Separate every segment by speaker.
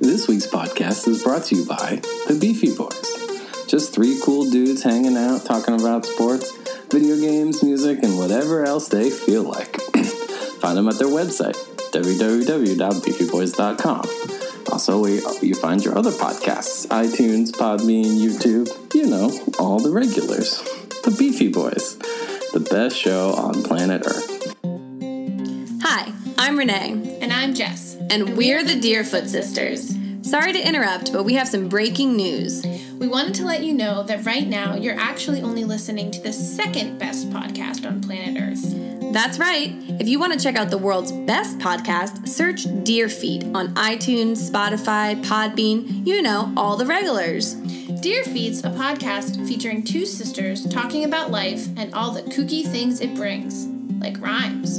Speaker 1: This week's podcast is brought to you by the Beefy Boys. Just three cool dudes hanging out, talking about sports, video games, music, and whatever else they feel like. find them at their website, www.beefyboys.com. Also, we, you find your other podcasts iTunes, Podbean, YouTube, you know, all the regulars. The Beefy Boys, the best show on planet Earth.
Speaker 2: Hi, I'm Renee,
Speaker 3: And I'm Jess.
Speaker 2: and we're the Deerfoot Sisters. Sorry to interrupt, but we have some breaking news.
Speaker 3: We wanted to let you know that right now you're actually only listening to the second best podcast on planet Earth.
Speaker 2: That's right. If you want to check out the world's best podcast, search Deerfeed on iTunes, Spotify, Podbean, you know, all the regulars.
Speaker 3: Dear Feed's a podcast featuring two sisters talking about life and all the kooky things it brings, like rhymes.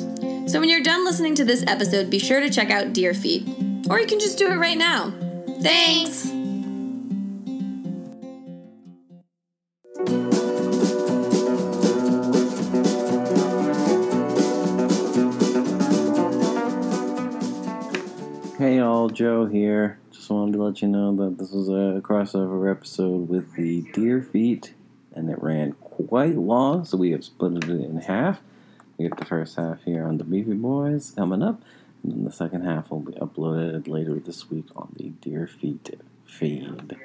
Speaker 2: So when you're done listening to this episode, be sure to check out Deerfeed. Or you can just do it right now. Thanks.
Speaker 1: Hey all, Joe here. Just wanted to let you know that this was a crossover episode with the Deer Feet, and it ran quite long, so we have split it in half. We get the first half here on the Beefy Boys coming up, and then the second half will be uploaded later this week on the Deer Feet feed.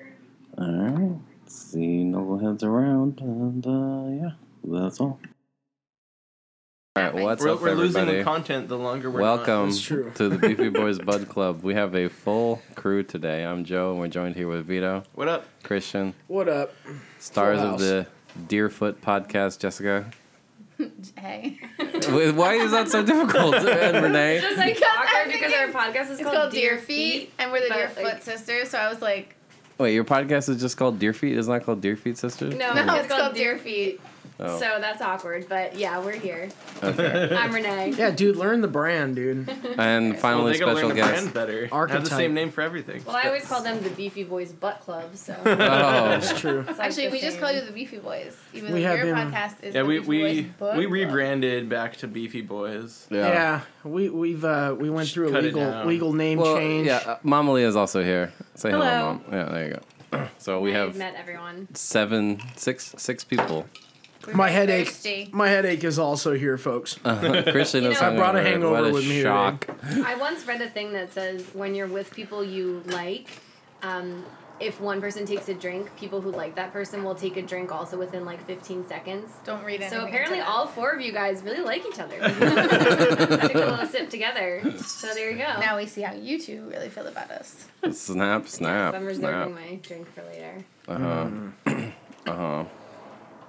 Speaker 1: Alright, see knuckleheads around, and uh, yeah, that's all.
Speaker 4: All right, what's
Speaker 5: we're,
Speaker 4: up,
Speaker 5: we're losing
Speaker 4: everybody?
Speaker 5: content the longer we're
Speaker 4: Welcome
Speaker 6: That's true.
Speaker 4: to the Beefy Boys Bud Club. We have a full crew today. I'm Joe, and we're joined here with Vito,
Speaker 5: Not. What up?
Speaker 4: Christian,
Speaker 6: What up?
Speaker 4: stars
Speaker 6: Full
Speaker 4: of the Deerfoot podcast, Jessica.
Speaker 7: Hey.
Speaker 4: Wait, Why is that so difficult? And Renee,
Speaker 7: Like,
Speaker 8: awkward because our podcast is
Speaker 7: it's called Deer Feet, and we're the
Speaker 8: but,
Speaker 7: Deer
Speaker 8: like-
Speaker 7: Foot Sisters, so I was like,
Speaker 4: wait, your podcast is just called Deer Feet. It's not called Deer Feet Sisters.
Speaker 8: No,
Speaker 7: no, it's called Deer Feet.
Speaker 4: Oh.
Speaker 8: So that's awkward, but yeah, we're here.
Speaker 4: Okay.
Speaker 8: I'm Renee.
Speaker 6: Yeah, dude, learn the brand, dude.
Speaker 4: And
Speaker 5: Well,
Speaker 4: finally,
Speaker 5: they gotta
Speaker 4: special
Speaker 5: learn the
Speaker 4: guest.
Speaker 5: brand better. Have the
Speaker 6: Archetype.
Speaker 5: same name for everything.
Speaker 8: Well, I always call them the Beefy Boys Butt Club, so. it's
Speaker 4: Oh,
Speaker 6: That's true.
Speaker 8: like
Speaker 7: Actually,
Speaker 8: the
Speaker 7: we just
Speaker 8: same.
Speaker 7: call you the Beefy Boys, even
Speaker 6: We
Speaker 7: though
Speaker 6: have
Speaker 7: your
Speaker 6: been-
Speaker 7: podcast is
Speaker 5: Yeah,
Speaker 7: the
Speaker 5: we
Speaker 7: Beefy Boys
Speaker 5: we,
Speaker 7: Book
Speaker 5: we
Speaker 7: Club.
Speaker 5: rebranded back to Beefy Boys.
Speaker 6: Yeah, we we've uh, we went through a
Speaker 5: Cut it
Speaker 6: legal
Speaker 5: down.
Speaker 6: legal name
Speaker 4: Well,
Speaker 6: change.
Speaker 4: yeah. uh, Mama Leah is also here. Say hello,
Speaker 8: Hello.
Speaker 4: Mom. Yeah, there you go. So we
Speaker 8: I've
Speaker 4: have
Speaker 8: met everyone.
Speaker 4: seven, six, six people.
Speaker 7: We're
Speaker 6: My
Speaker 7: very
Speaker 6: headache.
Speaker 7: thirsty.
Speaker 6: My headache is also here, folks.
Speaker 4: Christian is
Speaker 8: know-
Speaker 6: I brought a hangover
Speaker 4: What a
Speaker 6: with me today.
Speaker 4: shock.
Speaker 8: I once read a thing that says when you're with people you like, um, if one person takes a drink, people who like that person will take a drink also within like 15 seconds.
Speaker 7: Don't read anything.
Speaker 8: So apparently,
Speaker 7: into
Speaker 8: all four of you guys really like each other. Took a little sip together. So there you go.
Speaker 7: that. Now we see how you two really feel about us.
Speaker 4: Snap, snap,
Speaker 8: I'm reserving
Speaker 4: snap.
Speaker 8: my drink for later.
Speaker 4: Uh huh. uh huh.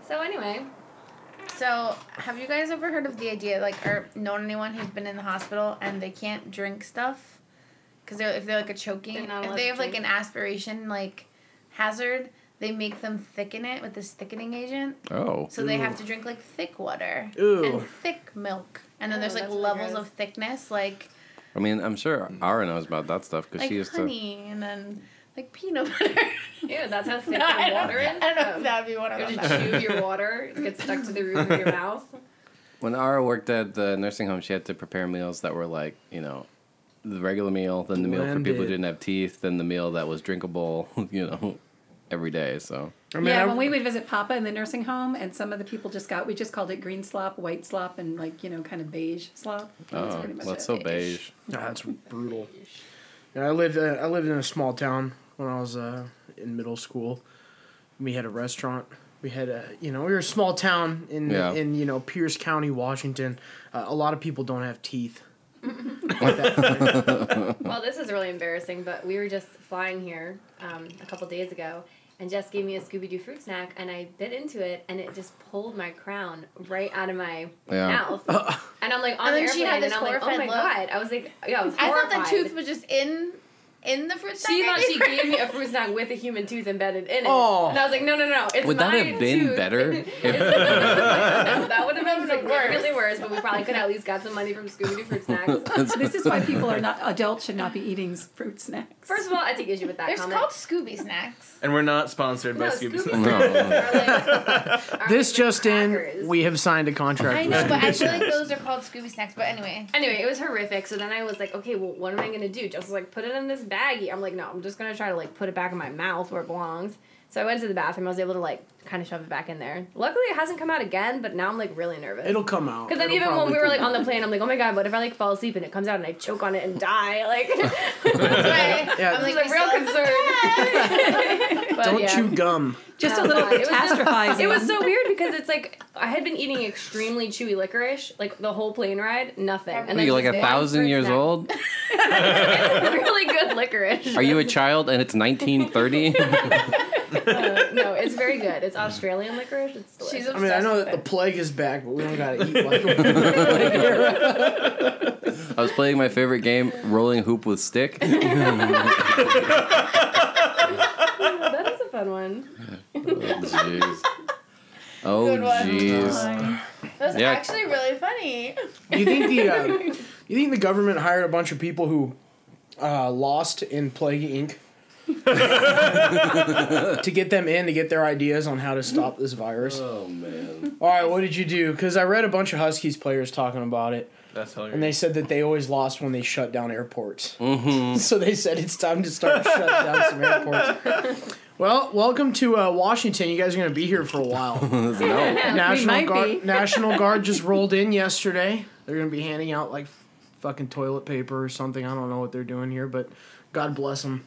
Speaker 8: So anyway,
Speaker 7: So, have you guys ever heard of the idea, like, or known anyone who's been in the hospital and they can't drink stuff? Because they're, if they're like a choking,
Speaker 8: They're not
Speaker 7: if
Speaker 8: allowed
Speaker 7: they
Speaker 8: to
Speaker 7: have like an
Speaker 8: drink.
Speaker 7: aspiration like hazard, they make them thicken it with this thickening agent.
Speaker 4: Oh.
Speaker 7: So they have to drink like thick water
Speaker 6: Ooh.
Speaker 7: and thick milk, and then
Speaker 8: Oh,
Speaker 7: there's like
Speaker 8: that's really
Speaker 7: levels
Speaker 8: gross.
Speaker 7: of thickness, like
Speaker 4: I mean, I'm sure Ara knows about that stuff because
Speaker 7: like
Speaker 4: she used
Speaker 7: honey, and then like peanut butter.
Speaker 8: ew, that's how thick
Speaker 7: No, I
Speaker 8: the
Speaker 7: don't-
Speaker 8: water is.
Speaker 7: I don't know
Speaker 8: Oh.
Speaker 7: if that'd be one of
Speaker 8: You
Speaker 7: them.
Speaker 8: just chew your water, it gets stuck to the roof of your mouth.
Speaker 4: to. When Ara worked at the nursing home, she had to prepare meals that were like, you know, the regular meal, then the meal for people who
Speaker 6: Blended.
Speaker 4: didn't have teeth, then the meal that was drinkable, you know, every day. So.
Speaker 6: I mean,
Speaker 9: yeah,
Speaker 6: I-
Speaker 9: when we would visit Papa in the nursing home, and some of the people just got, we just called it green slop, white slop, and like, you know, kind of beige slop. That's
Speaker 4: Oh,
Speaker 9: pretty much
Speaker 4: that's
Speaker 9: it.
Speaker 4: so beige.
Speaker 6: Nah, Ah, that's brutal. And I lived uh, I lived in a small town when I was uh, in middle school. We had a restaurant. We had a you know we were a small town in
Speaker 4: Yeah.
Speaker 6: in you know Pierce County, Washington. Uh, a lot of people don't have teeth. At that point.
Speaker 8: Well, this is really embarrassing, but we were just flying here um, a couple days ago, and Jess gave me a Scooby Doo fruit snack, and I bit into it, and it just pulled my crown right out of my
Speaker 4: Yeah.
Speaker 8: mouth. And I'm like on
Speaker 7: And
Speaker 8: the
Speaker 7: then she
Speaker 8: airplane,
Speaker 7: had this
Speaker 8: and I'm like, oh my
Speaker 7: horrified look.
Speaker 8: god! I was like, yeah, I was
Speaker 7: I
Speaker 8: horrified.
Speaker 7: thought the tooth was just in in the fruit
Speaker 8: She
Speaker 7: snack.
Speaker 8: thought she gave me a fruit snack with a human tooth embedded in it.
Speaker 6: Oh.
Speaker 8: And I was like, no, no, no. It's
Speaker 4: Would that
Speaker 8: my
Speaker 4: have been
Speaker 8: tooth.
Speaker 4: better? If,
Speaker 8: No, that would have been significantly worse, but we probably could have at least got some money from Scooby Doo fruit snacks.
Speaker 9: This is why people are not, adults should not be eating s- fruit snacks.
Speaker 8: First of all, I take issue with that
Speaker 7: They're
Speaker 8: comment.
Speaker 7: called Scooby snacks.
Speaker 5: And we're not sponsored
Speaker 8: no,
Speaker 5: by Scooby
Speaker 8: Scooby
Speaker 5: Snacks.
Speaker 8: snacks are like, are
Speaker 6: this
Speaker 8: like
Speaker 6: just in,
Speaker 8: crackers.
Speaker 6: we have signed a contract.
Speaker 7: I
Speaker 6: with
Speaker 7: know,
Speaker 6: Scooby
Speaker 7: but I feel like
Speaker 6: Snacks.
Speaker 7: those are called Scooby snacks. But anyway,
Speaker 8: Anyway, it was horrific. So then I was like, okay, well, what am I gonna do? Just like put it in this baggy. I'm like, no, I'm just gonna try to like put it back in my mouth where it belongs. So I went to the bathroom. I was able to like kind of shove it back in there. Luckily, it hasn't come out again. But now I'm like really nervous.
Speaker 6: It'll come out.
Speaker 8: Because then
Speaker 6: It'll
Speaker 8: even when
Speaker 6: probably
Speaker 8: we were
Speaker 6: come
Speaker 8: like on
Speaker 6: out.
Speaker 8: the plane, I'm like, oh my god, what if I like fall asleep and it comes out and I choke on it and die? Like,
Speaker 6: Yeah.
Speaker 8: I'm like a real concern. But
Speaker 6: don't
Speaker 8: yeah.
Speaker 6: chew gum.
Speaker 9: Just a
Speaker 8: Oh,
Speaker 9: little
Speaker 8: God, it was just-
Speaker 9: catastrophizing.
Speaker 8: It was so weird because it's like I had been eating extremely chewy licorice like the whole plane ride, nothing. And
Speaker 4: What,
Speaker 8: then
Speaker 4: You're like
Speaker 8: just
Speaker 4: a
Speaker 8: one
Speaker 4: thousand
Speaker 8: fruit
Speaker 4: years
Speaker 8: snack.
Speaker 4: old.
Speaker 8: really good licorice.
Speaker 4: Are you a child? And it's 1930.
Speaker 8: Uh, no, it's very good. It's Australian licorice. It's delicious.
Speaker 7: She's
Speaker 8: She's
Speaker 7: obsessed.
Speaker 6: I mean, I know
Speaker 7: with
Speaker 6: that the
Speaker 7: it.
Speaker 6: plague is back, but we don't gotta eat like a
Speaker 4: I was playing my favorite game, rolling hoop with stick. Oh,
Speaker 8: that is a fun one.
Speaker 4: Jeez. Oh
Speaker 7: Good one.
Speaker 4: jeez.
Speaker 7: That's
Speaker 4: Yeah.
Speaker 7: actually really funny.
Speaker 6: You think the uh, you think the government hired a bunch of people who uh, lost in Plague Inc. to get them in to get their ideas on how to stop this virus?
Speaker 4: Oh man.
Speaker 6: All right, what did you do? Because I read a bunch of Huskies players talking about it,
Speaker 5: That's hilarious.
Speaker 6: and they said that they always lost when they shut down airports.
Speaker 4: Mm-hmm.
Speaker 6: So they said it's time to start shutting down some airports. Well, welcome to uh, Washington. You guys are going to be here for a while.
Speaker 9: Yeah, we
Speaker 6: National
Speaker 9: might
Speaker 6: Guard.
Speaker 9: be.
Speaker 6: National Guard just rolled in yesterday. They're gonna be handing out like fucking toilet paper or something. I don't know what they're doing here, but God bless them.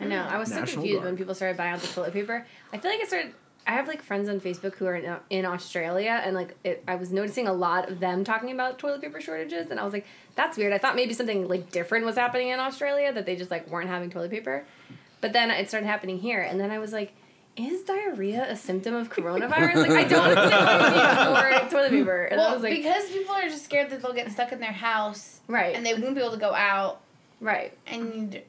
Speaker 8: I know. I was so
Speaker 6: National
Speaker 8: confused
Speaker 6: Guard.
Speaker 8: when people started buying out the toilet paper. I feel like it started. I have like friends on Facebook who are in, in Australia, and like it, I was noticing a lot of them talking about toilet paper shortages, and I was like, "That's weird." I thought maybe something like different was happening in Australia that they just like weren't having toilet paper, but then it started happening here, and then I was like, "Is diarrhea a symptom of coronavirus?" like I don't understand or toilet paper, and I
Speaker 7: Well,
Speaker 8: was like,
Speaker 7: because people are just scared that they'll get stuck in their house
Speaker 8: "Right,
Speaker 7: and they won't be able to go out
Speaker 8: right."
Speaker 7: and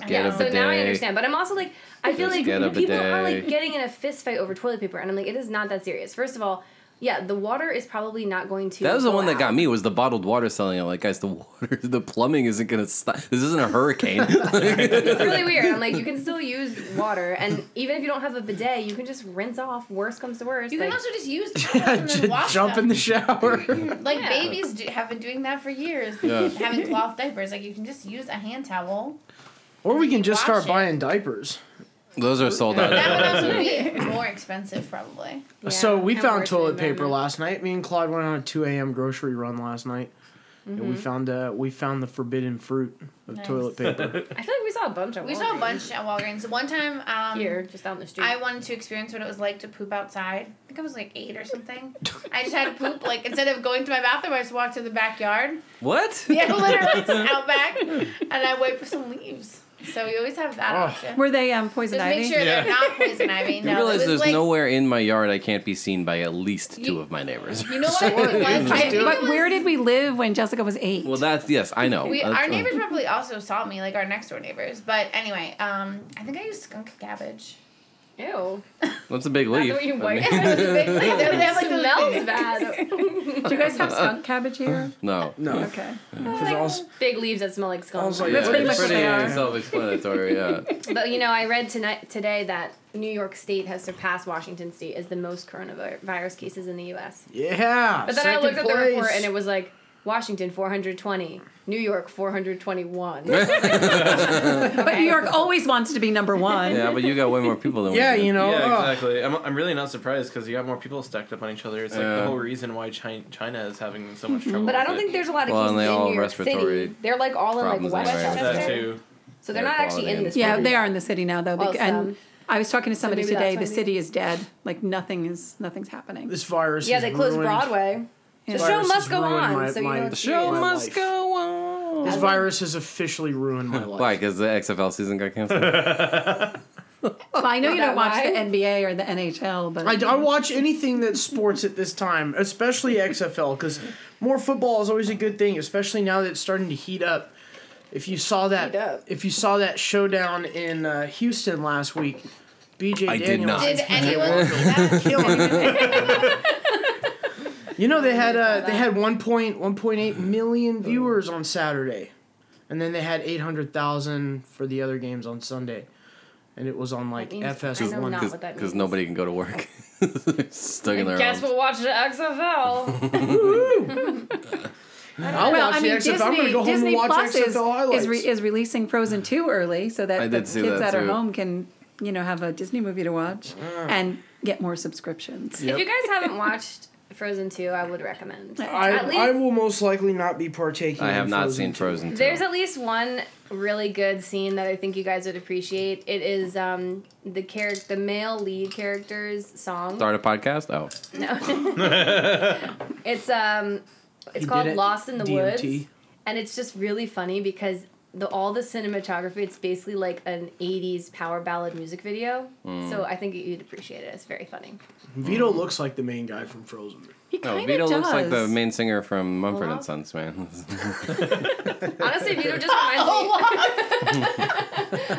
Speaker 7: I
Speaker 4: Get
Speaker 7: don't
Speaker 4: a
Speaker 7: know.
Speaker 8: So now I
Speaker 4: bidet.
Speaker 8: understand, but I'm also like, I feel
Speaker 4: Just
Speaker 8: like
Speaker 4: get a
Speaker 8: people are like
Speaker 4: bidet.
Speaker 8: getting in a fist fight over toilet paper, and I'm like, it is not that serious. First of all, yeah, the water is probably not going to.
Speaker 4: That was the
Speaker 8: go
Speaker 4: one that got
Speaker 8: out.
Speaker 4: me was the bottled water selling. I'm like, guys, the water, the plumbing isn't gonna stop. This isn't a hurricane.
Speaker 8: It's really weird. I'm like, you can still use water, and even if you don't have a bidet, you can just rinse off. Worst comes to worst.
Speaker 7: You can
Speaker 8: like-
Speaker 7: also just use towels and then wash
Speaker 6: Jump in
Speaker 7: them.
Speaker 6: the shower.
Speaker 7: like
Speaker 8: Yeah.
Speaker 7: babies do, have been doing that for years.
Speaker 4: Yeah.
Speaker 7: Having cloth diapers, like you can just use a hand towel.
Speaker 6: or we can just start
Speaker 7: Wash it.
Speaker 6: buying diapers.
Speaker 4: Those are sold out.
Speaker 7: That would also be more expensive, probably.
Speaker 8: Yeah,
Speaker 6: so we
Speaker 8: and
Speaker 6: found
Speaker 8: worse for the
Speaker 6: toilet paper
Speaker 8: environment.
Speaker 6: last night. Me and Claude went on a two a.m. grocery run last night, and
Speaker 8: Mm-hmm.
Speaker 6: we found uh, we found the forbidden fruit of
Speaker 7: Nice.
Speaker 6: toilet paper.
Speaker 8: I feel like we saw a bunch of.
Speaker 7: We saw a bunch at Walgreens. One time, um,
Speaker 8: here, just down the street.
Speaker 7: I wanted to experience what it was like to poop outside. I think I was like eight or something. I just had to poop. Like instead of going to my bathroom, I just walked to the backyard.
Speaker 4: What?
Speaker 7: Yeah, literally just out back, and I wait for some leaves. So we always have that
Speaker 6: Oh.
Speaker 7: option.
Speaker 9: Were they um, poison
Speaker 7: Just
Speaker 9: ivy?
Speaker 7: make sure
Speaker 5: Yeah.
Speaker 7: they're not poison ivy. No,
Speaker 4: You realize
Speaker 7: it was
Speaker 4: there's
Speaker 7: like,
Speaker 4: nowhere in my yard I can't be seen by at least two
Speaker 7: You-
Speaker 4: of my neighbors.
Speaker 7: You know what? it was? I
Speaker 6: Just
Speaker 7: think
Speaker 6: do
Speaker 7: it
Speaker 6: it.
Speaker 9: But
Speaker 7: was-
Speaker 9: where did we live when Jessica was eight?
Speaker 4: Well, that's yes, I know.
Speaker 7: We,
Speaker 4: That's-
Speaker 7: our neighbors probably also saw me, like our next door neighbors. But anyway, um, I think I used skunk cabbage.
Speaker 8: Ew.
Speaker 4: That's a big
Speaker 8: Not
Speaker 4: leaf.
Speaker 8: the way you
Speaker 4: I
Speaker 8: wipe
Speaker 4: mean,
Speaker 8: it.
Speaker 7: It was a big leaf. They have, like, those
Speaker 8: smells
Speaker 7: big-
Speaker 8: bad.
Speaker 9: Do you guys have skunk cabbage here?
Speaker 4: no.
Speaker 6: no,
Speaker 9: Okay.
Speaker 6: because also
Speaker 8: Big leaves that smell like skunk.
Speaker 6: I was like,
Speaker 4: Yeah,
Speaker 9: That's pretty
Speaker 4: it's
Speaker 9: much what they are.
Speaker 4: self-explanatory. Yeah.
Speaker 8: But you know, I read tonight today that New York State has surpassed Washington State as the most coronavirus cases in the U.S.
Speaker 6: yeah.
Speaker 8: But then I
Speaker 6: second
Speaker 8: looked at the
Speaker 6: place.
Speaker 8: report and it was like Washington 420, New York 421.
Speaker 9: But New York always wants to be number one.
Speaker 4: yeah, but you got way more people than we
Speaker 6: yeah,
Speaker 4: do.
Speaker 6: you know.
Speaker 5: yeah,
Speaker 6: uh,
Speaker 5: exactly. I'm, I'm really not surprised because you got more people stacked up on each other. It's like
Speaker 4: Yeah.
Speaker 5: the whole reason why China, China is having so much trouble.
Speaker 8: but I
Speaker 5: with
Speaker 8: don't
Speaker 5: it.
Speaker 8: think there's a lot of
Speaker 4: Well, and
Speaker 8: cases
Speaker 4: they all
Speaker 8: in New York
Speaker 4: respiratory
Speaker 8: City. They're like all in like
Speaker 4: problems anyway.
Speaker 8: Westchester,
Speaker 5: that too.
Speaker 8: so they're
Speaker 4: Air
Speaker 8: not actually
Speaker 4: quality
Speaker 8: in this.
Speaker 4: and-
Speaker 9: Yeah,
Speaker 8: city.
Speaker 9: they are in the city now though.
Speaker 8: Well,
Speaker 9: bec- and
Speaker 8: some.
Speaker 9: I was talking to somebody
Speaker 8: maybe
Speaker 9: today.
Speaker 8: that's
Speaker 9: The
Speaker 8: why we-
Speaker 9: city is dead. Like nothing is nothing's happening.
Speaker 6: This virus.
Speaker 8: Yeah,
Speaker 6: has
Speaker 8: they closed
Speaker 6: ruined-
Speaker 8: Broadway. The
Speaker 6: This
Speaker 8: show
Speaker 6: virus has
Speaker 8: must go
Speaker 6: ruined
Speaker 8: on.
Speaker 6: my-
Speaker 8: so you
Speaker 6: my-
Speaker 8: know
Speaker 6: The
Speaker 8: it's
Speaker 4: Show
Speaker 8: serious.
Speaker 6: my
Speaker 4: must
Speaker 6: life.
Speaker 4: go on.
Speaker 6: This virus has officially ruined my life.
Speaker 4: Why? Because the XFL season got canceled.
Speaker 9: Well, I know
Speaker 8: Is
Speaker 9: you don't
Speaker 8: that
Speaker 9: watch
Speaker 8: why?
Speaker 9: the NBA or the NHL, but
Speaker 6: I, I watch anything that's sports at this time, especially XFL, because more football is always a good thing, especially now that it's starting to heat up. If you saw
Speaker 8: Heat
Speaker 6: that,
Speaker 8: up.
Speaker 6: if you saw that showdown in uh, Houston last week, BJ
Speaker 4: I did not.
Speaker 6: Daniels.
Speaker 7: Did anyone see that?
Speaker 6: You know they had uh, they had one point one point eight million viewers on Saturday, and then they had eight hundred thousand for the other games on Sunday, and it was on like
Speaker 8: means I
Speaker 6: FS
Speaker 8: know
Speaker 6: one.
Speaker 8: not what that
Speaker 4: Because
Speaker 8: means.
Speaker 4: nobody can go to work. Stuck in
Speaker 8: I
Speaker 4: their
Speaker 8: guess
Speaker 4: homes.
Speaker 8: we'll watch the XFL.
Speaker 6: I'll
Speaker 9: well,
Speaker 6: watch
Speaker 9: I
Speaker 6: the
Speaker 9: mean, Disney,
Speaker 6: XFL. I'm gonna go home
Speaker 9: Disney
Speaker 6: and watch
Speaker 9: Plus is,
Speaker 6: XFL highlights.
Speaker 9: is, re- is releasing Frozen 2 early so
Speaker 4: I
Speaker 9: that the
Speaker 4: did
Speaker 9: kids
Speaker 4: see that
Speaker 9: at
Speaker 4: too.
Speaker 9: home can, you know, have a Disney movie to watch and get more subscriptions.
Speaker 6: Yep.
Speaker 8: If you guys haven't watched Frozen 2, I would recommend.
Speaker 6: I,
Speaker 8: at least,
Speaker 6: I will most likely not be partaking.
Speaker 4: I have
Speaker 6: in
Speaker 4: not
Speaker 6: Frozen
Speaker 4: seen
Speaker 6: two.
Speaker 4: Frozen. 2.
Speaker 8: There's at least one really good scene that I think you guys would appreciate. It is um, the character, the male lead character's song.
Speaker 4: Start a podcast? Oh.
Speaker 8: No. it's um it's
Speaker 6: He
Speaker 8: called
Speaker 6: did it.
Speaker 8: Lost in the
Speaker 6: DMT.
Speaker 8: Woods. And it's just really funny because the all the cinematography, it's basically like an 80s power ballad music video. So I think you'd appreciate it. It's very funny.
Speaker 6: Vito looks like the main guy from Frozen.
Speaker 9: He
Speaker 4: Oh,
Speaker 9: kind
Speaker 4: Vito
Speaker 9: of does.
Speaker 4: looks like the main singer from Mumford
Speaker 8: Olaf?
Speaker 4: and Sons, man.
Speaker 8: Honestly, Vito just reminds me.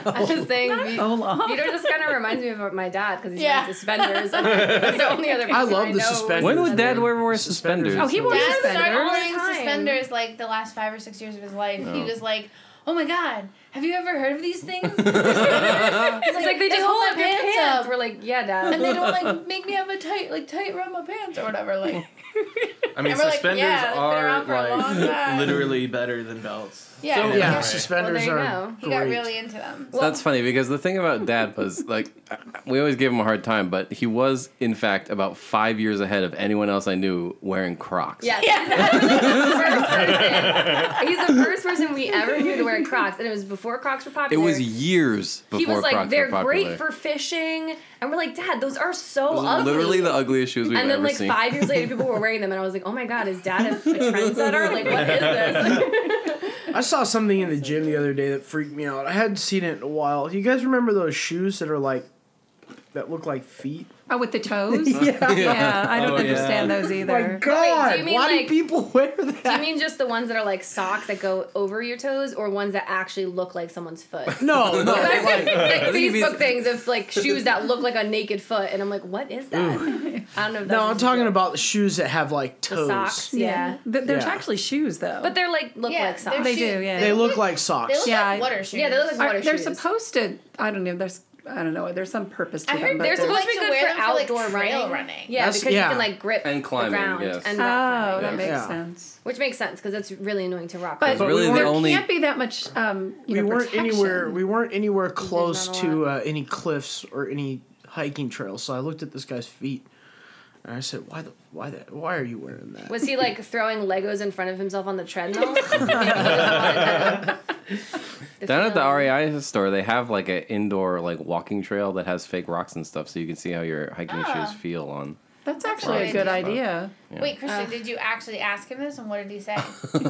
Speaker 8: I was saying
Speaker 6: Oh,
Speaker 8: Vi-
Speaker 9: Olaf.
Speaker 8: Vito just kind of reminds me of my dad because he's
Speaker 7: Yeah.
Speaker 8: wearing suspenders. That's the only other. person
Speaker 6: love the
Speaker 8: know.
Speaker 6: suspenders.
Speaker 4: when would Dad
Speaker 6: Suspenders.
Speaker 4: ever wear suspenders?
Speaker 9: Oh, he wore
Speaker 7: Dad started
Speaker 9: suspenders.
Speaker 7: wearing
Speaker 8: Time.
Speaker 7: suspenders like the last five or six years of his life. He
Speaker 4: No.
Speaker 7: was like, "Oh my god, have you ever heard of these things?" it's like,
Speaker 8: It's like they, just hold up their pants. We're like, yeah, dad.
Speaker 7: and they don't like make me have a tight like tight around my pants or whatever. Like,
Speaker 5: I mean,
Speaker 7: And we're like,
Speaker 5: suspenders
Speaker 7: yeah, they've been around for a
Speaker 5: are
Speaker 7: long time.
Speaker 5: like literally better than belts.
Speaker 7: yeah,
Speaker 5: Yeah.
Speaker 6: So yeah,
Speaker 5: Right.
Speaker 8: Well, there
Speaker 6: suspenders
Speaker 8: you
Speaker 6: are.
Speaker 8: go.
Speaker 7: he got
Speaker 6: great.
Speaker 7: really into them.
Speaker 4: That's funny because the thing about Dad was like, we always gave him a hard time, but he was in fact about five years ahead of anyone else I knew wearing Crocs.
Speaker 8: Yes. Yeah. He's the first person we ever knew to wear Crocs, and it was before Crocs were
Speaker 4: it
Speaker 8: popular.
Speaker 4: was years before
Speaker 8: He was like,
Speaker 4: Crocs
Speaker 8: they're
Speaker 4: were popular.
Speaker 8: great for fishing, and we're like, Dad, those are so
Speaker 4: Those are
Speaker 8: ugly.
Speaker 4: literally the ugliest shoes we've
Speaker 8: and then
Speaker 4: ever
Speaker 8: like
Speaker 4: seen.
Speaker 8: five years later, people were wearing them, and I was like, Oh my God, is Dad a, a trendsetter? Like, what is this?
Speaker 6: I saw something in the gym the other day that freaked me out. I hadn't seen it in a while. You guys remember those shoes that are like that look like feet?
Speaker 9: Oh, with the toes?
Speaker 6: Yeah.
Speaker 9: Yeah, I don't
Speaker 5: Oh, yeah.
Speaker 9: understand those either.
Speaker 6: My God,
Speaker 8: you mean,
Speaker 6: why do
Speaker 8: like-
Speaker 6: people wear that?
Speaker 8: Do you mean just the ones that are like socks that go over your toes, or ones that actually look like someone's foot?
Speaker 6: no, no,
Speaker 8: I've
Speaker 6: like,
Speaker 8: seen, like,
Speaker 4: think it's-
Speaker 8: Facebook things of like shoes that look like a naked foot, and I'm like, what is that? I don't know. If that's
Speaker 6: no. I'm
Speaker 8: just
Speaker 6: talking
Speaker 8: the-
Speaker 6: about the shoes that have like
Speaker 8: the
Speaker 6: toes.
Speaker 8: socks. Yeah,
Speaker 9: Th- They're
Speaker 6: Yeah.
Speaker 9: actually shoes, though.
Speaker 8: but they're like look
Speaker 7: Yeah,
Speaker 8: like socks.
Speaker 7: they're
Speaker 9: They
Speaker 7: shoes.
Speaker 9: do, yeah.
Speaker 6: They look
Speaker 7: They
Speaker 6: like
Speaker 7: look
Speaker 6: socks.
Speaker 9: Yeah, I-
Speaker 7: like water shoes.
Speaker 8: yeah, they look like
Speaker 9: Are-
Speaker 8: water
Speaker 9: they're
Speaker 8: shoes.
Speaker 9: supposed to, I don't know, there's, I don't know, there's some purpose to
Speaker 7: I
Speaker 9: them.
Speaker 7: heard
Speaker 9: but
Speaker 8: they're
Speaker 7: they're like
Speaker 8: supposed to be
Speaker 7: to
Speaker 8: good
Speaker 7: wear
Speaker 8: for
Speaker 7: them for, like,
Speaker 8: outdoor
Speaker 7: trail
Speaker 8: running.
Speaker 7: running.
Speaker 8: Yeah,
Speaker 6: That's-
Speaker 8: because
Speaker 6: yeah.
Speaker 8: you can like grip
Speaker 4: And climbing,
Speaker 8: the ground
Speaker 4: yes.
Speaker 8: and rock
Speaker 9: Oh, that
Speaker 4: Yeah.
Speaker 9: makes
Speaker 6: Yeah.
Speaker 9: sense.
Speaker 8: which makes sense because that's really annoying to rock.
Speaker 9: But
Speaker 8: climbing.
Speaker 4: really the
Speaker 9: there
Speaker 4: only-
Speaker 9: can't be that much. Um, you
Speaker 6: We
Speaker 9: know,
Speaker 6: weren't anywhere.
Speaker 9: protection.
Speaker 6: We weren't anywhere close
Speaker 8: not a
Speaker 6: to
Speaker 8: lot.
Speaker 6: uh, any cliffs or any hiking trails. So I looked at this guy's feet, and I said, "Why the? Why that? Why are you wearing that?"
Speaker 8: was he like throwing Legos in front of himself on the treadmill?
Speaker 4: Down at the REI store, they have like an indoor like walking trail that has fake rocks and stuff, so you can see how your hiking
Speaker 7: Ah.
Speaker 4: shoes feel on.
Speaker 9: That's actually a
Speaker 7: a
Speaker 9: good
Speaker 7: good
Speaker 9: idea.
Speaker 7: Wait, Christian, did you actually ask him this, and what did he say?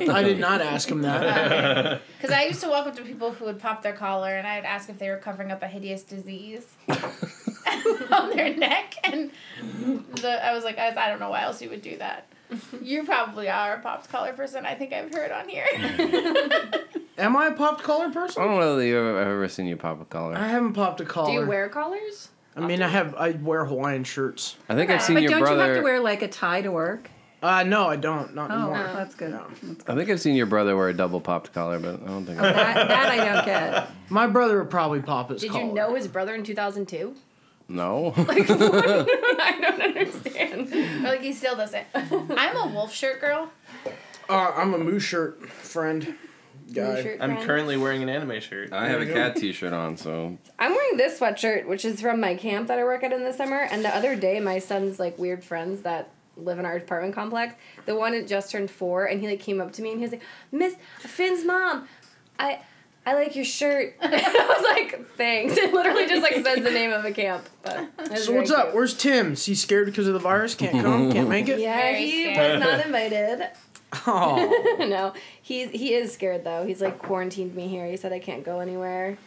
Speaker 6: I did not ask him that.
Speaker 7: Because I used to walk up to people who would pop their collar, and I would ask if they were covering up a hideous disease on their neck, and the, I was like, I, I don't know why else you would do that. You probably are a popped collar person. I think I've heard on here.
Speaker 6: Am I a popped collar
Speaker 4: I
Speaker 6: person?
Speaker 4: don't know that you've ever, I've ever seen you pop a
Speaker 6: I
Speaker 4: collar.
Speaker 6: haven't popped a collar.
Speaker 8: Oh. Do you wear collars?
Speaker 6: I mean, I have. I wear Hawaiian shirts.
Speaker 4: I think I've seen
Speaker 9: But
Speaker 4: your
Speaker 9: don't you
Speaker 4: brother.
Speaker 9: have to wear like a tie to work?
Speaker 6: Uh, no, I don't. Not
Speaker 9: Oh,
Speaker 6: anymore.
Speaker 9: that's good.
Speaker 4: I think I've seen your brother wear a double popped collar, but I don't think. I
Speaker 9: That, that I don't get.
Speaker 6: My brother would probably pop his
Speaker 8: Did
Speaker 6: collar.
Speaker 8: you know his brother in 2002?
Speaker 4: No.
Speaker 8: I don't understand.
Speaker 7: Or, like he still doesn't. I'm a wolf shirt girl.
Speaker 6: Uh, I'm a moose shirt friend guy.
Speaker 5: I'm currently wearing an anime shirt.
Speaker 4: I have a cat T-shirt on, so
Speaker 8: I'm wearing this sweatshirt, which is from my camp that I work at in the summer. And the other day, my son's like weird friends that live in our apartment complex, the one that just turned four, and he like came up to me and he was like, "Miss Finn's mom, I." I like your shirt. And I was like, thanks. It literally just like says the name of a camp. But it was
Speaker 6: So what's
Speaker 8: very
Speaker 6: up? Where's Tim? Is he scared because of the virus? Can't come? Can't make it?
Speaker 8: cute. Yeah,
Speaker 7: Very
Speaker 8: he
Speaker 7: scared.
Speaker 8: was not invited.
Speaker 6: Oh.
Speaker 8: no, he's he is scared though. He's like quarantined me here. He said I can't go anywhere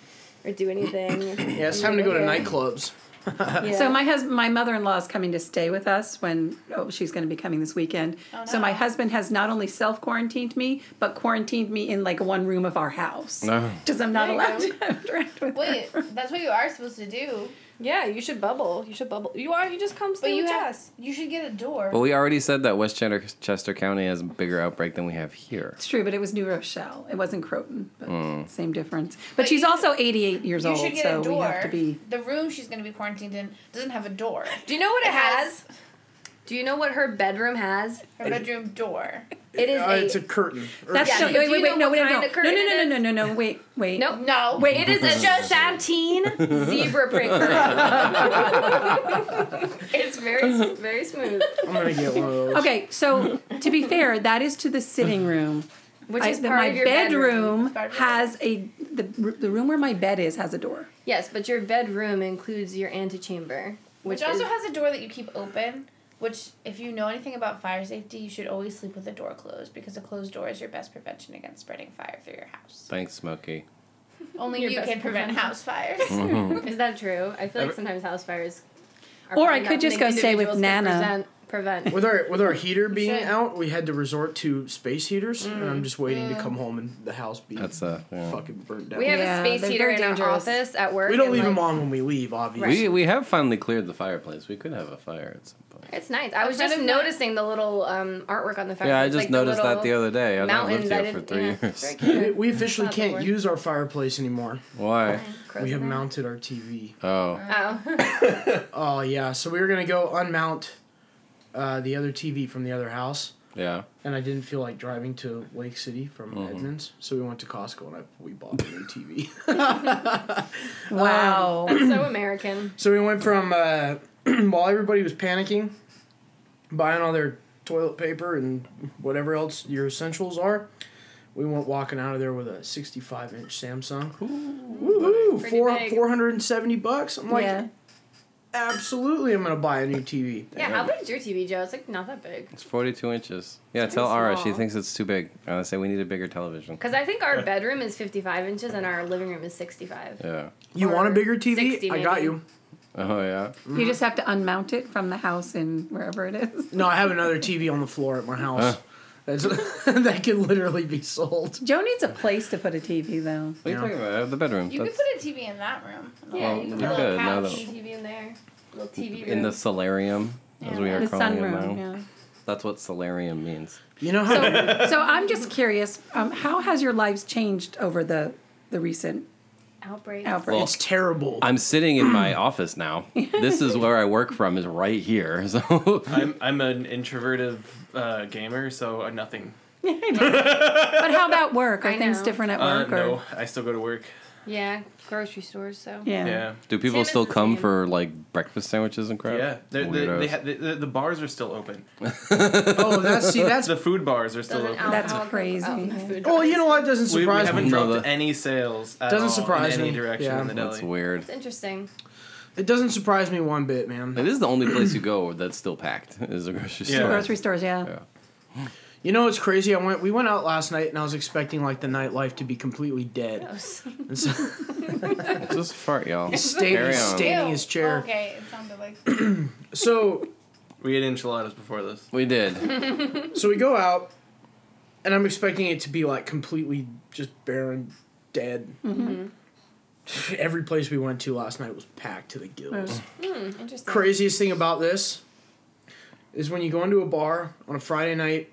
Speaker 8: or do anything.
Speaker 6: Yeah, it's time to go to nightclubs.
Speaker 8: Yeah.
Speaker 9: So my husband, my mother-in-law is coming to stay with us when oh, she's going to be coming this weekend.
Speaker 7: Oh,
Speaker 9: So my husband has not only self quarantined me, but quarantined me in like one room of our house
Speaker 4: no.
Speaker 9: because I'm not
Speaker 7: There you
Speaker 9: allowed
Speaker 7: go.
Speaker 9: to interact with.
Speaker 7: Wait, that's what you are supposed to do.
Speaker 8: Yeah, you should bubble. You should bubble. You are. You just come
Speaker 7: But
Speaker 8: stay
Speaker 7: you
Speaker 8: with
Speaker 7: have,
Speaker 8: us.
Speaker 7: you should get a door.
Speaker 4: But we already said that Westchester Chester County has a bigger outbreak than we have here.
Speaker 9: It's true, but it was New Rochelle. It wasn't Croton, but same difference. But,
Speaker 7: But
Speaker 9: she's
Speaker 7: you-
Speaker 9: also 88 years
Speaker 7: you
Speaker 9: old,
Speaker 7: should get
Speaker 9: so
Speaker 7: a
Speaker 9: we have
Speaker 7: door.
Speaker 9: to be.
Speaker 7: The room she's going to be quarantined in doesn't have a door.
Speaker 8: Do you know what it,
Speaker 7: It
Speaker 8: has?
Speaker 7: has-
Speaker 8: Do you know what her bedroom has?
Speaker 7: Her bedroom door.
Speaker 8: It is
Speaker 6: Uh,
Speaker 8: a,
Speaker 6: it's a curtain. Or-
Speaker 9: That's
Speaker 8: Yeah,
Speaker 9: no,
Speaker 8: but
Speaker 9: wait,
Speaker 8: do
Speaker 9: wait,
Speaker 8: you
Speaker 9: wait,
Speaker 8: know
Speaker 9: no,
Speaker 8: what
Speaker 9: wait, no,
Speaker 8: kind
Speaker 9: no,
Speaker 8: of
Speaker 9: no,
Speaker 8: curtain
Speaker 9: no,
Speaker 8: it
Speaker 9: no, no, no, no, wait, wait.
Speaker 8: no,
Speaker 7: No.
Speaker 8: Wait, it is a sateen zebra print curtain. it's very s- very smooth,
Speaker 6: I'm gonna get one of those.
Speaker 9: Okay, so to be fair, that is to the sitting room.
Speaker 8: which
Speaker 9: I,
Speaker 8: is
Speaker 9: the-
Speaker 8: part
Speaker 9: my
Speaker 8: of your
Speaker 9: bedroom,
Speaker 7: Part of your
Speaker 9: has a the the room where my bed is has a door.
Speaker 8: Yes, but your bedroom includes your antechamber,
Speaker 7: Which
Speaker 8: which,
Speaker 7: also
Speaker 8: is-
Speaker 7: has a door that you keep open, which, if you know anything about fire safety, you should always sleep with the door closed because a closed door is your best prevention against spreading fire through your house.
Speaker 4: Thanks, Smokey.
Speaker 7: Only
Speaker 8: Your
Speaker 7: you
Speaker 8: best
Speaker 7: can prevent
Speaker 8: prevention.
Speaker 7: house fires.
Speaker 8: is that true? I feel like sometimes house fires. are
Speaker 9: Or I
Speaker 8: probably
Speaker 9: could
Speaker 8: not
Speaker 9: just
Speaker 8: something
Speaker 9: go stay with
Speaker 8: individuals can
Speaker 9: Nana.
Speaker 8: Present, prevent.
Speaker 6: With our with our heater being
Speaker 7: Shit.
Speaker 6: out, we had to resort to space heaters, and
Speaker 8: Mm.
Speaker 6: I'm just waiting to come home and the house be
Speaker 4: That's uh, yeah.
Speaker 6: fucking burnt down.
Speaker 8: We
Speaker 6: We,
Speaker 8: have
Speaker 9: Yeah,
Speaker 8: a space
Speaker 9: they're
Speaker 8: heater
Speaker 9: very
Speaker 8: in our
Speaker 9: dangerous.
Speaker 8: office at work.
Speaker 6: don't
Speaker 8: and,
Speaker 6: leave
Speaker 8: like,
Speaker 6: them on when we leave, obviously.
Speaker 4: We we have finally cleared the fireplace. We could have a fire at some point.
Speaker 8: It's nice. I was
Speaker 7: friend
Speaker 8: just
Speaker 7: of mine-
Speaker 8: noticing the little um, artwork on the fireplace.
Speaker 4: Yeah, I just
Speaker 8: like
Speaker 4: noticed
Speaker 8: the
Speaker 4: that the
Speaker 8: little
Speaker 4: other day. I've not lived
Speaker 8: mountains. I
Speaker 4: here for
Speaker 8: didn't-
Speaker 4: three
Speaker 8: yeah, it's
Speaker 4: years.
Speaker 8: very
Speaker 6: We,
Speaker 8: cute.
Speaker 6: we officially
Speaker 8: Not the
Speaker 6: can't
Speaker 8: word.
Speaker 6: use our fireplace anymore.
Speaker 4: Why?
Speaker 6: We have
Speaker 8: Frozen.
Speaker 6: mounted our TV.
Speaker 4: Oh,
Speaker 8: Oh,
Speaker 6: Oh yeah, so we were gonna go unmount uh, the other TV from the other house,
Speaker 4: yeah. Mm-hmm.
Speaker 6: and I didn't feel like driving to Lake City from Edmonds, so we went to Costco and I, we bought a new TV.
Speaker 9: Wow.
Speaker 8: that's Oh, so American.
Speaker 6: so we went from uh, while everybody was panicking, buying all their toilet paper and whatever else your essentials are. We went walking out of there with a 65 inch Samsung. Woohoo!
Speaker 8: Pretty
Speaker 6: Four,
Speaker 8: big.
Speaker 6: 470 bucks. I'm like,
Speaker 9: yeah.
Speaker 6: absolutely, I'm going to buy a new TV.
Speaker 8: Yeah, how big is your TV, Joe? It's like not that big.
Speaker 4: It's 42 inches. Yeah,
Speaker 8: It's
Speaker 4: tell
Speaker 8: pretty
Speaker 4: Ara she
Speaker 8: small.
Speaker 4: thinks it's too big. I say we need a bigger television.
Speaker 8: Because I think our bedroom is 55 inches and our living room is 65.
Speaker 4: Yeah.
Speaker 6: You want a bigger TV?
Speaker 8: 60
Speaker 6: I got
Speaker 8: maybe.
Speaker 6: you.
Speaker 4: Oh yeah.
Speaker 9: You just have to unmount it from the house and wherever it is.
Speaker 6: No, I have another TV on the floor at my house. That's that can literally be sold.
Speaker 9: Joe needs a place to put a TV though.
Speaker 4: What are you talking about? I have uh, The bedroom.
Speaker 7: You could
Speaker 4: That's
Speaker 7: put a TV in that room.
Speaker 8: Yeah,
Speaker 4: Well,
Speaker 8: you can
Speaker 4: we
Speaker 8: put a little
Speaker 4: could, now
Speaker 8: couch
Speaker 4: that-
Speaker 8: TV in there. Little TV room.
Speaker 4: in the solarium, as we are
Speaker 9: The
Speaker 4: calling it now.
Speaker 9: sunroom. Yeah.
Speaker 4: That's what solarium means.
Speaker 6: You know how
Speaker 9: So, so I'm just curious, um, how has your lives changed over the the recent
Speaker 8: outbreak.
Speaker 9: outbreak?
Speaker 4: Well,
Speaker 6: it's terrible.
Speaker 4: I'm sitting in my office now. This is where I work from. Is right here. So
Speaker 5: I'm I'm an introverted uh, gamer, so uh, nothing.
Speaker 9: but how about work? Are
Speaker 8: I
Speaker 9: things
Speaker 8: know.
Speaker 9: different at
Speaker 5: Uh,
Speaker 9: work? or
Speaker 5: no, I still go to work.
Speaker 8: Yeah, grocery stores, so.
Speaker 9: Yeah.
Speaker 5: Yeah,
Speaker 4: do people
Speaker 8: Same as
Speaker 4: still
Speaker 8: the
Speaker 4: come
Speaker 8: same.
Speaker 4: for like breakfast sandwiches and crap?
Speaker 5: yeah. They're- They,
Speaker 4: Weirdos.
Speaker 5: they, ha- they, the, the bars are still open.
Speaker 6: oh, that's see, that's
Speaker 5: The food bars are still
Speaker 8: Doesn't
Speaker 5: open.
Speaker 8: alcohol
Speaker 9: That's
Speaker 8: go up
Speaker 9: crazy.
Speaker 8: in the food
Speaker 7: Oh,
Speaker 6: well, you
Speaker 8: price?
Speaker 6: know what doesn't
Speaker 5: we, we
Speaker 6: surprise
Speaker 5: haven't
Speaker 6: me.
Speaker 4: No,
Speaker 5: dropped
Speaker 4: that-
Speaker 5: any sales. At
Speaker 6: Doesn't
Speaker 5: all
Speaker 6: surprise
Speaker 5: in any
Speaker 6: me.
Speaker 5: direction
Speaker 6: Yeah.
Speaker 5: in the
Speaker 4: That's
Speaker 5: deli.
Speaker 4: weird.
Speaker 8: It's interesting.
Speaker 6: It doesn't surprise me one bit, man.
Speaker 4: It is the only place you go that's still packed is a grocery
Speaker 5: Yeah.
Speaker 4: store.
Speaker 9: Grocery stores, yeah.
Speaker 4: Yeah.
Speaker 6: You know what's crazy? I went we went out last night and I was expecting like the nightlife to be completely dead. And so
Speaker 4: Just fart, y'all.
Speaker 6: standing,
Speaker 4: Carry on.
Speaker 6: standing
Speaker 7: Ew.
Speaker 6: his chair.
Speaker 7: Okay, it sounded like.
Speaker 6: So
Speaker 5: We had enchiladas before this.
Speaker 4: We did.
Speaker 6: so we go out and I'm expecting it to be like completely just barren, dead.
Speaker 7: Mm-hmm.
Speaker 6: Every place we went to last night was packed to the gills.
Speaker 8: Interesting.
Speaker 6: craziest thing about this is when you go into a bar on a Friday night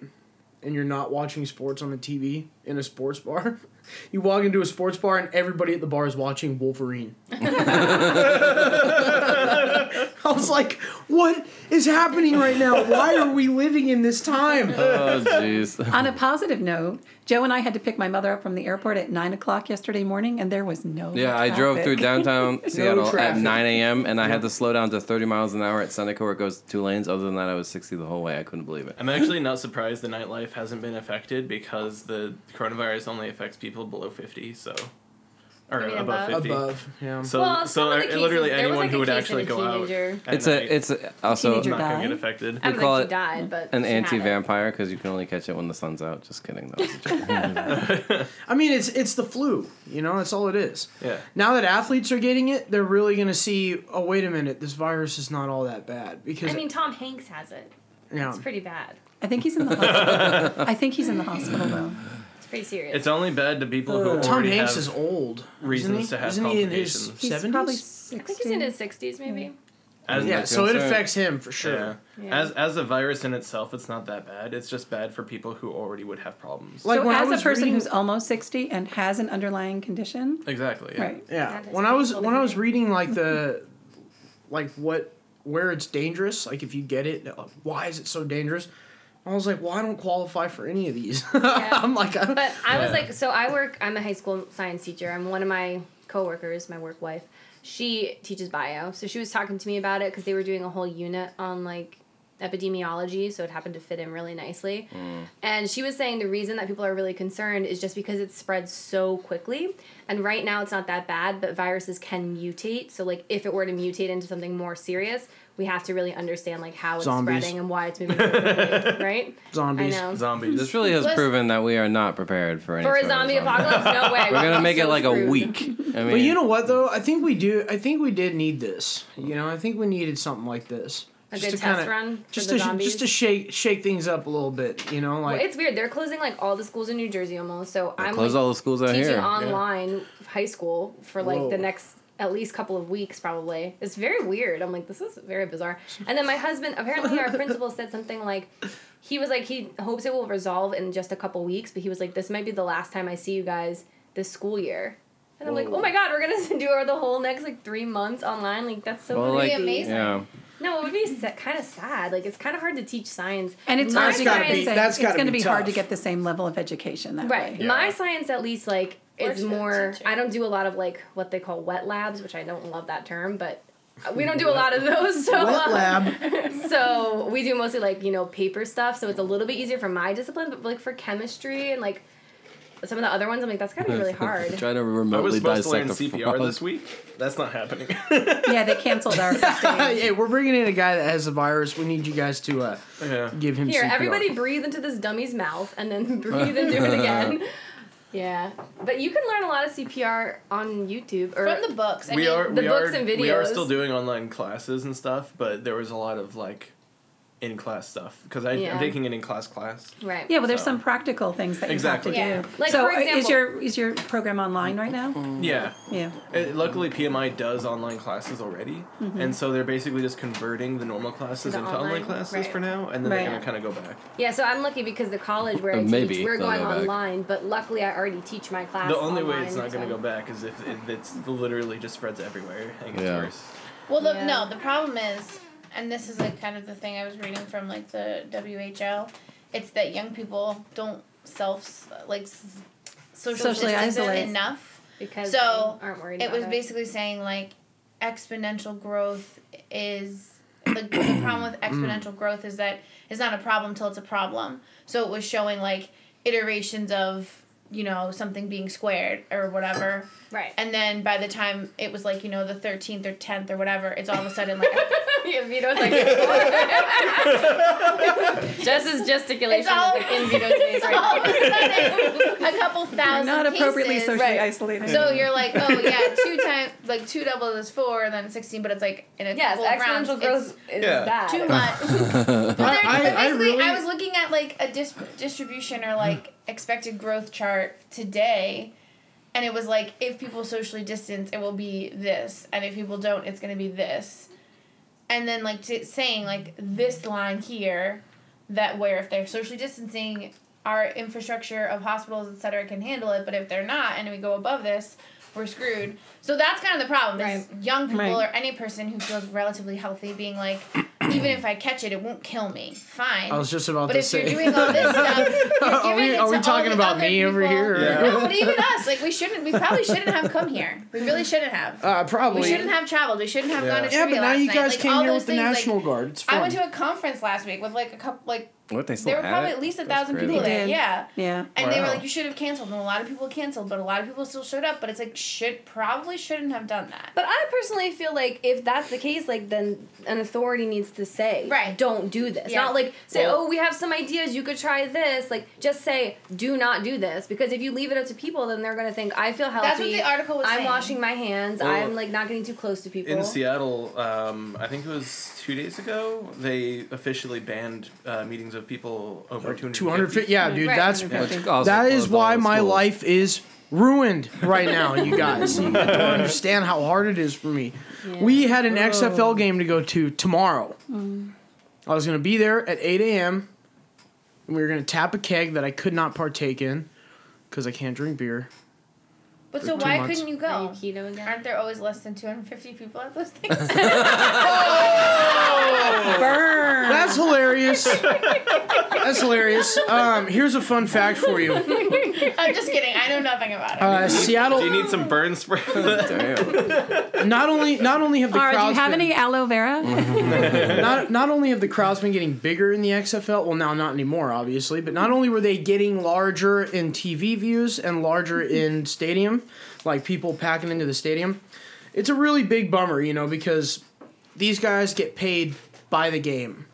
Speaker 6: and you're not watching sports on the TV in a sports bar. You walk into a sports bar and everybody at the bar is watching Wolverine. I was like, what is happening right now? Why are we living in this time?
Speaker 4: Oh jeez.
Speaker 9: On a positive note, Joe and I had to pick my mother up from the airport at nine o'clock yesterday morning, and there was no.
Speaker 4: Yeah, I drove through
Speaker 9: traffic.
Speaker 4: downtown Seattle at
Speaker 6: traffic.
Speaker 4: 9 a.m. and I had to slow down to 30 miles an hour at Seneca, where it goes two lanes. Other than that, I was 60 the whole way. I couldn't believe it.
Speaker 5: I'm actually not surprised the nightlife hasn't been affected because the coronavirus only affects people below 50, so or
Speaker 8: You mean
Speaker 5: above,
Speaker 8: above?
Speaker 5: 50.
Speaker 6: Above, yeah.
Speaker 5: So
Speaker 8: Well,
Speaker 5: so
Speaker 8: some of the
Speaker 5: I-
Speaker 8: cases-
Speaker 5: literally
Speaker 8: there was,
Speaker 5: anyone
Speaker 8: like, a
Speaker 5: who would
Speaker 8: case of
Speaker 5: actually
Speaker 8: a
Speaker 5: go out
Speaker 8: teenager.
Speaker 5: at
Speaker 4: It's
Speaker 5: night
Speaker 4: a it's a, also
Speaker 5: is not
Speaker 9: Teenager.
Speaker 5: going to
Speaker 9: dying?
Speaker 5: get affected.
Speaker 8: I don't
Speaker 4: call
Speaker 8: think
Speaker 4: it
Speaker 8: she died, but
Speaker 4: an
Speaker 8: she had it.
Speaker 4: anti-vampire because you can only catch it when the sun's out. Just kidding. That was a joke.
Speaker 6: I mean, it's it's the flu, you know. That's all it is.
Speaker 5: Yeah.
Speaker 6: Now that athletes are getting it, they're really going to see. Oh, wait a minute, this virus is not all that bad because
Speaker 8: I mean, Tom Hanks has it.
Speaker 6: yeah.
Speaker 8: It's pretty bad.
Speaker 9: I think he's in the hospital. I think he's in the hospital though.
Speaker 8: It's pretty serious.
Speaker 5: It's only bad to people who already
Speaker 6: Tom Hanks
Speaker 5: have
Speaker 6: is old.
Speaker 5: reasons
Speaker 6: isn't he?
Speaker 5: to have
Speaker 6: isn't he in his
Speaker 5: complications.
Speaker 9: He's probably
Speaker 6: seventies?
Speaker 9: sixty.
Speaker 8: I think he's in his 60s, maybe.
Speaker 5: as
Speaker 6: Yeah,
Speaker 4: That's
Speaker 6: so
Speaker 4: what
Speaker 6: it
Speaker 4: I'm saying.
Speaker 6: affects him for sure.
Speaker 5: yeah.
Speaker 8: Yeah.
Speaker 5: As as a virus in itself, it's not that bad. It's just bad for people who already would have problems.
Speaker 6: Like
Speaker 9: so
Speaker 6: when I
Speaker 9: as
Speaker 6: was
Speaker 9: a person
Speaker 6: reading-
Speaker 9: who's almost 60 and has an underlying condition
Speaker 5: exactly. Yeah.
Speaker 9: right
Speaker 6: Yeah,
Speaker 8: That is
Speaker 6: when I was
Speaker 8: painful to
Speaker 6: when I was
Speaker 8: hear.
Speaker 6: reading like the, like what where it's dangerous. Like if you get it, uh, why is it so dangerous? I was like, well, I don't qualify for any of these.
Speaker 8: Yeah.
Speaker 6: I'm like, I don't.
Speaker 8: But I was
Speaker 4: Yeah.
Speaker 8: like, so I work. I'm a high school science teacher. I'm one of my coworkers, my work wife. She teaches bio, so she was talking to me about it because they were doing a whole unit on like epidemiology, so it happened to fit in really nicely.
Speaker 6: Mm.
Speaker 8: And she was saying the reason that people are really concerned is just because it spreads so quickly. And right now it's not that bad, but viruses can mutate. So like if it were to mutate into something more serious, we have to really understand like how it's
Speaker 6: Zombies.
Speaker 8: spreading and why it's moving so quickly, right?
Speaker 6: Zombies.
Speaker 8: I know.
Speaker 5: Zombies.
Speaker 4: This really has
Speaker 7: Let's-
Speaker 4: proven that we are not prepared for any
Speaker 8: For a
Speaker 4: sort of
Speaker 8: zombie apocalypse, no way.
Speaker 4: We're gonna make it
Speaker 8: So
Speaker 4: like a
Speaker 8: screwed.
Speaker 4: week. I mean,
Speaker 6: But you know what though? I think we do. I think we did need this. You know, I think we needed something like this.
Speaker 8: A good test run for
Speaker 6: just
Speaker 8: the
Speaker 6: to
Speaker 8: zombies?
Speaker 6: just to shake shake things up a little bit. You know, like
Speaker 8: Well, it's weird. They're closing like all the schools in New Jersey almost. So I'm
Speaker 4: close
Speaker 8: like,
Speaker 4: all the schools out
Speaker 8: teaching
Speaker 4: here.
Speaker 8: online high school for like
Speaker 6: Whoa.
Speaker 8: the next at least couple of weeks probably. It's very weird. I'm like, this is very bizarre. And then my husband, apparently our principal said something like, he was like, he hopes it will resolve in just a couple weeks, but he was like, this might be the last time I see you guys this school year. And I'm like, oh my god, we're gonna do our the whole next like three months online. Like that's so
Speaker 4: Well,
Speaker 8: crazy.
Speaker 4: like,
Speaker 7: amazing.
Speaker 4: yeah.
Speaker 8: No, it would be sa- kind of sad. Like it's kind of hard to teach science.
Speaker 9: And it's
Speaker 8: My
Speaker 9: hard
Speaker 6: That's
Speaker 9: to
Speaker 6: gotta
Speaker 9: get the
Speaker 6: be-
Speaker 9: same-
Speaker 6: that's
Speaker 9: it's
Speaker 6: gotta
Speaker 9: going to
Speaker 6: be
Speaker 9: be, hard to
Speaker 6: tough.
Speaker 9: get the same level of education that
Speaker 8: Right.
Speaker 9: way.
Speaker 8: My science, at least, like, it's
Speaker 7: to the
Speaker 8: more.
Speaker 7: teacher.
Speaker 8: I don't do a lot of, like, what they call wet labs, which I don't love that term, but we don't do a lot of those. So,
Speaker 6: wet
Speaker 8: um,
Speaker 6: lab.
Speaker 8: so we do mostly, like, you know, paper stuff. So it's a little bit easier for my discipline, but, like, for chemistry and, like, some of the other ones, I'm like, that's gotta be really hard.
Speaker 4: Trying to
Speaker 5: I was
Speaker 4: remotely
Speaker 5: supposed to learn
Speaker 4: dissect a
Speaker 5: CPR
Speaker 4: frog.
Speaker 5: this week. That's not happening.
Speaker 9: Yeah, they canceled our first day.
Speaker 6: hey, we're bringing in a guy that has the virus. We need you guys to uh,
Speaker 5: yeah.
Speaker 6: give him.
Speaker 8: Here,
Speaker 6: CPR.
Speaker 8: everybody breathe into this dummy's mouth and then breathe into it again. Yeah. But you can learn a lot of CPR on YouTube or
Speaker 7: From the books. I
Speaker 5: we
Speaker 7: mean,
Speaker 5: are
Speaker 8: the
Speaker 5: we
Speaker 8: books
Speaker 5: are,
Speaker 8: and
Speaker 5: We are
Speaker 8: videos.
Speaker 5: still doing online classes and stuff, but there was a lot of like in class stuff because
Speaker 8: Yeah.
Speaker 5: I'm taking an in class class.
Speaker 8: right.
Speaker 9: Yeah, well, there's
Speaker 5: So-
Speaker 9: some practical things that
Speaker 5: Exactly.
Speaker 9: you have to
Speaker 7: Yeah.
Speaker 9: do.
Speaker 8: Like,
Speaker 9: so,
Speaker 8: for
Speaker 9: uh, is
Speaker 8: example-
Speaker 9: your is your program online right
Speaker 4: Mm-hmm.
Speaker 9: now?
Speaker 5: Yeah.
Speaker 9: Yeah.
Speaker 5: It, luckily, PMI does online classes already, and so they're basically just converting the normal classes
Speaker 8: Mm-hmm. the
Speaker 5: into
Speaker 8: online,
Speaker 5: online, classes
Speaker 8: right.
Speaker 5: for now, and then
Speaker 9: Right.
Speaker 5: they're gonna kind of go back.
Speaker 8: Yeah, so I'm lucky because the college where I
Speaker 4: Uh, maybe
Speaker 8: teach, we're
Speaker 4: they'll
Speaker 8: going
Speaker 4: go back.
Speaker 8: online, but luckily I already teach my class.
Speaker 5: the only
Speaker 8: online,
Speaker 5: way it's not
Speaker 8: so-
Speaker 5: gonna go back is if it, it's literally just spreads everywhere and gets
Speaker 4: Yeah.
Speaker 5: worse.
Speaker 7: Well, the,
Speaker 8: Yeah.
Speaker 7: no, the problem is, and this is like kind of the thing I was reading from like the WHO. It's that young people don't self like s- social
Speaker 9: Socially isolate.
Speaker 7: distance enough.
Speaker 8: because
Speaker 7: So,
Speaker 8: they aren't worried
Speaker 7: It
Speaker 8: about
Speaker 7: was basically saying like exponential growth is the, the problem with exponential growth is that it's not a problem till it's a problem. So it was showing like iterations of you know something being squared or whatever.
Speaker 8: right.
Speaker 7: And then by the time it was like, you know, the 13th or 10th or whatever, it's all of a sudden like,
Speaker 8: in Vito's like just his
Speaker 7: It's
Speaker 8: gesticulation
Speaker 7: all-
Speaker 8: is like in Vito's face right
Speaker 7: all of a sudden, a couple
Speaker 9: You're
Speaker 7: thousand
Speaker 9: not appropriately
Speaker 7: cases.
Speaker 9: socially isolated.
Speaker 7: So you're like, oh yeah, two times, like two doubles is four, and then sixteen, but it's like in a
Speaker 8: Yes,
Speaker 7: whole round,
Speaker 8: exponential growth is
Speaker 5: Yeah.
Speaker 8: bad.
Speaker 7: it's too much.
Speaker 6: I,
Speaker 7: But
Speaker 6: I, I
Speaker 7: basically,
Speaker 6: really.
Speaker 7: I was looking at like a dis- distribution or like expected growth chart today, and it was like if people socially distance, it will be this, and if people don't, it's going to be this, and then like t- saying like this line here, that where if they're socially distancing, our infrastructure of hospitals et cetera can handle it, but if they're not, and we go above this. We're screwed. So that's kind of the problem. Is young people
Speaker 9: Right.
Speaker 7: or any person who feels relatively healthy being like, even if I catch it, it won't kill me. Fine.
Speaker 6: I was just about
Speaker 7: But
Speaker 6: to
Speaker 7: if
Speaker 6: say.
Speaker 7: you're doing all this stuff, you're
Speaker 6: Are
Speaker 7: giving
Speaker 6: we-
Speaker 7: it
Speaker 6: are
Speaker 7: to
Speaker 6: we
Speaker 7: all
Speaker 6: talking
Speaker 7: the
Speaker 6: about
Speaker 7: other
Speaker 6: me over
Speaker 7: people.
Speaker 6: here, or- Yeah.
Speaker 7: No, but even us, like we shouldn't. We probably shouldn't have come here. We really shouldn't have.
Speaker 6: uh, probably.
Speaker 7: we shouldn't have traveled. We shouldn't have gone to
Speaker 6: yeah,
Speaker 7: trivia
Speaker 6: but now
Speaker 7: last
Speaker 6: you
Speaker 7: night.
Speaker 6: guys
Speaker 7: like,
Speaker 6: came
Speaker 7: all
Speaker 6: here
Speaker 7: those
Speaker 6: with the
Speaker 7: things,
Speaker 6: National
Speaker 7: like,
Speaker 6: Guard. It's fun.
Speaker 7: I went to a conference last week with like a couple, like
Speaker 4: What they still
Speaker 7: there were
Speaker 4: had
Speaker 7: probably
Speaker 4: it?
Speaker 7: at least a
Speaker 4: That's
Speaker 7: thousand
Speaker 4: crazy.
Speaker 7: people
Speaker 9: They
Speaker 7: there.
Speaker 9: did.
Speaker 7: Yeah.
Speaker 9: Yeah.
Speaker 7: And they were
Speaker 5: Wow.
Speaker 7: like, you should have canceled, and a lot of people canceled, but a lot of people still showed up. But it's like, should probably shouldn't have done that.
Speaker 8: But I personally feel like if that's the case, like then an authority needs to say,
Speaker 7: Right.
Speaker 8: don't do this.
Speaker 7: Yeah.
Speaker 8: Not like say,
Speaker 5: Well-
Speaker 8: oh, we have some ideas, you could try this. Like just say, do not do this because if you leave it up to people, then they're gonna think I feel healthy.
Speaker 7: That's what the article was
Speaker 8: I'm
Speaker 7: saying.
Speaker 8: washing my hands.
Speaker 5: Well,
Speaker 8: I'm like not getting too close to people.
Speaker 5: In Seattle, um, I think it was two days ago, they officially banned uh, meetings of people over 250.
Speaker 6: 250. Yeah, dude,
Speaker 8: Right.
Speaker 6: that's
Speaker 4: Which also
Speaker 5: oh,
Speaker 6: that is
Speaker 4: closed all
Speaker 6: why
Speaker 4: the
Speaker 6: my
Speaker 4: schools.
Speaker 6: life is ruined right now, you guys. you don't understand how hard it is for me. We had an XFL game to go to tomorrow.
Speaker 9: Mm.
Speaker 6: I was going to be there at 8 a.m. and we were going to tap a keg that I could not partake in because I can't drink beer.
Speaker 7: But so
Speaker 6: two
Speaker 7: why
Speaker 6: months.
Speaker 7: couldn't you
Speaker 8: Are you
Speaker 7: go?
Speaker 8: keto again?
Speaker 7: Aren't there always less than 250 people at those things?
Speaker 9: Burn.
Speaker 6: That's hilarious. That's hilarious. Um, here's a fun fact for you.
Speaker 7: I'm just kidding. I know nothing about it.
Speaker 6: Uh,
Speaker 5: Do you
Speaker 6: Seattle
Speaker 5: need some burn spray?
Speaker 4: Damn.
Speaker 6: not only not only have the
Speaker 9: Or do you
Speaker 6: crowds
Speaker 9: have
Speaker 6: been-
Speaker 9: any aloe
Speaker 6: Mm-hmm.
Speaker 9: vera?
Speaker 6: not, not only have the crowds been getting bigger in the XFL, well, now not anymore, obviously, but not only were they getting larger in TV views and larger in stadium, like people packing into the stadium, it's a really big bummer, you know, because these guys get paid by the game.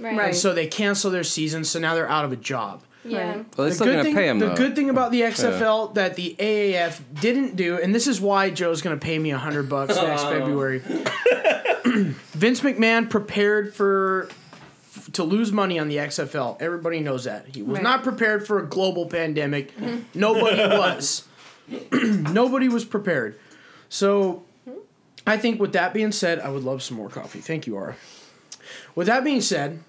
Speaker 9: Right.
Speaker 6: And so they cancel their season, so now they're out of a job.
Speaker 8: Yeah.
Speaker 4: Well, they're still gonna
Speaker 6: thing,
Speaker 4: pay him
Speaker 6: the
Speaker 4: though.
Speaker 6: good thing about the XFL that the AAF didn't do, and this is why Joe's going to pay me a hundred bucks next February. Vince McMahon prepared for f- to lose money on the XFL. Everybody knows that he was
Speaker 8: Right.
Speaker 6: not prepared for a global pandemic. Nobody was. Nobody was prepared. So, I think with that being said, I would love some more coffee. Thank you, Ara. With that being said,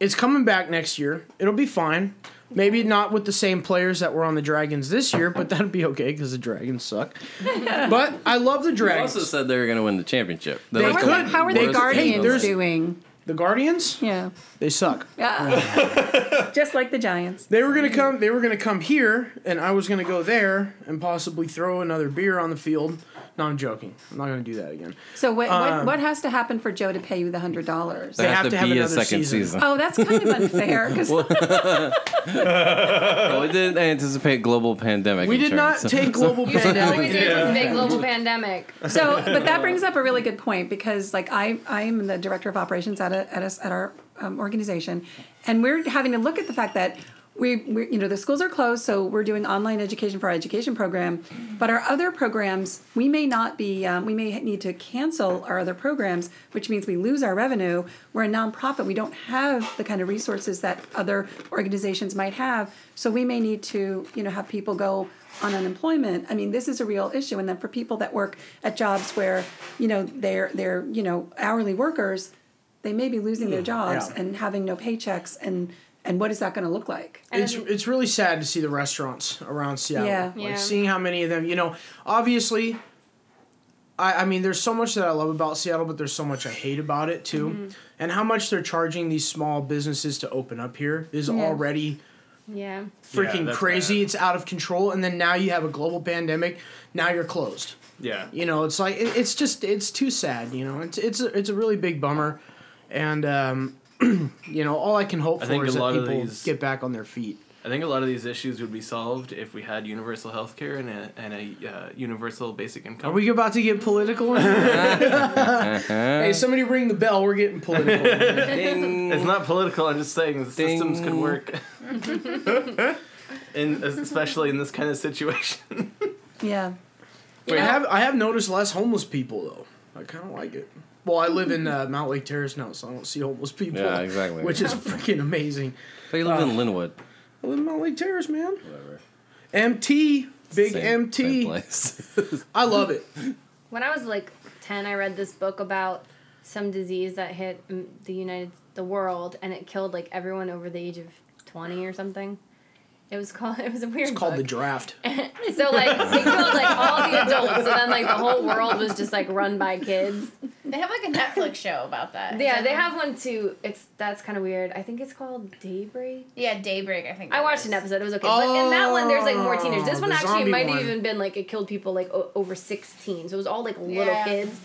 Speaker 6: it's coming back next year. It'll be fine. Maybe not with the same players that were on the Dragons this year, but that'll be okay because the Dragons suck. but I love the
Speaker 4: They also
Speaker 6: Dragons.
Speaker 4: said they were going to win the championship. They're
Speaker 6: They
Speaker 4: like
Speaker 6: could.
Speaker 4: the
Speaker 9: How are the
Speaker 4: worst team in
Speaker 9: Guardians
Speaker 4: the league.
Speaker 9: doing?
Speaker 6: The Guardians,
Speaker 9: Yeah.
Speaker 6: they suck.
Speaker 9: Uh, just like the Giants.
Speaker 6: They were gonna come. They were gonna come here, and I was gonna go there and possibly throw another beer on the field. No, I'm joking. I'm not gonna do that again.
Speaker 9: So what,
Speaker 6: Um,
Speaker 9: what, what has to happen for Joe to pay you the hundred dollars?
Speaker 4: They have, to, be a second season.
Speaker 9: Oh, that's kind of unfair because
Speaker 4: well, we didn't anticipate global pandemic.
Speaker 6: We did not
Speaker 4: insurance.
Speaker 6: take global
Speaker 8: All we
Speaker 6: pandemic.
Speaker 8: did was big global pandemic.
Speaker 9: So, but that brings up a really good point because, like, I I am the director of operations at a, at us at our um, organization, and we're having to look at the fact that we we you know the schools are closed, so we're doing online education for our education program, but our other programs we may not be um, we may need to cancel our other programs, which means we lose our revenue. We're a nonprofit; we don't have the kind of resources that other organizations might have, so we may need to you know have people go on unemployment. I mean, this is a real issue. And then for people that work at jobs where, you know, they're they're, you know, hourly workers, they may be losing
Speaker 4: Hmm.
Speaker 9: their jobs
Speaker 6: Yeah.
Speaker 9: and having no paychecks and and what is that going to look like?
Speaker 6: It's, it's really sad to see the restaurants around Seattle.
Speaker 9: Yeah.
Speaker 6: Like
Speaker 8: Yeah.
Speaker 6: seeing how many of them, you know, obviously, I, I mean, there's so much that I love about Seattle, but there's so much I hate about it too.
Speaker 8: Mm-hmm.
Speaker 6: And how much they're charging these small businesses to open up here is already
Speaker 8: Yeah.
Speaker 6: freaking
Speaker 5: that's
Speaker 6: crazy.
Speaker 5: bad.
Speaker 6: It's out of control. And then now you have a global pandemic. Now you're closed.
Speaker 5: yeah.
Speaker 6: You know, it's like it, it's just it's too sad. You know, it's it's a, it's a really big bummer, and um, you know, all I can hope
Speaker 5: I
Speaker 6: for
Speaker 5: think
Speaker 6: is
Speaker 5: a
Speaker 6: that
Speaker 5: lot of
Speaker 6: people
Speaker 5: these-
Speaker 6: get back on their feet.
Speaker 5: I think a lot of these issues would be solved if we had universal health care and a, and a uh, universal basic income.
Speaker 6: Are we about to get political? hey, somebody ring the bell. We're getting political.
Speaker 5: It's not political. I'm just saying the
Speaker 4: Ding.
Speaker 5: systems could work. in, especially in this kind of situation.
Speaker 9: Yeah.
Speaker 6: Wait, I have I have noticed less homeless people though. I kind of like it. Well, I live in uh, Mount Lake Terrace now, so I don't see homeless people.
Speaker 4: Mm-hmm. Yeah, exactly.
Speaker 6: Which is freaking amazing. Uh,
Speaker 4: But you lived in Linwood.
Speaker 6: I live in Mount Lake Terrace, man. MT, big
Speaker 4: Same-
Speaker 6: MT.
Speaker 4: same place.
Speaker 6: I love it.
Speaker 8: When I was like 10, I read this book about some disease that hit mm, the United the world and it killed like everyone over the age of 20 or something. It was called it was a weird
Speaker 6: It's called the
Speaker 8: book.
Speaker 6: draft.
Speaker 8: So like it killed like all the adults and then like the whole world was just like run by kids.
Speaker 7: They have like a Netflix show about that.
Speaker 8: Yeah, they have one too. It's that's kind of weird. I think it's called Daybreak.
Speaker 7: Yeah, Daybreak. I think
Speaker 8: I
Speaker 7: it
Speaker 8: watched
Speaker 7: is.
Speaker 8: an episode. It was okay. but in that one, there's like more teenagers. This
Speaker 6: Oh,
Speaker 8: one
Speaker 6: the
Speaker 8: actually
Speaker 6: zombie
Speaker 8: might
Speaker 6: one.
Speaker 8: have even been like it killed people like o- over 16. So it was all like little
Speaker 7: Yeah.
Speaker 8: kids.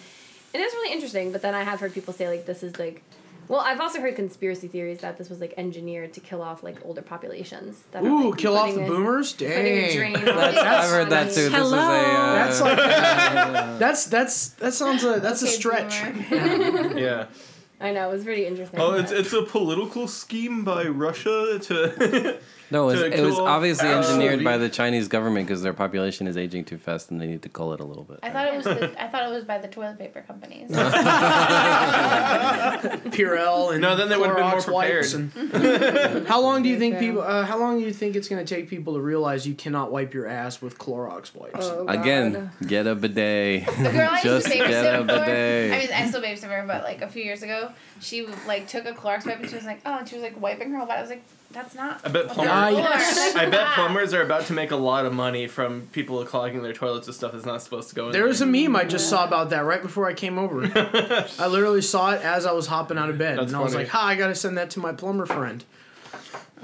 Speaker 8: And it's really interesting. But then I have heard people say like this is like. Well, I've also heard conspiracy theories that this was like engineered to kill off like older populations. That are,
Speaker 6: Ooh,
Speaker 8: like,
Speaker 6: kill off the
Speaker 8: putting a-
Speaker 6: boomers.
Speaker 8: putting a
Speaker 6: Dang.
Speaker 8: drain on-
Speaker 4: That's, I've heard that too. This is a.
Speaker 9: Hello.
Speaker 4: Uh,
Speaker 6: That's like that's that's that sounds a that's a
Speaker 7: Okay,
Speaker 6: stretch.
Speaker 7: boomer.
Speaker 5: Yeah.
Speaker 8: I know it was pretty interesting.
Speaker 5: Oh, it's it's a political scheme by Russia to.
Speaker 4: no, it was,
Speaker 5: to
Speaker 4: it was
Speaker 5: kill
Speaker 4: obviously
Speaker 5: off
Speaker 4: engineered by
Speaker 5: Arabi.
Speaker 4: the Chinese government because their population is aging too fast and they need to cull it a little
Speaker 8: Oh,
Speaker 4: bit.
Speaker 7: I thought it was. The, I thought it was by the toilet paper companies.
Speaker 6: Purell and
Speaker 5: No, then they would've been more
Speaker 6: Clorox wipes and- how long do you think people? Uh, how long do you think it's going to take people to realize you cannot wipe your ass with Clorox wipes?
Speaker 8: Oh, God.
Speaker 4: Again, get a bidet.
Speaker 7: The girl I used
Speaker 4: Just
Speaker 7: to
Speaker 4: get a
Speaker 7: babysit for,
Speaker 4: bidet.
Speaker 7: I mean, I still babysit for her, but like a few years ago, she like took a Clorox wipe and she was like, oh, and she was like wiping her whole body. I was like, That's not.
Speaker 5: I bet
Speaker 7: what
Speaker 5: plumber-
Speaker 7: they're
Speaker 6: Ah, yes.
Speaker 7: for.
Speaker 5: I bet plumbers are about to make a lot of money from people clogging their toilets with stuff that's not supposed to go in
Speaker 6: There was a meme I just saw about that right before I came over. I literally saw it as I was hopping out of bed,
Speaker 5: That's
Speaker 6: and I was
Speaker 5: funny.
Speaker 6: like, "Ha! I gotta send that to my plumber friend."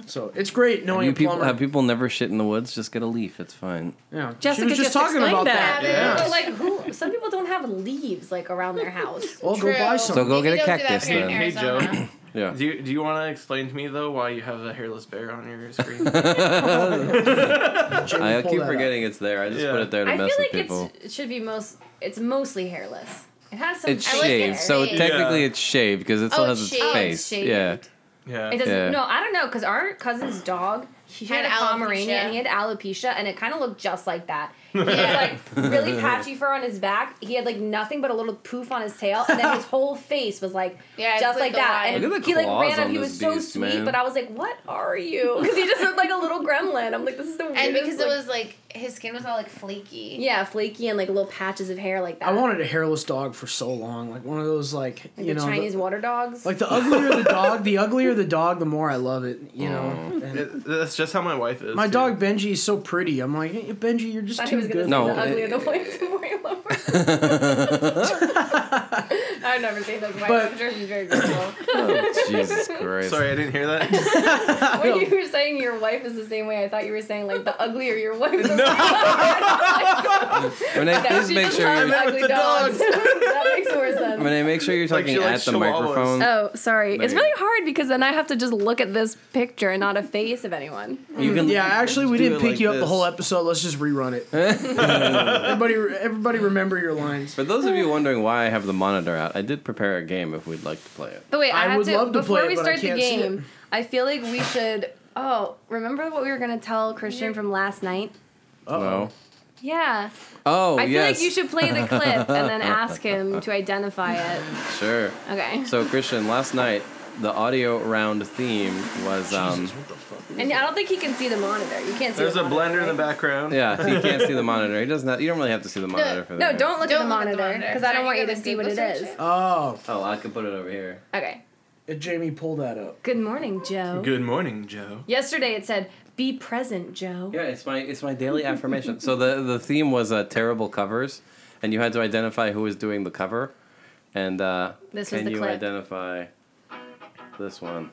Speaker 6: So it's great knowing
Speaker 4: You
Speaker 6: a
Speaker 4: people,
Speaker 6: plumber.
Speaker 4: have people never shit in the woods? Just get a leaf. It's fine.
Speaker 6: yeah, she
Speaker 9: Jessica
Speaker 6: was just,
Speaker 9: just
Speaker 6: talking
Speaker 9: explained
Speaker 6: about
Speaker 9: that.
Speaker 6: that.
Speaker 5: Yeah.
Speaker 8: But like, who? Some people don't have leaves like around their house.
Speaker 6: Well,
Speaker 7: True.
Speaker 6: go buy some.
Speaker 4: So go
Speaker 7: Maybe
Speaker 4: get
Speaker 7: don't
Speaker 4: a
Speaker 7: do that
Speaker 4: cactus
Speaker 7: here in
Speaker 4: then.
Speaker 5: Hey, Joe.
Speaker 7: Arizona.
Speaker 4: Yeah.
Speaker 5: Do you, do you want to explain to me though why you have a hairless bear on your screen?
Speaker 6: Jamie,
Speaker 4: I
Speaker 6: pull
Speaker 4: keep
Speaker 6: that up.
Speaker 4: forgetting it's there. I just
Speaker 5: Yeah.
Speaker 4: put it there to
Speaker 8: I feel
Speaker 4: mess with
Speaker 8: like
Speaker 4: people.
Speaker 8: it's, it should be most. It's mostly hairless. It has some.
Speaker 4: It's
Speaker 7: I like it
Speaker 4: shaved, so
Speaker 7: shaved.
Speaker 4: technically
Speaker 5: Yeah.
Speaker 4: it's shaved because it still
Speaker 7: Oh,
Speaker 4: has
Speaker 7: it's
Speaker 4: its
Speaker 7: shaved.
Speaker 4: face.
Speaker 8: shaved.
Speaker 4: Yeah.
Speaker 5: yeah.
Speaker 8: It doesn't.
Speaker 4: Yeah.
Speaker 8: No, I don't know because our cousin's dog. He had,
Speaker 7: Had
Speaker 8: a Pomeranian
Speaker 7: alopecia.
Speaker 8: and he had alopecia, and it kind of looked just like that.
Speaker 7: Yeah.
Speaker 8: He had like really patchy fur on his back. He had like nothing but a little poof on his tail, and then his whole face was like
Speaker 7: Yeah, it's
Speaker 8: just
Speaker 7: like
Speaker 8: like
Speaker 7: a
Speaker 8: that.
Speaker 7: line.
Speaker 8: And
Speaker 4: Look at the
Speaker 8: he like
Speaker 4: claws
Speaker 8: ran up.
Speaker 4: on
Speaker 8: He
Speaker 4: this
Speaker 8: was so
Speaker 4: beast,
Speaker 8: sweet,
Speaker 4: man.
Speaker 8: but I was like, "What are you?" Because he just looked like a little gremlin. I'm like, "This is the weirdest."
Speaker 7: and because it
Speaker 8: like-
Speaker 7: was like his skin was all like flaky.
Speaker 8: yeah, flaky and like little patches of hair like that.
Speaker 6: I wanted a hairless dog for so long, like one of those like
Speaker 8: like
Speaker 6: you
Speaker 8: the
Speaker 6: know,
Speaker 8: Chinese water dogs.
Speaker 6: the, like the uglier the dog, the uglier the dog, the more I love it. You know, And
Speaker 5: It- that's just how my wife is.
Speaker 6: my
Speaker 5: too.
Speaker 6: dog Benji is so pretty. I'm like, "Hey, Benji, you're just
Speaker 8: I
Speaker 6: too
Speaker 8: was gonna
Speaker 6: good.
Speaker 8: say
Speaker 4: No,
Speaker 8: the uglier
Speaker 4: it-
Speaker 8: the ones the more you love her. I've never seen those white.
Speaker 6: But-
Speaker 8: I'm sure she's very beautiful.
Speaker 4: Oh, Jesus Christ.
Speaker 5: Sorry, I didn't hear that.
Speaker 8: when you were saying your wife is the same way, I thought you were saying like the uglier your wife. The no,
Speaker 4: Renee, please
Speaker 8: she
Speaker 4: make
Speaker 8: just
Speaker 4: sure
Speaker 8: loves
Speaker 4: you're,
Speaker 5: meant
Speaker 8: ugly
Speaker 5: with the
Speaker 8: dogs.
Speaker 5: dogs.
Speaker 8: that makes more sense.
Speaker 4: Renee, make sure you're
Speaker 5: Like,
Speaker 4: talking
Speaker 5: she
Speaker 4: at
Speaker 5: likes
Speaker 4: the
Speaker 5: chihuahuas.
Speaker 4: microphone.
Speaker 8: Oh, sorry.
Speaker 4: There
Speaker 8: it's
Speaker 4: you
Speaker 8: really
Speaker 4: go.
Speaker 8: hard because then I have to just look at this picture and not a face of anyone.
Speaker 4: You can
Speaker 6: Yeah, actually, we
Speaker 5: do
Speaker 6: didn't
Speaker 5: it
Speaker 6: pick
Speaker 5: like
Speaker 6: you up the
Speaker 5: this.
Speaker 6: whole episode. Let's just rerun it. everybody, everybody, remember your lines.
Speaker 4: For those of you wondering why I have the monitor out, I did prepare a game if we'd like to play it.
Speaker 8: But wait, I,
Speaker 6: I
Speaker 8: have
Speaker 6: would
Speaker 8: to,
Speaker 6: love to
Speaker 8: before
Speaker 6: play it,
Speaker 8: we
Speaker 6: but I
Speaker 8: start the
Speaker 6: can't see
Speaker 8: game. I feel like we should. Oh, remember what we were gonna tell Christian from last night?
Speaker 4: Well,
Speaker 8: Yeah,
Speaker 4: oh,
Speaker 8: I feel
Speaker 4: yes.
Speaker 8: like you should play the clip and then ask him to identify it.
Speaker 4: Sure.
Speaker 8: Okay.
Speaker 4: So, Christian, last night the audio round theme was um
Speaker 8: and I don't think he can see the monitor. You can't see.
Speaker 5: There's
Speaker 8: the
Speaker 5: a blender
Speaker 8: monitor,
Speaker 5: in the
Speaker 8: right?
Speaker 5: background.
Speaker 4: yeah, he can't see the monitor. He doesn't. You don't really have to see the monitor for that.
Speaker 8: No, don't look
Speaker 7: Don't look at
Speaker 8: at the
Speaker 7: the
Speaker 8: monitor
Speaker 7: monitor.
Speaker 8: because
Speaker 7: Try
Speaker 8: I don't want
Speaker 7: to
Speaker 8: you
Speaker 7: go
Speaker 8: to
Speaker 7: to
Speaker 8: see what it
Speaker 7: Google search
Speaker 8: is.
Speaker 7: it.
Speaker 6: Oh,
Speaker 4: Oh, I could put it over here.
Speaker 8: Okay.
Speaker 6: Jamie, pull that up.
Speaker 8: Good morning, Joe.
Speaker 5: Good morning, Joe.
Speaker 8: Yesterday it said, "Be present, Joe."
Speaker 4: Yeah, it's my it's my daily affirmation. So the the theme was uh, terrible covers, and you had to identify who was doing the cover, and uh,
Speaker 8: This was
Speaker 4: can
Speaker 8: the
Speaker 4: you
Speaker 8: clip.
Speaker 4: identify this one?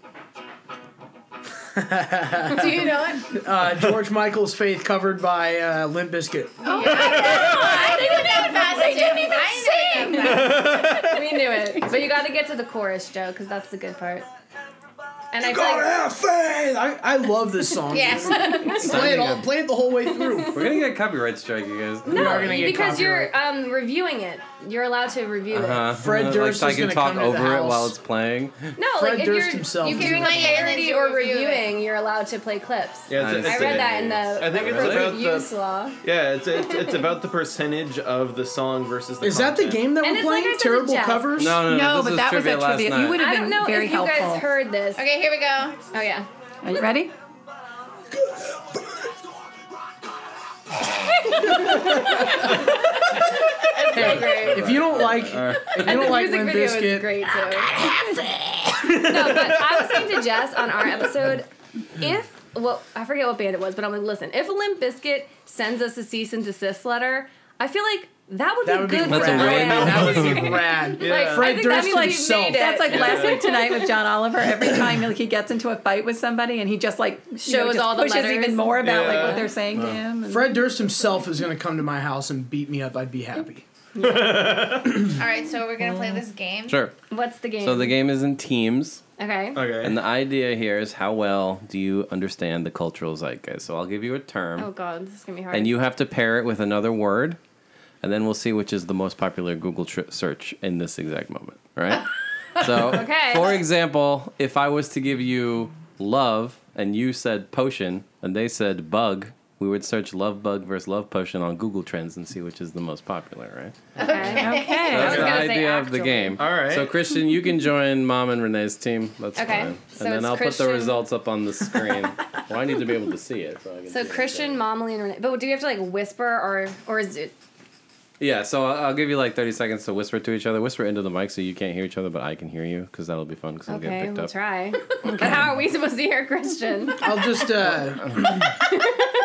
Speaker 7: Do you know it?
Speaker 6: Uh, George Michael's Faith covered by uh, Limp Bizkit.
Speaker 8: Oh,
Speaker 7: I didn't know that. They didn't even sing.
Speaker 8: we knew it, but you got to get to the chorus, Joe, because that's the good part. And I feel
Speaker 6: God
Speaker 8: like
Speaker 6: have faith. I, I love this song.
Speaker 7: Yes.
Speaker 6: Play it all. Play it the whole way through.
Speaker 4: We're gonna get a copyright strike, you guys.
Speaker 6: we are gonna get
Speaker 8: because
Speaker 6: copyright.
Speaker 8: you're um, reviewing it, you're allowed to review
Speaker 4: Uh-huh.
Speaker 6: Fred
Speaker 4: Like,
Speaker 6: Durst
Speaker 4: so I
Speaker 6: is
Speaker 4: can
Speaker 6: gonna
Speaker 4: talk
Speaker 6: come to the
Speaker 4: over it while
Speaker 6: house.
Speaker 4: it's playing.
Speaker 8: it. No,
Speaker 6: Fred
Speaker 8: like if
Speaker 6: Durst
Speaker 8: you're
Speaker 6: himself
Speaker 8: you're
Speaker 6: is
Speaker 8: doing a
Speaker 7: doing it.
Speaker 8: parody
Speaker 7: Yeah,
Speaker 8: or
Speaker 7: and then you review
Speaker 8: reviewing, you're allowed to play clips.
Speaker 5: Yeah, it's,
Speaker 4: Nice.
Speaker 5: it's
Speaker 8: I read that in the
Speaker 5: I think it's
Speaker 4: Really?
Speaker 5: about
Speaker 8: reviews
Speaker 5: the
Speaker 8: law.
Speaker 5: yeah. It's, it's it's about the percentage of the song versus the.
Speaker 6: Is that the
Speaker 5: content.
Speaker 6: game that
Speaker 8: And
Speaker 6: we're
Speaker 8: it's like
Speaker 6: playing?
Speaker 8: I said to
Speaker 6: Terrible
Speaker 8: Jess.
Speaker 6: covers.
Speaker 4: No, no, no.
Speaker 9: No,
Speaker 4: this
Speaker 9: but
Speaker 4: was
Speaker 9: that was a
Speaker 4: trivia last
Speaker 9: trivia. You
Speaker 4: night.
Speaker 9: would've-
Speaker 8: I
Speaker 9: Would've
Speaker 8: don't
Speaker 9: been
Speaker 8: know
Speaker 9: very
Speaker 8: if you
Speaker 9: helpful.
Speaker 8: guys heard this.
Speaker 7: Okay, here we go.
Speaker 8: Oh yeah.
Speaker 9: Are you ready?
Speaker 8: So great.
Speaker 6: If you don't like, if you don't like
Speaker 8: music
Speaker 6: Limp
Speaker 8: video is
Speaker 6: Bizkit,
Speaker 8: great too. no, but I was saying to Jess on our episode, if well, I forget what band it was, but I'm like, listen, if Limp Biscuit sends us a cease and desist letter, I feel like that would
Speaker 6: That
Speaker 8: be
Speaker 6: would be
Speaker 8: good.
Speaker 6: That's a
Speaker 8: for
Speaker 4: win.
Speaker 8: us.
Speaker 6: that would be rad.
Speaker 8: Like,
Speaker 5: Yeah.
Speaker 8: I
Speaker 6: Fred
Speaker 8: think
Speaker 6: Durst
Speaker 8: that'd be like
Speaker 6: himself.
Speaker 8: made it.
Speaker 9: That's like last week tonight with John Oliver. Every time like he gets into a fight with somebody, and he just like you know,
Speaker 8: Shows
Speaker 9: just
Speaker 8: all the
Speaker 9: pushes
Speaker 8: letters.
Speaker 9: even more about like
Speaker 5: Yeah.
Speaker 9: what they're saying to him. and-
Speaker 6: Fred Durst himself is gonna come to my house and beat me up. I'd be happy.
Speaker 7: All right, so we're gonna play this game.
Speaker 4: Sure.
Speaker 8: What's the game?
Speaker 4: So the game is in teams,
Speaker 8: okay.
Speaker 5: Okay.
Speaker 4: and the idea here is how well do you understand the cultural zeitgeist? So I'll give you a term,
Speaker 8: Oh god, this is gonna be hard.
Speaker 4: and you have to pair it with another word, and then we'll see which is the most popular Google tr- search in this exact moment. All right. so,
Speaker 8: Okay.
Speaker 4: for example, if I was to give you love, and you said potion, and they said bug. We would search love bug versus love potion on Google Trends and see which is the most popular, right?
Speaker 8: okay.
Speaker 9: Okay.
Speaker 4: That's
Speaker 8: was
Speaker 4: the
Speaker 8: gonna say
Speaker 4: idea of the
Speaker 8: actually.
Speaker 4: game.
Speaker 5: All right.
Speaker 4: So Christian, you can join Mom and Renee's team. That's
Speaker 8: Okay.
Speaker 4: fine. And
Speaker 8: So
Speaker 4: then
Speaker 8: it's
Speaker 4: I'll put
Speaker 8: Christian-
Speaker 4: the results up on the screen. well, I need to be able to see it. So, I can see
Speaker 8: So
Speaker 4: it.
Speaker 8: Christian, Momley, and Renee. But do we have to like whisper or or is it?
Speaker 4: Yeah, so I'll, I'll give you like 30 seconds to whisper to each other. Whisper into the mic so you can't hear each other, but I can hear you because that'll be fun because I'll get
Speaker 8: Okay,
Speaker 4: picked
Speaker 8: we'll
Speaker 4: up.
Speaker 8: try. But how are we supposed to hear Christian?
Speaker 6: I'll just uh,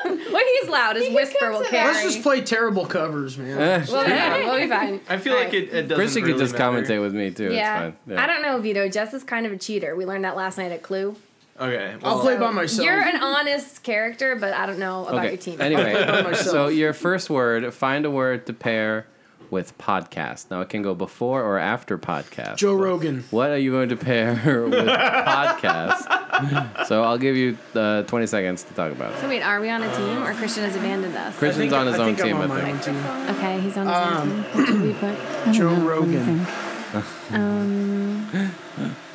Speaker 8: When he's loud, his whisper
Speaker 7: come
Speaker 8: will
Speaker 7: to
Speaker 8: carry.
Speaker 6: let's just play terrible covers, man.
Speaker 4: Eh,
Speaker 8: We'll be fine. We'll be fine.
Speaker 5: I feel like it, it doesn't
Speaker 4: Christian
Speaker 5: really
Speaker 4: could just
Speaker 5: matter.
Speaker 4: commentate with me too.
Speaker 8: Yeah.
Speaker 4: It's fine. Yeah.
Speaker 8: I don't know, Vito. Jess is kind of a cheater. We learned that last night at Clue.
Speaker 5: Okay.
Speaker 6: I'll
Speaker 5: well,
Speaker 6: play by myself.
Speaker 8: You're an honest character, but I don't know about
Speaker 4: okay.
Speaker 8: your team.
Speaker 4: Anyway,
Speaker 6: myself.
Speaker 4: so your first word, find a word to pair with podcast. Now it can go before or after podcast.
Speaker 6: Joe
Speaker 4: What-
Speaker 6: Rogan.
Speaker 4: What are you going to pair with podcast? so I'll give you uh, 20 seconds to talk about it.
Speaker 8: So wait, are we on a team or Christian has abandoned us?
Speaker 6: I think-
Speaker 4: Christian's on his
Speaker 6: I
Speaker 4: own
Speaker 6: think
Speaker 4: team,
Speaker 6: I'm on
Speaker 4: I
Speaker 6: my
Speaker 4: think.
Speaker 6: own team.
Speaker 8: Okay, he's on his own team. What should we put?
Speaker 6: Joe Rogan.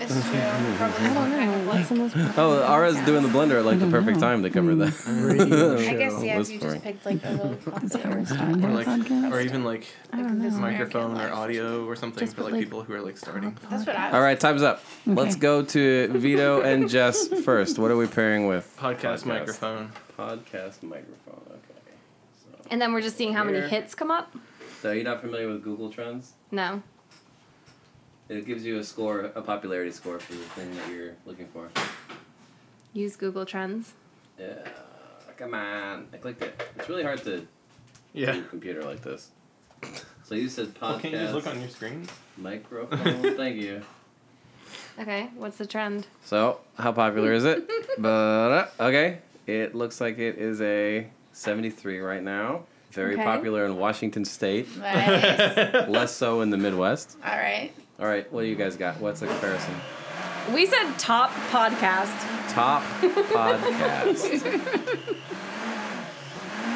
Speaker 7: It's true. Probably I
Speaker 8: Oh, what's the most popular?
Speaker 4: Oh, Ara's doing the blender at like the perfect time to cover
Speaker 8: Mm.
Speaker 4: that.
Speaker 6: Radio
Speaker 7: I guess
Speaker 6: show.
Speaker 7: yeah. If you
Speaker 4: Whispering.
Speaker 7: just picked like a little popular stuff.
Speaker 5: Or like, or even like
Speaker 7: I don't know.
Speaker 5: microphone or audio or something for like people who are like starting.
Speaker 7: That's what I.
Speaker 4: All right, time's up. Let's go to Vito and Jess first. What are we pairing with?
Speaker 5: Podcast,
Speaker 4: Podcast.
Speaker 5: microphone.
Speaker 4: Podcast microphone. Okay.
Speaker 8: And then we're just seeing how many
Speaker 4: Here.
Speaker 8: hits come up?
Speaker 4: So you're not familiar with Google Trends?
Speaker 8: No.
Speaker 4: It gives you a score, a popularity score for the thing that you're looking for.
Speaker 8: Use Google Trends.
Speaker 4: Yeah. Come on. I clicked it. It's really hard to
Speaker 5: Yeah.
Speaker 4: do a computer like this. So you said
Speaker 5: Well,
Speaker 4: podcast
Speaker 5: can you just look on your screen?
Speaker 4: microphone. Thank you.
Speaker 8: Okay, what's the trend?
Speaker 4: So, how popular is it? but uh, okay, it looks like it is a 73 right now. Very
Speaker 8: Okay.
Speaker 4: popular in Washington State,
Speaker 7: Nice.
Speaker 4: less so in the Midwest.
Speaker 7: All right.
Speaker 4: All right, what do you guys got? What's the comparison?
Speaker 8: We said top podcast.
Speaker 4: Top podcast.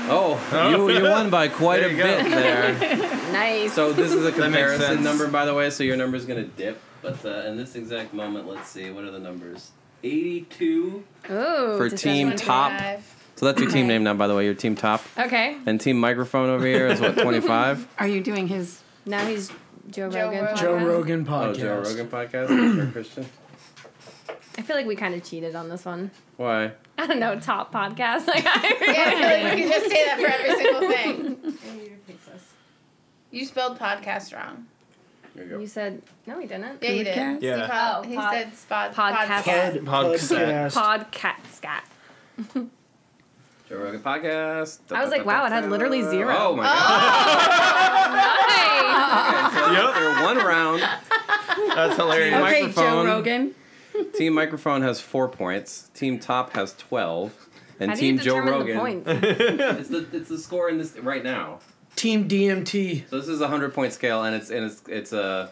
Speaker 4: Oh, you, you won by quite
Speaker 5: There
Speaker 4: a
Speaker 5: you go.
Speaker 4: bit there.
Speaker 8: Nice.
Speaker 4: So this is a comparison
Speaker 5: sense.
Speaker 4: number, by the way. So your number's gonna dip, but uh, in this exact moment, let's see what are the numbers. 82
Speaker 8: Ooh,
Speaker 4: for
Speaker 8: does
Speaker 4: team
Speaker 8: anyone-
Speaker 4: top. So that's your team
Speaker 8: Okay.
Speaker 4: name now, by the way. Your team top
Speaker 8: Okay,
Speaker 4: and team microphone over here is what 25.
Speaker 9: Are you doing his?
Speaker 8: now he's Joe,
Speaker 7: Joe
Speaker 8: Rogan.
Speaker 7: Rogan.
Speaker 6: Joe
Speaker 8: podcast.
Speaker 6: Rogan
Speaker 4: Oh,
Speaker 6: podcast.
Speaker 4: Joe Rogan podcast or Christian?
Speaker 8: I feel like we kind of cheated on this one.
Speaker 4: Why?
Speaker 8: I don't know, top podcast. Like,
Speaker 7: Yeah,
Speaker 8: I,
Speaker 7: I feel like we can just say that for every single thing. You spelled podcast wrong.
Speaker 4: There
Speaker 8: you said no, we didn't.
Speaker 7: Yeah, you did.
Speaker 9: Podcast?
Speaker 7: He
Speaker 5: Yeah.
Speaker 7: prob-
Speaker 8: Oh,
Speaker 7: he
Speaker 8: pod-
Speaker 7: said spot
Speaker 8: podcast.
Speaker 7: podcast.
Speaker 5: Podcast.
Speaker 8: Podcast scat.
Speaker 4: Joe Rogan podcast.
Speaker 8: I was like, wow, it had literally zero.
Speaker 4: Oh my god.
Speaker 8: Hey,
Speaker 5: yep.
Speaker 4: After one round,
Speaker 5: That's hilarious.
Speaker 4: Okay.
Speaker 9: Okay, Joe
Speaker 4: Microphone.
Speaker 9: Rogan.
Speaker 4: team microphone has four points. Team top has 12. And
Speaker 8: how do
Speaker 4: team
Speaker 8: you
Speaker 4: Joe
Speaker 8: determine
Speaker 4: Rogan.
Speaker 8: the points?
Speaker 4: It's the it's the score in this right now.
Speaker 6: Team DMT.
Speaker 4: So this is a hundred point scale, and it's and it's it's a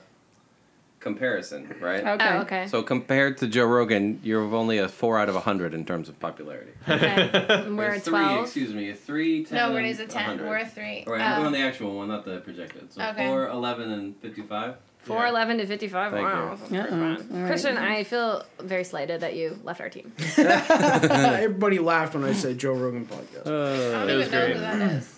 Speaker 4: comparison, right?
Speaker 9: Okay. Uh-uh.
Speaker 8: Oh, okay.
Speaker 4: So compared to Joe Rogan, you're only a four out of a hundred in terms of popularity.
Speaker 8: okay. We're
Speaker 4: Or
Speaker 8: at
Speaker 4: three,
Speaker 8: 12.
Speaker 4: excuse me, a three, ten.
Speaker 7: No,
Speaker 4: and
Speaker 7: we're is a 10.
Speaker 4: 100.
Speaker 7: We're a 3.
Speaker 4: All right, I'm
Speaker 7: Oh.
Speaker 4: going the actual one, not the projected. So
Speaker 7: Okay.
Speaker 4: four, eleven, and fifty-five.
Speaker 8: 411 to 55.
Speaker 4: Thank
Speaker 8: wow.
Speaker 4: you.
Speaker 8: that's pretty
Speaker 9: Uh-oh.
Speaker 8: fun.
Speaker 9: All right.
Speaker 8: Christian, I feel very slighted that you left our team.
Speaker 6: Everybody laughed when I said Joe Rogan podcast.
Speaker 7: I
Speaker 5: It
Speaker 7: don't
Speaker 5: was
Speaker 7: even know
Speaker 5: great.
Speaker 7: who that is.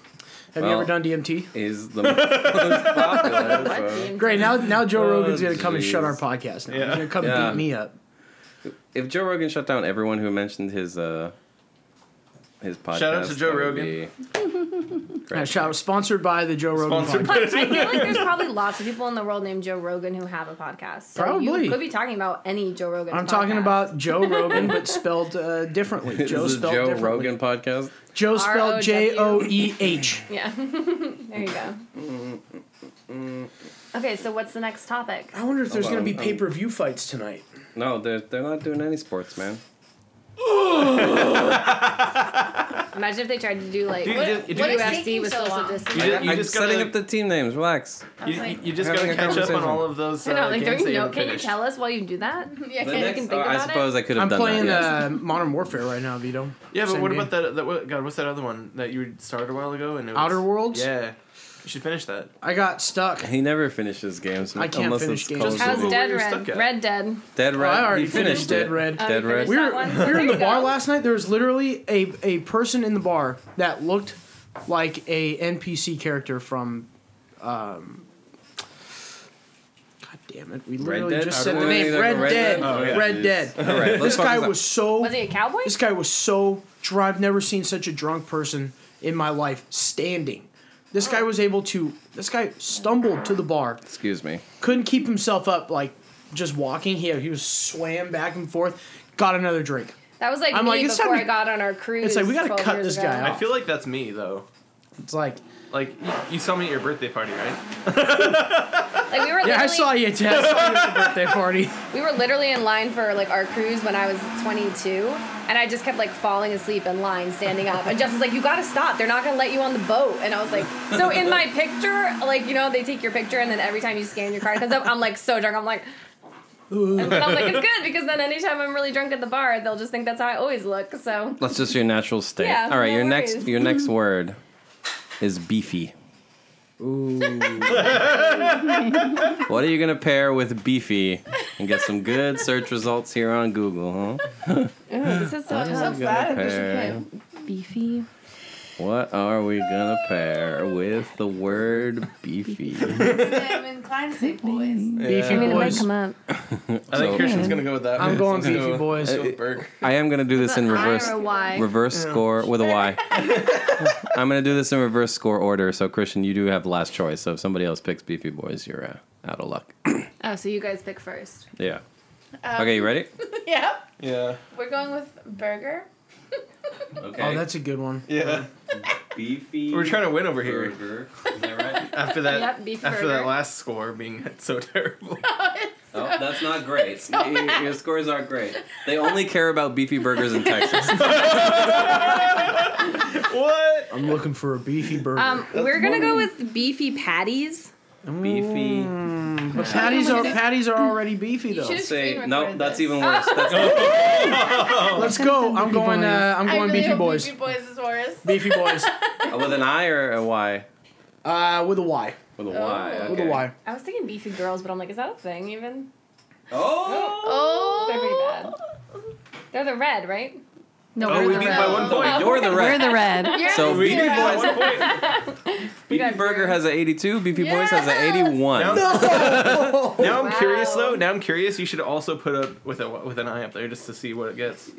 Speaker 6: Have you
Speaker 4: Uh, well-
Speaker 6: ever done DMT?
Speaker 4: Is the most popular. so-
Speaker 6: Great. Now, now Joe
Speaker 4: Oh,
Speaker 6: Rogan's gonna come and shut our
Speaker 4: geez.
Speaker 6: podcast. Now.
Speaker 5: Yeah.
Speaker 6: He's gonna come
Speaker 4: Yeah.
Speaker 6: beat me up.
Speaker 4: If Joe Rogan shut down everyone who mentioned his uh, his podcast,
Speaker 5: Shout out to Joe
Speaker 4: that would
Speaker 5: Rogan.
Speaker 4: be-
Speaker 6: Uh, shout- sponsored by the Joe Rogan
Speaker 5: Sponsored
Speaker 6: podcast.
Speaker 8: I feel like there's probably lots of people in the world named Joe Rogan who have a podcast. So
Speaker 6: Probably.
Speaker 8: You could be talking about any Joe Rogan.
Speaker 6: I'm talking about Joe Rogan, but spelled uh, differently.
Speaker 4: This
Speaker 6: Joe
Speaker 4: is
Speaker 6: spelled
Speaker 4: Joe
Speaker 6: differently.
Speaker 4: Rogan podcast.
Speaker 6: Joe spelled J O E H.
Speaker 8: Yeah. there you go. Okay, so what's the next topic?
Speaker 6: I wonder if there's
Speaker 4: Hold
Speaker 6: gonna
Speaker 4: on,
Speaker 6: be
Speaker 4: um,
Speaker 6: pay per view fights tonight.
Speaker 4: No, they're they're not doing any sports, man.
Speaker 8: Imagine if they tried to do like
Speaker 5: Dude,
Speaker 8: what-
Speaker 5: you just, you
Speaker 7: what
Speaker 5: just-
Speaker 7: is
Speaker 8: UFC
Speaker 7: taking
Speaker 8: with
Speaker 7: so
Speaker 8: social
Speaker 7: long?
Speaker 5: You
Speaker 8: distancing.
Speaker 5: just, you
Speaker 4: I'm
Speaker 5: just
Speaker 4: setting
Speaker 5: gotta,
Speaker 4: up the team names. Relax.
Speaker 5: you,
Speaker 7: like-
Speaker 5: you just
Speaker 4: Having a
Speaker 5: gotta catch up on
Speaker 4: conversation.
Speaker 5: all of those uh,
Speaker 8: I know, like,
Speaker 5: games
Speaker 8: don't
Speaker 5: that
Speaker 8: you
Speaker 5: you
Speaker 8: know?
Speaker 5: haven't
Speaker 8: Can you
Speaker 5: finished.
Speaker 8: tell us while you do that?
Speaker 7: Yeah,
Speaker 4: The
Speaker 7: can-
Speaker 4: next-
Speaker 8: think
Speaker 4: oh, I
Speaker 8: about it?
Speaker 4: suppose I could have
Speaker 6: I'm
Speaker 4: done
Speaker 6: playing
Speaker 4: that. yes.
Speaker 6: uh, Modern Warfare right now, Vito.
Speaker 5: Yeah, but
Speaker 6: Same
Speaker 5: what
Speaker 6: game.
Speaker 5: about that? That what, God, what's that other one that you started a while ago? And it was,
Speaker 6: Outer Worlds?
Speaker 5: Yeah, you should finish that.
Speaker 6: I got stuck.
Speaker 4: He never finishes games.
Speaker 6: I can't
Speaker 4: unless
Speaker 6: finish
Speaker 4: it's
Speaker 6: games.
Speaker 4: called
Speaker 5: Just
Speaker 8: How's
Speaker 5: Google
Speaker 4: Dead,
Speaker 5: what
Speaker 8: Dead
Speaker 5: you're
Speaker 8: Red?
Speaker 5: stuck at.
Speaker 8: Red Dead.
Speaker 4: Red.
Speaker 6: I already
Speaker 4: he finished
Speaker 6: finished
Speaker 4: it.
Speaker 6: Dead Red.
Speaker 8: Oh,
Speaker 4: Dead
Speaker 8: you
Speaker 4: Red.
Speaker 8: finished
Speaker 6: we were,
Speaker 8: that one?
Speaker 6: we were in the
Speaker 8: There you
Speaker 6: bar
Speaker 8: go.
Speaker 6: last night. There was literally a, a person in the bar that looked like a NPC character from. Um, God damn it! We literally
Speaker 4: Dead?
Speaker 6: just
Speaker 4: Are
Speaker 6: said
Speaker 4: we
Speaker 6: the
Speaker 4: gonna
Speaker 6: name
Speaker 4: go
Speaker 6: Red,
Speaker 4: Red
Speaker 6: Dead.
Speaker 4: Dead? Oh, yeah.
Speaker 6: Red
Speaker 4: Jeez.
Speaker 6: Dead.
Speaker 4: All right,
Speaker 6: This
Speaker 4: let's
Speaker 6: guy
Speaker 4: focus on-
Speaker 6: was so.
Speaker 8: Was he a cowboy?
Speaker 6: This guy was so drunk. I've never seen such a drunk person in my life standing. This guy was able to. This guy stumbled to the bar,
Speaker 4: Excuse me.
Speaker 6: couldn't keep himself up, like just walking. He he was swaying back and forth. Got another drink.
Speaker 8: That was like
Speaker 6: I'm
Speaker 8: me
Speaker 6: like, it's time
Speaker 8: before
Speaker 6: to-
Speaker 8: I got on our cruise.
Speaker 6: it's like, we gotta
Speaker 8: 12
Speaker 6: cut
Speaker 8: years
Speaker 6: this
Speaker 8: ago.
Speaker 6: guy
Speaker 5: I
Speaker 6: off.
Speaker 5: feel like that's me though.
Speaker 6: It's like
Speaker 5: Like you, you saw me at your birthday party, right?
Speaker 8: Like we were literally,
Speaker 6: yeah, I saw you, Tess, at the birthday party.
Speaker 8: we were literally in line for like our cruise when I was 22, and I just kept like falling asleep in line, standing up. And Justin's like, "You gotta stop. They're not gonna let you on the boat." And I was like, "So in my picture, like you know, they take your picture, and then every time you scan your card it comes up, I'm like so drunk. I'm like." And then I'm like, it's good because then anytime I'm really drunk at the bar, they'll just think that's how I always look. So
Speaker 4: That's just your natural state.
Speaker 8: Yeah,
Speaker 4: All right,
Speaker 8: no
Speaker 4: your next
Speaker 8: worries.
Speaker 4: your next word is beefy. Ooh. what are you gonna pair with beefy and get some good search results here on Google? Huh?
Speaker 8: this is
Speaker 7: Oh,
Speaker 4: What
Speaker 8: so
Speaker 4: are we gonna pair?
Speaker 8: beefy.
Speaker 4: What are we gonna pair with the word beefy?
Speaker 7: I'm inclined to say boys.
Speaker 6: Beefy
Speaker 4: I
Speaker 8: I mean, it might
Speaker 6: boys.
Speaker 8: come up.
Speaker 5: I think Christian's gonna go with that.
Speaker 6: I'm going
Speaker 5: He's gonna
Speaker 6: beefy
Speaker 5: go-
Speaker 6: boys.
Speaker 4: Uh,
Speaker 5: go with Berg.
Speaker 4: I am gonna do this in reverse
Speaker 8: I or a Y.
Speaker 4: reverse score with a Y. I'm gonna do this in reverse score order. So Christian, you do have last choice. So if somebody else picks beefy boys, you're uh, out of luck.
Speaker 8: Oh, so you guys pick first.
Speaker 4: yeah. okay, you ready?
Speaker 7: yep.
Speaker 5: Yeah.
Speaker 7: We're going with burger.
Speaker 4: Okay.
Speaker 6: Oh, that's a good one.
Speaker 5: Yeah.
Speaker 4: beefy.
Speaker 5: Uh, We're trying to win over here.
Speaker 4: Is that right?
Speaker 5: After that,
Speaker 8: Yep, beefy
Speaker 5: after
Speaker 8: burger.
Speaker 5: that last score being so terrible.
Speaker 4: Oh, that's not great. your, your scores aren't great. They only care about beefy burgers in Texas.
Speaker 5: what?
Speaker 6: I'm looking for a beefy burger.
Speaker 8: Um, we're gonna go with beefy patties.
Speaker 4: beefy.
Speaker 6: but patties are patties are already beefy though.
Speaker 7: should've
Speaker 4: Say
Speaker 7: screen
Speaker 4: no.
Speaker 7: recorded
Speaker 4: That's
Speaker 7: this.
Speaker 4: even worse.
Speaker 8: Oh,
Speaker 4: That's,
Speaker 6: Let's go. I'm going. Uh, I'm
Speaker 7: I
Speaker 6: going
Speaker 7: really
Speaker 6: beefy
Speaker 7: hope
Speaker 6: boys.
Speaker 7: Beefy boys is worse.
Speaker 6: Beefy boys.
Speaker 4: with an I or a Y?
Speaker 6: Uh, with a Y.
Speaker 4: With a Y.
Speaker 7: Oh.
Speaker 4: Okay.
Speaker 6: With a Y.
Speaker 8: I was thinking beefy girls, but I'm like, is that a thing even?
Speaker 4: Oh.
Speaker 7: Oh.
Speaker 8: They're pretty bad. They're the red, right?
Speaker 9: No,
Speaker 5: Oh,
Speaker 9: we're
Speaker 5: we
Speaker 9: the
Speaker 5: beat
Speaker 9: red.
Speaker 5: by one point.
Speaker 4: You're the
Speaker 9: We're
Speaker 4: red.
Speaker 9: the red.
Speaker 7: You're
Speaker 4: So
Speaker 7: the
Speaker 4: we-
Speaker 7: zero.
Speaker 5: By one point.
Speaker 4: Beefy Burger has an 82. Beefy Boys has an
Speaker 7: Yes!
Speaker 4: 81.
Speaker 5: Now, now I'm
Speaker 8: Wow.
Speaker 5: curious though. Now I'm curious. You should also put up with a with an eye up there just to see what it gets.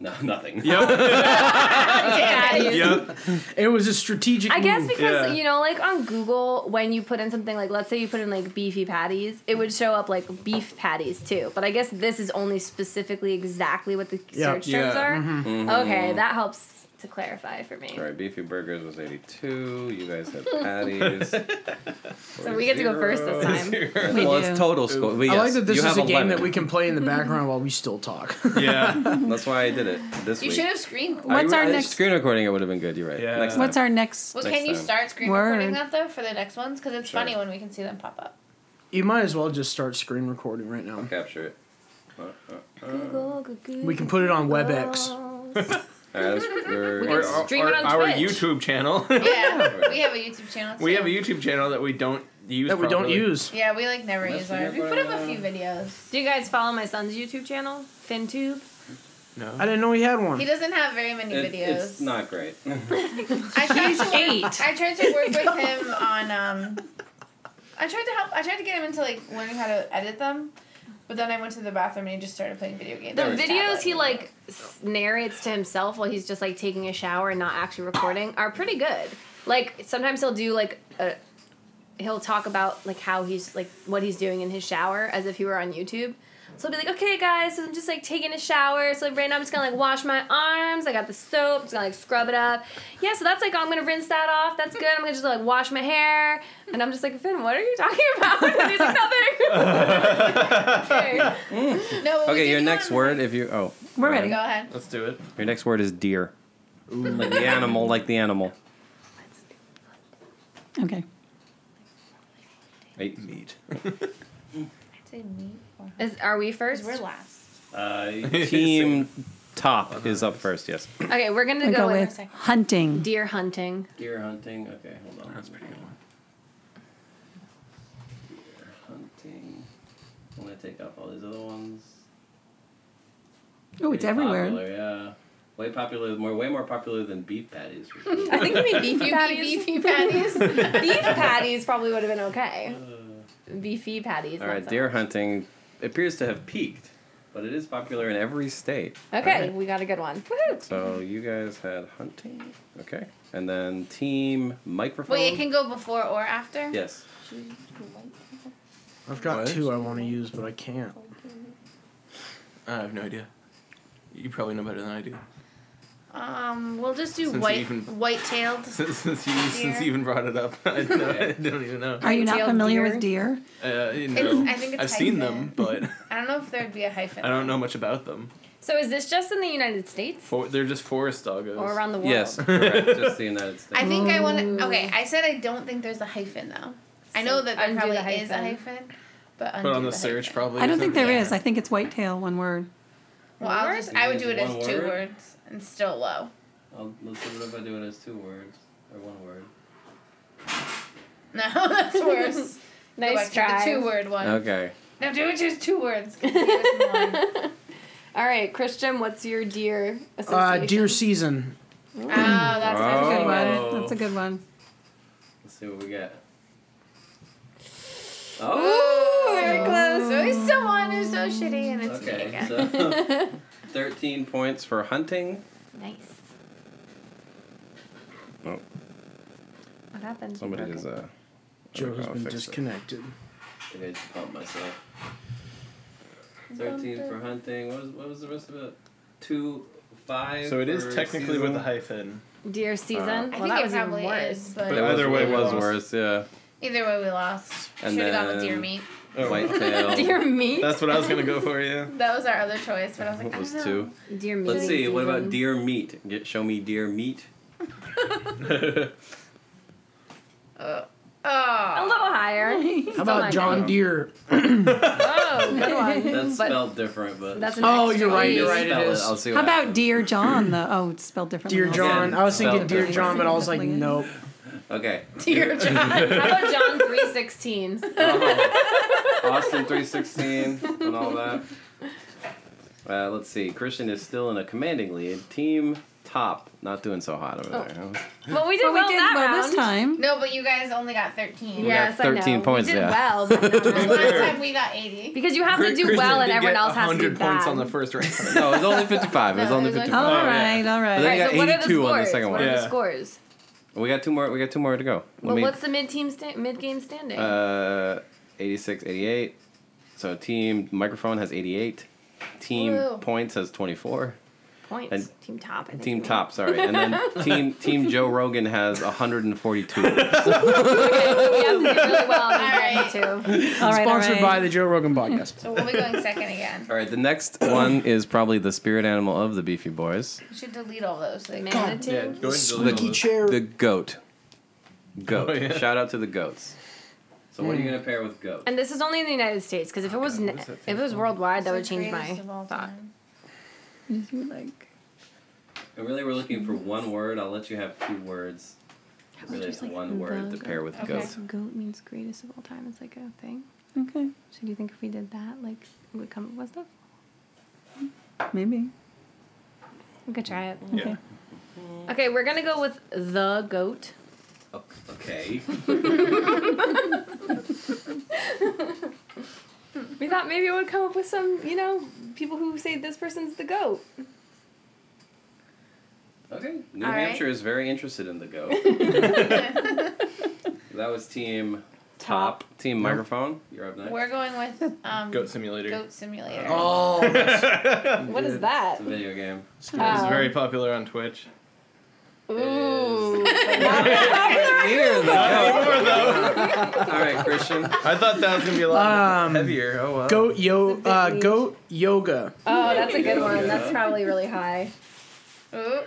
Speaker 4: No, nothing.
Speaker 5: Yep.
Speaker 8: Patties.
Speaker 5: yep.
Speaker 6: It was a strategic.
Speaker 8: I guess
Speaker 4: Mm,
Speaker 6: move.
Speaker 8: because
Speaker 5: Yeah.
Speaker 8: you know, like on Google, when you put in something like, let's say you put in like beefy patties, it would show up like beef patties too. But I guess this is only specifically exactly what the
Speaker 6: Yeah.
Speaker 8: search terms
Speaker 5: Yeah.
Speaker 8: are.
Speaker 4: Mm-hmm.
Speaker 8: Okay, that helps to clarify for me.
Speaker 4: All right, Beefy Burgers was 82. You guys had patties.
Speaker 8: So we get to go first this time.
Speaker 4: well, it's total score. But yes,
Speaker 6: I like that this
Speaker 4: you
Speaker 6: is
Speaker 4: have
Speaker 6: a
Speaker 4: 11.
Speaker 6: game that we can play
Speaker 9: Mm-hmm.
Speaker 6: in the background while we still talk.
Speaker 5: Yeah.
Speaker 4: That's why I did it this
Speaker 7: You
Speaker 4: week.
Speaker 7: should have screen.
Speaker 4: I-
Speaker 9: What's our
Speaker 4: I-
Speaker 9: next-
Speaker 4: screen recording? It would have been good. You're right.
Speaker 5: Yeah.
Speaker 4: Next
Speaker 9: What's
Speaker 4: time.
Speaker 9: our next?
Speaker 7: Well,
Speaker 4: Next
Speaker 7: can you
Speaker 4: time.
Speaker 7: start screen
Speaker 9: Word.
Speaker 7: recording that though for the next ones? Because it's
Speaker 4: Sure.
Speaker 7: funny when we can see them pop up.
Speaker 6: you might as well just start screen recording right now.
Speaker 4: capture it? Uh, uh, uh.
Speaker 6: We can put it on WebEx.
Speaker 9: Oh.
Speaker 4: All right, that's- we're-
Speaker 8: We can
Speaker 4: we're-
Speaker 8: stream it on
Speaker 5: our
Speaker 8: Twitch.
Speaker 5: YouTube channel.
Speaker 7: Yeah, we have a YouTube channel.
Speaker 5: we
Speaker 7: too.
Speaker 5: have a YouTube channel that we don't use.
Speaker 6: That we don't
Speaker 5: properly.
Speaker 6: use.
Speaker 7: Yeah, we like never
Speaker 4: Unless
Speaker 7: use
Speaker 4: we
Speaker 7: ours.
Speaker 4: have
Speaker 7: We put up
Speaker 4: a-
Speaker 7: a few videos.
Speaker 8: Do you guys follow my son's YouTube channel, FinTube?
Speaker 6: I
Speaker 5: No.
Speaker 6: didn't know we had
Speaker 7: He
Speaker 6: one.
Speaker 7: doesn't have very many
Speaker 4: it-
Speaker 7: videos.
Speaker 4: It's not great.
Speaker 7: I tried to
Speaker 8: Eight.
Speaker 7: I tried to work with him on. Um, I tried to help. I tried to get him into like learning how to edit them, but then I went to the bathroom and he just started playing video games.
Speaker 8: The
Speaker 7: on his
Speaker 8: videos he
Speaker 7: tablet.
Speaker 8: like s- narrates to himself while he's just like taking a shower and not actually recording are pretty good. Like sometimes he'll do like a he'll talk about like how he's like what he's doing in his shower as if he were on YouTube. So he'll be like, okay guys, so I'm just like taking a shower. So right now I'm just gonna like wash my arms. I got the soap, just gonna like scrub it up. Yeah, so that's like I'm gonna rinse that off. That's good. I'm gonna just like wash my hair. And I'm just like, Finn, what are you talking about? And he's like, nothing. okay.
Speaker 7: No. but we
Speaker 4: Okay,
Speaker 7: did
Speaker 4: your
Speaker 7: do
Speaker 4: next
Speaker 7: one-
Speaker 4: word, if you oh,
Speaker 9: We're ready.
Speaker 7: Go ahead.
Speaker 5: Let's do it.
Speaker 4: your next word is deer, like the animal, like the animal.
Speaker 9: Okay.
Speaker 4: Eight meat.
Speaker 7: I'd say me. or-
Speaker 8: Is, are we first?
Speaker 7: We're last.
Speaker 4: Uh, team top is up first. Yes.
Speaker 8: Okay, we're gonna
Speaker 9: We
Speaker 8: go,
Speaker 9: go
Speaker 8: with,
Speaker 9: with hunting.
Speaker 8: deer hunting.
Speaker 4: Deer hunting. Okay, hold on. That's pretty good one. Deer hunting. I'm gonna take up all these other ones.
Speaker 9: Oh, it's
Speaker 4: Pretty
Speaker 9: everywhere.
Speaker 4: Popular, yeah. Way popular, more way more popular than beef patties. for sure.
Speaker 8: I think you mean beefy patties.
Speaker 7: Beefy patties.
Speaker 8: Beef patties probably would have been okay. Beefy patties.
Speaker 4: Uh, all
Speaker 8: not
Speaker 4: right,
Speaker 8: so
Speaker 4: deer
Speaker 8: much.
Speaker 4: hunting appears to have peaked But it is popular in every state.
Speaker 8: Okay,
Speaker 4: Alright.
Speaker 8: we got a good one. Woohoo!
Speaker 4: So you guys had hunting. Okay. And then team microphone.
Speaker 7: Wait, it can go before or after?
Speaker 4: Yes.
Speaker 6: I've got
Speaker 5: What?
Speaker 6: two I want to use, but I can't.
Speaker 5: I have no idea. You probably know better than I do.
Speaker 7: Um, we'll just do
Speaker 5: Since you
Speaker 7: white
Speaker 5: even-
Speaker 7: white-tailed.
Speaker 5: Since, since, you, since you
Speaker 7: Deer.
Speaker 5: even brought it up, I don't, I don't even know.
Speaker 9: Are you not
Speaker 8: Tailed
Speaker 9: familiar
Speaker 8: deer.
Speaker 9: with deer?
Speaker 5: Uh, you know,
Speaker 7: It's- I think it's
Speaker 5: I've seen
Speaker 7: hyphen.
Speaker 5: them, but
Speaker 7: I don't know if there'd be a hyphen.
Speaker 5: I don't know much about them.
Speaker 8: So is this just in the United States
Speaker 5: For, they're just forest doggos.
Speaker 8: or around the world?
Speaker 4: Yes. Correct. Just the United States.
Speaker 7: I think I want to. Okay, I said I don't think there's a hyphen though. I know that there
Speaker 8: undo
Speaker 7: probably
Speaker 8: the
Speaker 7: is a
Speaker 8: hyphen.
Speaker 7: hyphen, but
Speaker 5: but on
Speaker 7: undo
Speaker 5: the search,
Speaker 7: hyphen.
Speaker 5: probably.
Speaker 9: I don't
Speaker 5: there's
Speaker 9: think
Speaker 5: no-
Speaker 9: there is. I think it's whitetail, one word.
Speaker 7: Well, I'll just.
Speaker 4: One
Speaker 7: I would
Speaker 4: word?
Speaker 7: do it as
Speaker 4: One
Speaker 7: two
Speaker 4: word?
Speaker 7: words and still low.
Speaker 4: I'll, let's see what if I do it as two words or one word.
Speaker 7: No, that's worse. Go back
Speaker 8: Nice
Speaker 7: to
Speaker 8: try.
Speaker 7: The two word one.
Speaker 4: Okay.
Speaker 7: Now do it just two words. Ah, 'cause it was one.
Speaker 8: All right, Christian, what's your deer
Speaker 6: Uh,
Speaker 8: association?
Speaker 6: deer season.
Speaker 7: oh, that's
Speaker 9: That's a
Speaker 4: Oh.
Speaker 9: good
Speaker 4: Oh.
Speaker 9: one. That's a good one.
Speaker 4: Let's see what we got.
Speaker 8: Ooh,
Speaker 4: Oh.
Speaker 8: very close.
Speaker 7: So he's someone who's so shitty, and it's me
Speaker 4: Okay.
Speaker 7: again.
Speaker 4: So 13 points for hunting.
Speaker 7: Nice.
Speaker 4: Oh,
Speaker 8: What happened?
Speaker 4: somebody is uh.
Speaker 6: Joe has
Speaker 4: I'll
Speaker 6: been
Speaker 4: fix it.
Speaker 6: disconnected.
Speaker 4: Maybe I just bumped myself. 13 for hunting. What was, what was the rest of it? 2, 5.
Speaker 5: So it is
Speaker 4: for
Speaker 5: technically
Speaker 4: seasonal?
Speaker 5: with a hyphen.
Speaker 8: Deer season.
Speaker 4: Uh, I
Speaker 8: well,
Speaker 7: I think
Speaker 8: that
Speaker 7: it
Speaker 8: was
Speaker 7: probably
Speaker 8: even worse.
Speaker 7: is, but
Speaker 4: But
Speaker 5: Either
Speaker 4: either
Speaker 5: way,
Speaker 4: way,
Speaker 5: we
Speaker 4: was
Speaker 5: lost.
Speaker 4: worse. Yeah.
Speaker 7: either way, we lost.
Speaker 4: And
Speaker 7: Should have gone with deer
Speaker 4: then-
Speaker 7: meat.
Speaker 5: Oh,
Speaker 4: Whitetail.
Speaker 8: Deer meat.
Speaker 5: That's what I was gonna go for. Yeah.
Speaker 7: That was our other choice, but I was like,
Speaker 4: What
Speaker 7: I
Speaker 4: was
Speaker 7: don't know.
Speaker 4: two?
Speaker 8: Deer meat.
Speaker 4: Let's see. What about
Speaker 8: season.
Speaker 4: deer meat? Get show me deer meat.
Speaker 7: Oh.
Speaker 8: A
Speaker 7: Oh.
Speaker 8: little higher.
Speaker 6: How about John Deere?
Speaker 8: Oh, good one.
Speaker 4: That's
Speaker 8: But-
Speaker 4: spelled different, but
Speaker 8: That's an
Speaker 6: Oh,
Speaker 8: extra
Speaker 6: you're right.
Speaker 8: E.
Speaker 6: You're right. It
Speaker 4: spell
Speaker 6: is.
Speaker 4: I'll see
Speaker 9: How
Speaker 4: what
Speaker 9: about
Speaker 4: happens.
Speaker 9: Deer John, though? Oh, it's spelled differently.
Speaker 6: Dear
Speaker 9: than
Speaker 6: John.
Speaker 4: Yeah,
Speaker 6: I was thinking
Speaker 4: spelled
Speaker 6: Dear
Speaker 4: different.
Speaker 6: John, but I was like,
Speaker 9: Definitely.
Speaker 6: nope.
Speaker 4: Okay.
Speaker 8: Dear John. How about John three sixteen?
Speaker 4: Austin three sixteen and all that. Uh, let's see. Christian is still in a commanding lead. Team top, not doing so hot over
Speaker 8: Oh.
Speaker 4: there. Huh?
Speaker 8: Well, we did
Speaker 9: But
Speaker 8: well,
Speaker 9: we did
Speaker 8: that
Speaker 9: well
Speaker 8: round.
Speaker 9: this time.
Speaker 7: No, but you guys only got 13.
Speaker 4: We Yeah.
Speaker 8: Yes,
Speaker 4: got 13
Speaker 8: I know.
Speaker 4: points,
Speaker 8: We did
Speaker 4: yeah.
Speaker 8: well, but not really.
Speaker 7: Last time we got 80.
Speaker 8: because you have to do well, and everyone else has to do
Speaker 5: points
Speaker 8: bad.
Speaker 5: on the first round.
Speaker 4: No, it was only fifty five. It was
Speaker 7: No,
Speaker 4: only
Speaker 7: it was
Speaker 4: fifty
Speaker 7: only-
Speaker 9: All
Speaker 4: five.
Speaker 5: Oh, yeah.
Speaker 9: right, all
Speaker 4: I
Speaker 9: right.
Speaker 4: think I
Speaker 8: Alright, so what
Speaker 4: got
Speaker 8: are the
Speaker 4: eighty two on the
Speaker 8: scores?
Speaker 4: second
Speaker 8: What
Speaker 4: one.
Speaker 8: are the
Speaker 5: Yeah.
Speaker 8: scores?
Speaker 4: We got two more. We got two more to go. Let
Speaker 8: Well,
Speaker 4: me.
Speaker 8: what's the mid-team sta- mid-game standing?
Speaker 4: uh, 86, 88. So team microphone has eighty eight. Team
Speaker 7: Woo.
Speaker 4: points has twenty four.
Speaker 8: Points.
Speaker 4: and-
Speaker 8: team top. I think
Speaker 4: Team
Speaker 8: we-
Speaker 4: top, sorry, and then team team Joe Rogan has hundred and forty two.
Speaker 8: Okay, so we have to do really well.
Speaker 7: Alright.
Speaker 8: All right.
Speaker 9: All right, all
Speaker 6: Sponsored
Speaker 9: right.
Speaker 6: by the Joe Rogan Podcast.
Speaker 7: So we'll be going second again.
Speaker 4: All right, the next one is probably the spirit animal of the Beefy Boys,
Speaker 7: We should delete all those. Like,
Speaker 8: Manatee.
Speaker 5: Yeah, go ahead and
Speaker 6: Squeaky
Speaker 5: delete
Speaker 6: chair.
Speaker 4: the goat. Goat.
Speaker 5: Oh, yeah.
Speaker 4: Shout out to the goats. So what are you gonna pair with goat?
Speaker 8: Hmm. And this is only in the United States because if it was
Speaker 5: God,
Speaker 8: n
Speaker 5: what is that
Speaker 8: if it was worldwide, that would change my
Speaker 7: Greatest of all
Speaker 8: thought.
Speaker 7: time.
Speaker 9: You like-
Speaker 4: And really, we're looking for one word. I'll let you have two words. Really, it's one word to pair with
Speaker 7: Okay.
Speaker 4: goat.
Speaker 8: Goat means greatest of all time. It's like a thing.
Speaker 9: Okay,
Speaker 8: So do you think if we did that, like, it would come up with stuff?
Speaker 9: maybe.
Speaker 8: We could try it.
Speaker 5: Yeah.
Speaker 8: Okay, we're gonna go with the goat.
Speaker 4: O- Okay.
Speaker 8: We thought maybe it would come up with some, you know, people who say this person's the goat.
Speaker 4: Okay. New
Speaker 7: All right.
Speaker 4: Hampshire is very interested in the goat. that was team top. Team microphone. You're up next.
Speaker 7: We're going with um,
Speaker 5: Goat simulator.
Speaker 7: Goat Simulator.
Speaker 6: Oh, that's-
Speaker 8: What is that?
Speaker 4: It's a video game.
Speaker 5: It was
Speaker 8: Oh.
Speaker 5: very popular on Twitch.
Speaker 4: Near
Speaker 8: Ooh.
Speaker 4: the goat. All right, Christian.
Speaker 5: I thought that was gonna be a lot
Speaker 6: Um,
Speaker 5: heavier. Oh well.
Speaker 6: goat yo
Speaker 8: big
Speaker 6: uh,
Speaker 8: leap.
Speaker 6: goat yoga.
Speaker 8: Oh, that's a good one.
Speaker 4: Yeah.
Speaker 8: That's probably really high.
Speaker 7: Ooh.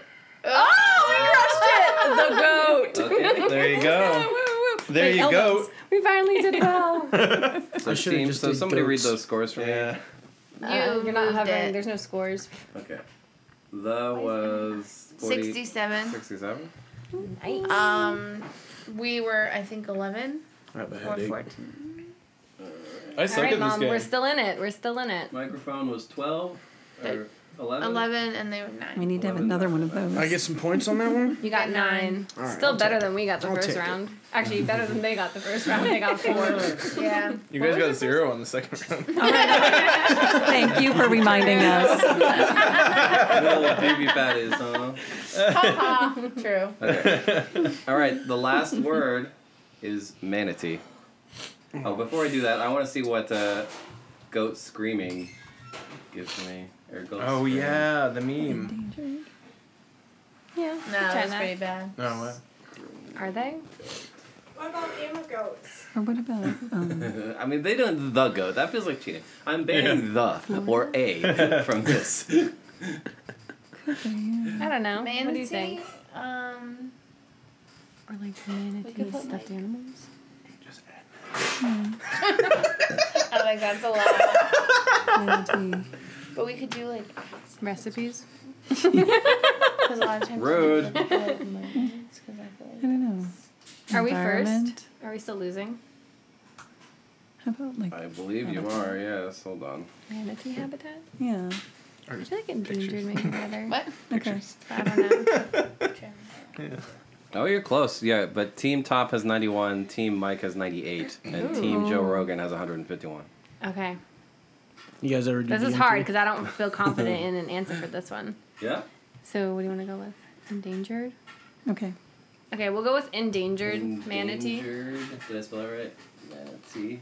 Speaker 8: Oh, we crushed it! The goat.
Speaker 4: Okay.
Speaker 5: There you
Speaker 8: Woo,
Speaker 5: go.
Speaker 8: woo, woo.
Speaker 5: There
Speaker 8: Wait,
Speaker 5: you
Speaker 8: elbows.
Speaker 5: go.
Speaker 8: We finally did well.
Speaker 4: So,
Speaker 6: I should've
Speaker 4: team,
Speaker 6: just
Speaker 4: so
Speaker 6: did
Speaker 4: somebody read
Speaker 6: goats.
Speaker 4: those scores for me.
Speaker 5: Yeah.
Speaker 8: Uh,
Speaker 7: You
Speaker 8: you're not
Speaker 7: moved
Speaker 8: hovering.
Speaker 7: it.
Speaker 8: There's no scores.
Speaker 4: Okay. The was 40,
Speaker 7: 67.
Speaker 4: 67?
Speaker 8: Nice.
Speaker 7: Um, we were, I think, 11
Speaker 6: I have a
Speaker 7: or
Speaker 6: headache.
Speaker 7: 14.
Speaker 5: I
Speaker 8: All
Speaker 5: suck
Speaker 8: right,
Speaker 5: at this
Speaker 8: mom.
Speaker 5: game.
Speaker 8: We're still in it. We're still in it.
Speaker 4: Microphone was 12? Or
Speaker 5: Eleven.
Speaker 7: 11 and they were 9.
Speaker 9: We need to have another one of those.
Speaker 6: I get some points on that one.
Speaker 8: You got nine.
Speaker 6: All right,
Speaker 8: Still
Speaker 6: I'll
Speaker 8: better
Speaker 6: take
Speaker 8: than we got the
Speaker 6: I'll
Speaker 8: first
Speaker 6: take it.
Speaker 8: round. Actually, better than they got the first round. They got four.
Speaker 7: yeah.
Speaker 5: You guys got zero on the second round.
Speaker 9: Thank you for reminding us.
Speaker 4: Little Oh, baby fat is, huh?
Speaker 7: Haha. True.
Speaker 4: All right, the last word is manatee. Oh, before I do that, I want to see what uh, goat screaming gives me. Or goat
Speaker 5: oh
Speaker 4: screaming.
Speaker 5: yeah, the meme.
Speaker 8: yeah.
Speaker 7: No, that's
Speaker 8: China.
Speaker 7: pretty bad.
Speaker 5: No, oh, what?
Speaker 8: Are they?
Speaker 10: What about Emma goats?
Speaker 9: Or what about? Um,
Speaker 4: I mean, they don't the goat. That feels like cheating. I'm banning the or a from this.
Speaker 8: I don't know.
Speaker 7: Manatee,
Speaker 8: What do you think?
Speaker 7: Um,
Speaker 8: Or like manatee
Speaker 7: put,
Speaker 8: stuffed animals?
Speaker 7: I like that's a lot.
Speaker 9: manatee.
Speaker 7: but we could do like
Speaker 8: Recipes?
Speaker 7: because a lot of times
Speaker 4: Rude.
Speaker 7: I feel like mermaids, 'cause I feel
Speaker 9: I
Speaker 7: like
Speaker 9: don't know.
Speaker 8: Are we first?
Speaker 9: Environment?
Speaker 8: Are we still losing?
Speaker 9: How about like
Speaker 4: I believe you are. Yes. Hold on.
Speaker 8: Manatee habitat?
Speaker 9: yeah?
Speaker 8: I feel like endangered maybe rather.
Speaker 7: what?
Speaker 9: Okay.
Speaker 8: I don't know.
Speaker 4: Oh, you're close. Yeah, but Team Top has 91, Team Mike has 98, and Team Joe Rogan has 151.
Speaker 8: Okay.
Speaker 6: You guys ever do
Speaker 8: This is
Speaker 6: DMT?
Speaker 8: hard because I don't feel confident in an answer for this one.
Speaker 4: Yeah.
Speaker 8: So what do you want to go with? Endangered?
Speaker 9: Okay.
Speaker 8: Okay, we'll go with endangered, manatee.
Speaker 4: Endangered. Did I spell it right? Manatee.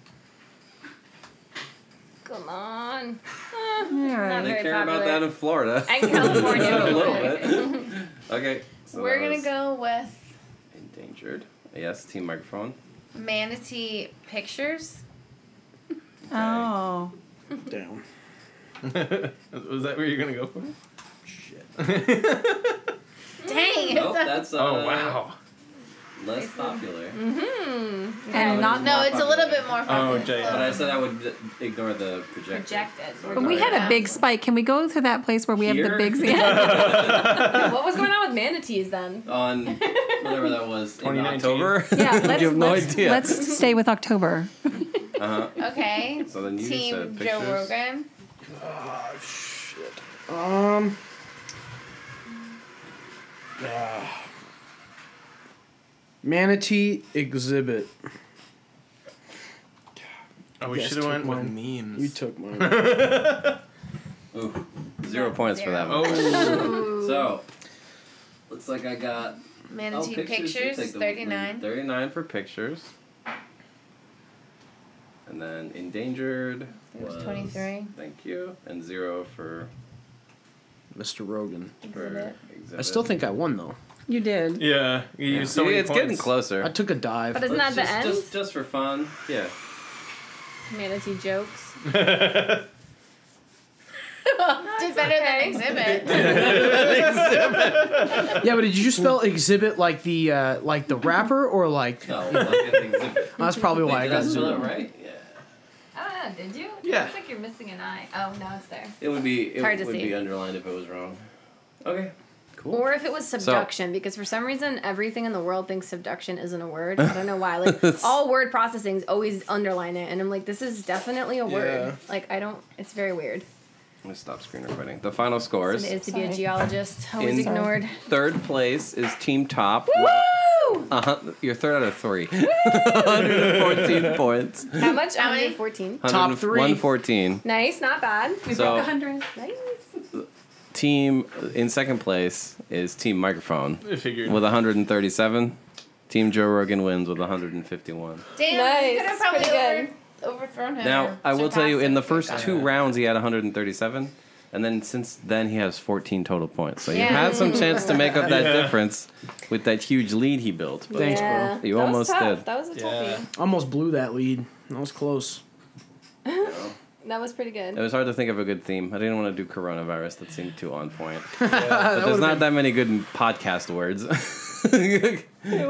Speaker 8: Come on. Ah.
Speaker 9: All
Speaker 8: Not
Speaker 9: right.
Speaker 8: very
Speaker 4: They care
Speaker 8: popular.
Speaker 4: about that in Florida.
Speaker 8: And California.
Speaker 4: a little bit. Okay. So
Speaker 7: We're
Speaker 4: that
Speaker 7: gonna
Speaker 4: was
Speaker 7: go with
Speaker 4: Endangered. Yes, team microphone.
Speaker 7: manatee pictures.
Speaker 9: Oh.
Speaker 6: Down.
Speaker 5: Was that where you're gonna go for?
Speaker 7: Dang.
Speaker 4: Mm. Nope, that's uh,
Speaker 5: Oh wow.
Speaker 4: less popular.
Speaker 9: And not
Speaker 7: No, it's a little bit more.
Speaker 5: Oh,
Speaker 7: popular.
Speaker 5: Jay.
Speaker 4: But I said I would d- ignore the projector.
Speaker 7: Rejected.
Speaker 4: So
Speaker 9: But we had a big spike. Can we go to that place where we have
Speaker 4: Here?
Speaker 9: the big yeah.
Speaker 8: what was going on with manatees then?
Speaker 4: on whatever that was in
Speaker 5: 2019.
Speaker 4: October.
Speaker 9: Yeah, let's,
Speaker 4: have no
Speaker 9: let's,
Speaker 4: idea.
Speaker 9: let's stay with October.
Speaker 4: uh-huh.
Speaker 7: Okay.
Speaker 4: So then you
Speaker 7: Team
Speaker 4: said
Speaker 7: Joe
Speaker 4: pictures.
Speaker 7: Rogan.
Speaker 6: Um. ah. manatee exhibit.
Speaker 5: Oh, we
Speaker 6: Yes,
Speaker 5: should have went
Speaker 6: took
Speaker 5: with
Speaker 6: You
Speaker 5: memes.
Speaker 6: took mine.
Speaker 4: Ooh, zero points for that one.
Speaker 5: oh,
Speaker 4: So, looks like I got oh,
Speaker 7: Manatee
Speaker 4: pictures, you
Speaker 7: pictures
Speaker 4: take
Speaker 7: is
Speaker 4: the-
Speaker 7: 39.
Speaker 4: 39 for pictures. And then endangered
Speaker 7: It was 23.
Speaker 4: Thank you. And zero for,
Speaker 6: Mr. Rogan.
Speaker 4: for
Speaker 7: Exhibit.
Speaker 4: exhibit.
Speaker 6: I still think I won though.
Speaker 9: You did.
Speaker 5: yeah. You
Speaker 4: Yeah.
Speaker 5: used so
Speaker 4: See,
Speaker 5: many
Speaker 4: it's
Speaker 5: points.
Speaker 4: getting
Speaker 6: I
Speaker 4: closer.
Speaker 6: took a dive.
Speaker 8: But isn't
Speaker 4: Let's
Speaker 8: that the
Speaker 4: just,
Speaker 8: end?
Speaker 4: Just, just for fun. Yeah.
Speaker 8: Manatee jokes.
Speaker 7: Did better
Speaker 8: okay.
Speaker 7: than exhibit.
Speaker 6: yeah, but did you spell exhibit like the uh, like the rapper or like?
Speaker 4: No, like an exhibit.
Speaker 6: That's probably why I
Speaker 4: Wait, did I
Speaker 6: got
Speaker 4: spell it
Speaker 6: zero.
Speaker 4: right? Yeah.
Speaker 8: I don't know, Ah, did you?
Speaker 5: Yeah.
Speaker 8: Looks like you're missing an eye. Oh, no, it's there.
Speaker 4: It would be it
Speaker 8: Hard to
Speaker 4: would
Speaker 8: see.
Speaker 4: be underlined if it was wrong. Okay.
Speaker 8: Or if it was subduction, because for some reason everything in the world thinks subduction isn't a word. I don't know why. Like all word processings always underline it, and I'm like, this is definitely a word.
Speaker 5: Yeah.
Speaker 8: Like I don't. It's very weird.
Speaker 4: I'm gonna stop screen recording. The final scores.
Speaker 8: It is to be a geologist. Always
Speaker 4: In-
Speaker 8: ignored.
Speaker 4: Third place is Team Top. Uh huh. You're third out of three. 114 points.
Speaker 8: How much?
Speaker 7: How many?
Speaker 8: 114.
Speaker 6: Top
Speaker 4: 100
Speaker 6: three.
Speaker 4: 114.
Speaker 8: Nice, not bad. We
Speaker 4: So-
Speaker 8: broke 100. Nice.
Speaker 4: Team in second place is Team Microphone
Speaker 5: I figured.
Speaker 4: with 137. Team Joe Rogan wins with 151.
Speaker 7: Damn,
Speaker 8: Nice.
Speaker 7: you could have probably
Speaker 8: Pretty
Speaker 7: over, overthrown him.
Speaker 4: Now,
Speaker 7: or
Speaker 4: I will tell you,
Speaker 7: surpassed
Speaker 4: in
Speaker 7: him.
Speaker 4: the first two rounds, he had 137. And then since then, he has 14 total points. So you
Speaker 7: Yeah.
Speaker 4: had some chance to make up that difference with that huge lead he built. But
Speaker 6: Thanks, bro.
Speaker 4: You
Speaker 8: That was
Speaker 4: almost
Speaker 8: tough.
Speaker 4: did.
Speaker 8: That was a
Speaker 5: Yeah.
Speaker 8: toughie.
Speaker 6: Almost blew that lead. That was close.
Speaker 8: That was pretty good.
Speaker 4: It was hard to think of a good theme. I didn't want to do coronavirus. That seemed too on point. But there's not that many good podcast words. I
Speaker 8: what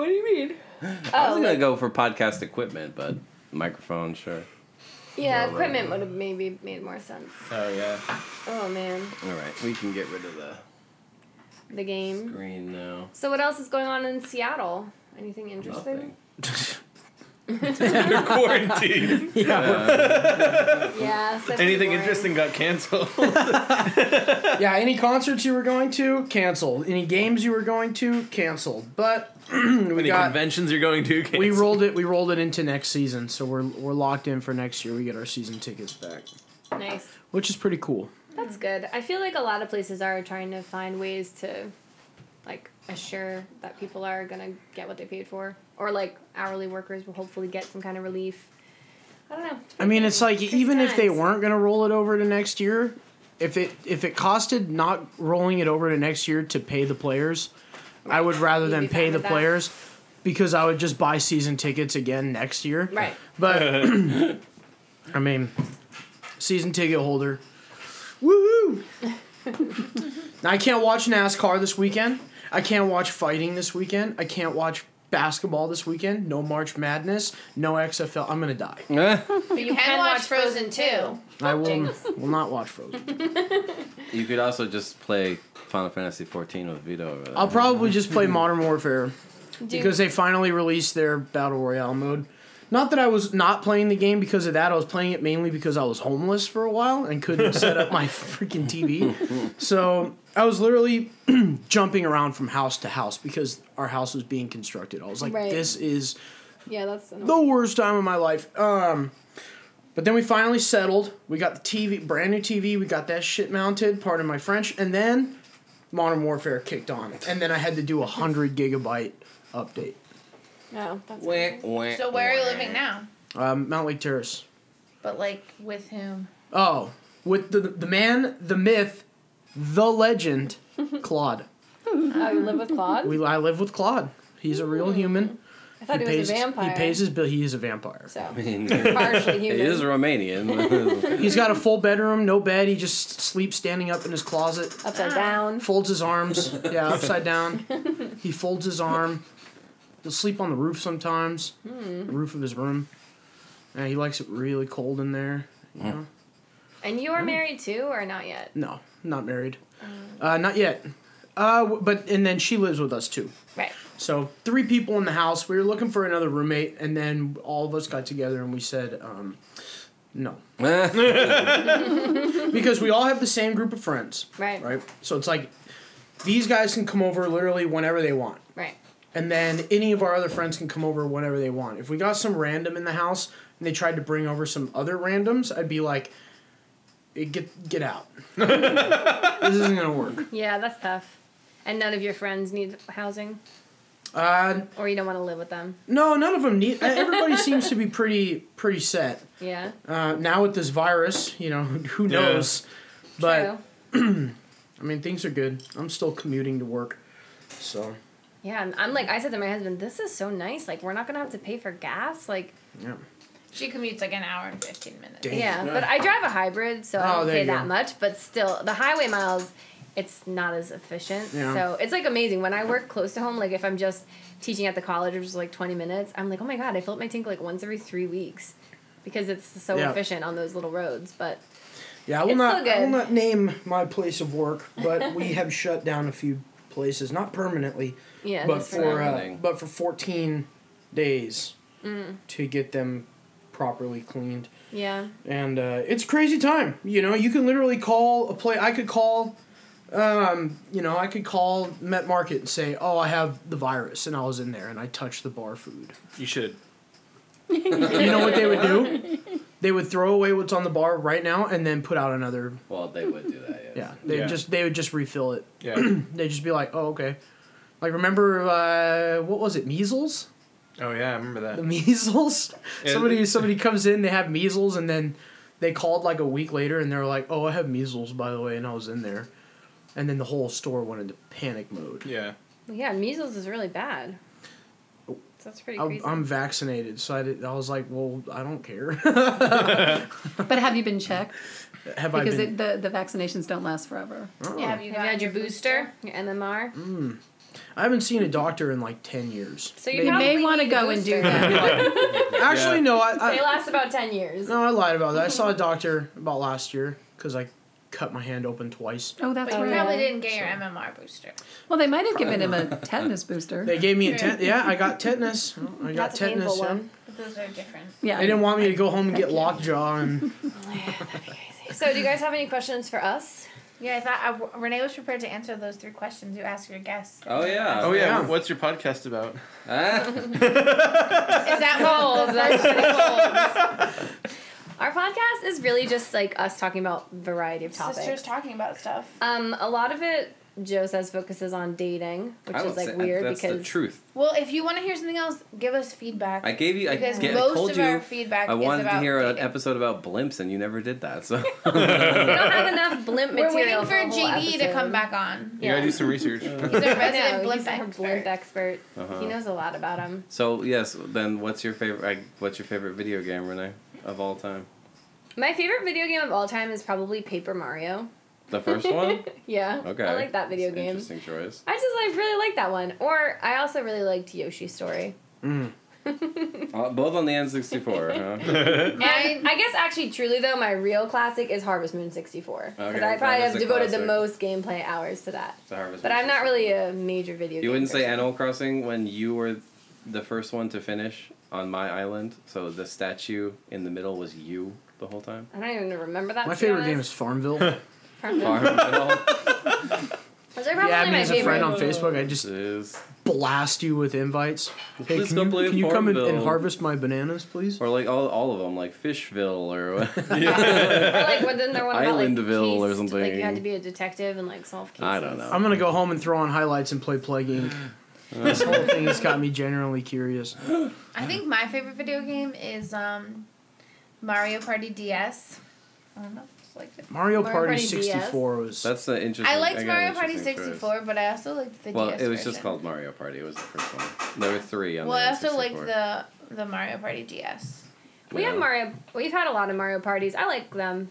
Speaker 8: do you mean?
Speaker 4: was
Speaker 8: Oh,
Speaker 4: gonna
Speaker 8: like-
Speaker 4: go for podcast equipment, but microphone, sure.
Speaker 8: yeah. Equipment would have maybe made more sense.
Speaker 5: Oh yeah.
Speaker 8: Oh man,
Speaker 4: All right, we can get rid of the
Speaker 8: the game.
Speaker 4: green now.
Speaker 8: So what else is going on in Seattle? Anything interesting?
Speaker 4: Nothing.
Speaker 5: You're quarantined.
Speaker 8: Yeah. so
Speaker 5: Anything
Speaker 8: boring.
Speaker 5: interesting got canceled.
Speaker 6: yeah, any concerts you were going to, canceled. Any games you were going to, canceled. But we
Speaker 5: Any
Speaker 6: got
Speaker 5: conventions you're going to? Canceled.
Speaker 6: we rolled it we rolled it into next season, so we're we're locked in for next year. We get our season tickets back,
Speaker 8: Nice.
Speaker 6: which is pretty cool.
Speaker 8: That's good. I feel like a lot of places are trying to find ways to, like, assure that people are gonna get what they paid for, or like hourly workers will hopefully get some kind of relief. I don't know.
Speaker 6: I mean, it's like even if they
Speaker 8: times.
Speaker 6: weren't gonna roll it over to next year, if it if it costed not rolling it over to next year to pay the players, I would rather
Speaker 8: You'd
Speaker 6: than
Speaker 8: be
Speaker 6: pay
Speaker 8: fine
Speaker 6: the
Speaker 8: with that.
Speaker 6: players because I would just buy season tickets again next year.
Speaker 8: Right.
Speaker 6: But I mean, season ticket holder. Woohoo! Now, I can't watch NASCAR this weekend. I can't watch fighting this weekend. I can't watch basketball this weekend. No March Madness. No XFL. I'm gonna die.
Speaker 7: But you
Speaker 3: can
Speaker 7: can
Speaker 3: watch
Speaker 7: watch Frozen too.
Speaker 6: I will will not watch Frozen.
Speaker 4: You could also just play Final Fantasy 14 with Vito over there.
Speaker 6: I'll probably just play Modern Warfare
Speaker 8: Do-
Speaker 6: because they finally released their battle royale mode. Not that I was not playing the game because of that. I was playing it mainly because I was homeless for a while and couldn't set up my freaking TV. So I was literally jumping around from house to house because our house was being constructed. I was like,
Speaker 8: Right.
Speaker 6: this is
Speaker 8: yeah, that's.
Speaker 6: the worst time of my life. Um, but then we finally settled. We got the TV, brand new TV. We got that shit mounted. Pardon my French. And then Modern Warfare kicked on, and then I had to do a hundred gigabyte update.
Speaker 8: No, that's.
Speaker 7: So where are you living now?
Speaker 6: Um, Mount Lake Terrace.
Speaker 7: But like with whom?
Speaker 6: Oh, with the the man, the myth, the legend, Claude.
Speaker 8: Oh, you live with Claude?
Speaker 6: We I live with Claude. He's a real human.
Speaker 8: I thought he, was
Speaker 6: pays,
Speaker 8: a vampire.
Speaker 6: He pays his bill. He is a vampire.
Speaker 8: So
Speaker 4: it
Speaker 8: partially human.
Speaker 4: is Romanian.
Speaker 6: He's got a full bedroom, no bed. He just sleeps standing up in his closet.
Speaker 8: Upside down.
Speaker 6: folds his arms. Yeah, upside down. He folds his arm. He'll sleep on the roof sometimes. The roof of his room. Yeah, he likes it really cold in there. You know?
Speaker 8: And you are married too, or not yet?
Speaker 6: No, not married. Uh, not yet. Uh, w- but and then she lives with us too.
Speaker 7: Right.
Speaker 6: So three people in the house. We were looking for another roommate, and then all of us got together and we said, um, no, because we all have the same group of friends,
Speaker 8: Right.
Speaker 6: right? So it's like these guys can come over literally whenever they want.
Speaker 8: Right.
Speaker 6: and then any of our other friends can come over whenever they want. If we got some random in the house and they tried to bring over some other randoms, I'd be like, "Eh, "Get get out! this isn't gonna work."
Speaker 8: Yeah, that's tough. And none of your friends need housing,
Speaker 6: Uh,
Speaker 8: or you don't want to live with them.
Speaker 6: no, none of them need. eh, Everybody seems to be pretty pretty set
Speaker 8: Yeah.
Speaker 6: uh, now with this virus. You know, who
Speaker 5: Yeah.
Speaker 6: knows? But
Speaker 8: True.
Speaker 6: I mean, things are good. I'm still commuting to work, so
Speaker 8: Yeah, I'm, I'm like I said to my husband, this is so nice. Like we're not gonna have to pay for gas. Like
Speaker 6: yeah.
Speaker 7: She commutes like an hour and fifteen minutes.
Speaker 6: Damn.
Speaker 8: yeah, but I drive a hybrid, so I
Speaker 6: Oh,
Speaker 8: don't
Speaker 6: there
Speaker 8: pay
Speaker 6: you go.
Speaker 8: that much. But still, the highway miles, it's not as efficient.
Speaker 6: Yeah.
Speaker 8: So it's like amazing when I work close to home. Like if I'm just teaching at the college, which is like 20 minutes, I'm like, oh my god, I fill up my tank like once every three weeks, because it's so
Speaker 6: Yeah.
Speaker 8: efficient on those little roads. But
Speaker 6: Yeah, I will
Speaker 8: It's
Speaker 6: not.
Speaker 8: still
Speaker 6: I will
Speaker 8: good.
Speaker 6: not name my place of work, but we have shut down a few places, not permanently,
Speaker 8: yeah,
Speaker 6: but
Speaker 8: that's
Speaker 6: for
Speaker 8: not-
Speaker 6: uh,
Speaker 4: Everything.
Speaker 6: but for fourteen days to get them properly cleaned,
Speaker 8: yeah,
Speaker 6: and uh, it's crazy time. You know, you can literally call a play. I could call, um, you know, I could call Met Market and say, "Oh, I have the virus, and I was in there, and I touched the bar food."
Speaker 5: You should.
Speaker 6: you know what they would do? They would throw away what's on the bar right now, and then put out another.
Speaker 4: well, they would do that, yeah.
Speaker 6: Yeah, they
Speaker 5: Yeah.
Speaker 6: would just they would just refill it.
Speaker 5: Yeah.
Speaker 6: They'd just be like, "Oh, okay." Like remember uh, what was it? Measles.
Speaker 5: oh yeah, I remember
Speaker 6: the
Speaker 5: that.
Speaker 6: measles.
Speaker 5: Yeah.
Speaker 6: Somebody somebody comes in, they have measles, and then they called like a week later, and they're like, "Oh, I have measles, by the way," and I was in there, and then the whole store went into panic mode.
Speaker 5: Yeah.
Speaker 8: yeah, measles is really bad. So that's pretty
Speaker 6: I'm,
Speaker 8: crazy.
Speaker 6: I'm vaccinated, so I, did, I was like, "Well, I don't care."
Speaker 9: But have you been checked?
Speaker 6: have I
Speaker 9: Because
Speaker 6: been?
Speaker 9: it, the the vaccinations don't last forever.
Speaker 7: Yeah, have you
Speaker 8: Have
Speaker 7: got
Speaker 8: you had your booster, your MMR?
Speaker 6: Mm. I haven't seen a doctor in like ten years.
Speaker 8: So you
Speaker 6: Maybe-
Speaker 8: probably
Speaker 9: may wanna
Speaker 8: need a
Speaker 9: go and do
Speaker 8: booster.
Speaker 6: actually no.
Speaker 7: uh,
Speaker 6: I,
Speaker 8: They
Speaker 6: I
Speaker 8: last about ten years.
Speaker 6: no, I lied about that. I saw a doctor about last year because I cut my hand open twice.
Speaker 9: Oh, that's
Speaker 7: But you
Speaker 9: right.
Speaker 7: probably didn't get your MMR booster.
Speaker 9: Well, they might have given him a tetanus booster.
Speaker 6: They gave me a tet. Yeah, I got tetanus. I got
Speaker 8: That's a
Speaker 6: tetanus.
Speaker 8: painful
Speaker 6: yeah.
Speaker 8: one.
Speaker 7: Those are different.
Speaker 9: Yeah.
Speaker 6: They didn't want me to go home and get lockjaw and
Speaker 8: So, do you guys have any questions for us?
Speaker 7: Yeah, I thought I, Renee was prepared to answer those three questions you asked your guests.
Speaker 4: Oh yeah.
Speaker 5: Oh yeah,
Speaker 6: Yeah.
Speaker 5: what's your podcast about?
Speaker 4: Ah.
Speaker 7: Is that what the
Speaker 8: that's
Speaker 7: first
Speaker 8: Our podcast is really just like us talking about variety of topics.
Speaker 7: sisters talking about stuff?
Speaker 8: Um, a lot of it, Joe says, focuses on dating, which
Speaker 4: I
Speaker 8: is
Speaker 4: don't
Speaker 8: like
Speaker 4: say-
Speaker 8: weird
Speaker 4: that's
Speaker 8: because
Speaker 4: the truth.
Speaker 7: Well, if you want to hear something else, give us feedback.
Speaker 4: I gave you. I,
Speaker 7: because
Speaker 4: get, I
Speaker 7: most
Speaker 4: told
Speaker 7: of
Speaker 4: you.
Speaker 7: our feedback
Speaker 4: I wanted
Speaker 7: is about
Speaker 4: to hear an
Speaker 7: dating.
Speaker 4: episode about blimps, and you never did that. So
Speaker 8: we don't have enough blimp
Speaker 7: We're
Speaker 8: material.
Speaker 7: waiting for
Speaker 8: a whole
Speaker 7: JD to
Speaker 8: episode.
Speaker 7: come back on.
Speaker 5: You gotta do some research.
Speaker 7: He's our
Speaker 8: I know,
Speaker 7: resident
Speaker 8: he's
Speaker 7: blimp
Speaker 8: our
Speaker 7: expert.
Speaker 8: blimp expert.
Speaker 4: Uh-huh.
Speaker 8: He knows a lot about them.
Speaker 4: so yes. Then what's your favorite? I, what's your favorite video game, Renee, of all time?
Speaker 8: My favorite video game of all time is probably Paper Mario.
Speaker 4: The first one.
Speaker 8: Yeah,
Speaker 4: Okay.
Speaker 8: I like that video
Speaker 4: That's an
Speaker 8: game.
Speaker 4: Interesting choice.
Speaker 8: I just like really like that one. Or I also really liked Yoshi's Story.
Speaker 4: Uh, both on the N sixty four, huh?
Speaker 8: And I guess actually, truly though, my real classic is Harvest Moon sixty four because
Speaker 4: Okay,
Speaker 8: I
Speaker 4: that is
Speaker 8: probably have
Speaker 4: a
Speaker 8: devoted
Speaker 4: classic.
Speaker 8: the most gameplay hours to that.
Speaker 4: The Harvest
Speaker 8: But
Speaker 4: Moon
Speaker 8: I'm not
Speaker 4: 64.
Speaker 8: really a major video.
Speaker 4: You
Speaker 8: game
Speaker 4: wouldn't say
Speaker 8: person.
Speaker 4: Animal Crossing when you were the first one to finish on my island. So the statue in the middle was you the whole time.
Speaker 8: I don't even remember that.
Speaker 6: my
Speaker 8: to be
Speaker 6: favorite game
Speaker 8: honest.
Speaker 6: is Farmville.
Speaker 8: Farmville.
Speaker 4: Farmville
Speaker 8: Those are probably
Speaker 6: yeah, me
Speaker 8: my
Speaker 6: as a
Speaker 8: favorite.
Speaker 6: friend on Facebook, I just
Speaker 4: is
Speaker 6: blast you with invites. Hey,
Speaker 4: Please
Speaker 6: can
Speaker 4: come
Speaker 6: you,
Speaker 4: play
Speaker 6: can you come and, and
Speaker 4: Farmville.
Speaker 6: harvest my bananas, please?
Speaker 4: or like all, all of them like Fishville or
Speaker 8: or like when then there one about like
Speaker 4: Islandville or
Speaker 8: case-
Speaker 4: something.
Speaker 8: Like you had to be a detective and like solve cases.
Speaker 4: I don't know.
Speaker 6: I'm gonna go home and throw on highlights and play Plague Inc. this whole thing has got me generally curious.
Speaker 7: I think my favorite video game is um, Mario Party DS. I don't know. Just liked it.
Speaker 6: Mario,
Speaker 8: Mario
Speaker 6: Party,
Speaker 8: Party
Speaker 6: 64 was
Speaker 4: That's an interesting.
Speaker 7: I liked
Speaker 4: got an
Speaker 7: Mario Party
Speaker 4: interesting choice.
Speaker 7: 64, but I also liked the
Speaker 4: Well,
Speaker 7: DS.
Speaker 4: it was just
Speaker 7: version.
Speaker 4: called Mario Party. It was the first one. There were three on
Speaker 7: Well,
Speaker 4: the
Speaker 7: I also like
Speaker 4: N64.
Speaker 7: the the Mario Party DS.
Speaker 8: We have
Speaker 4: Yeah.
Speaker 8: Mario. We've had a lot of Mario parties. I like them.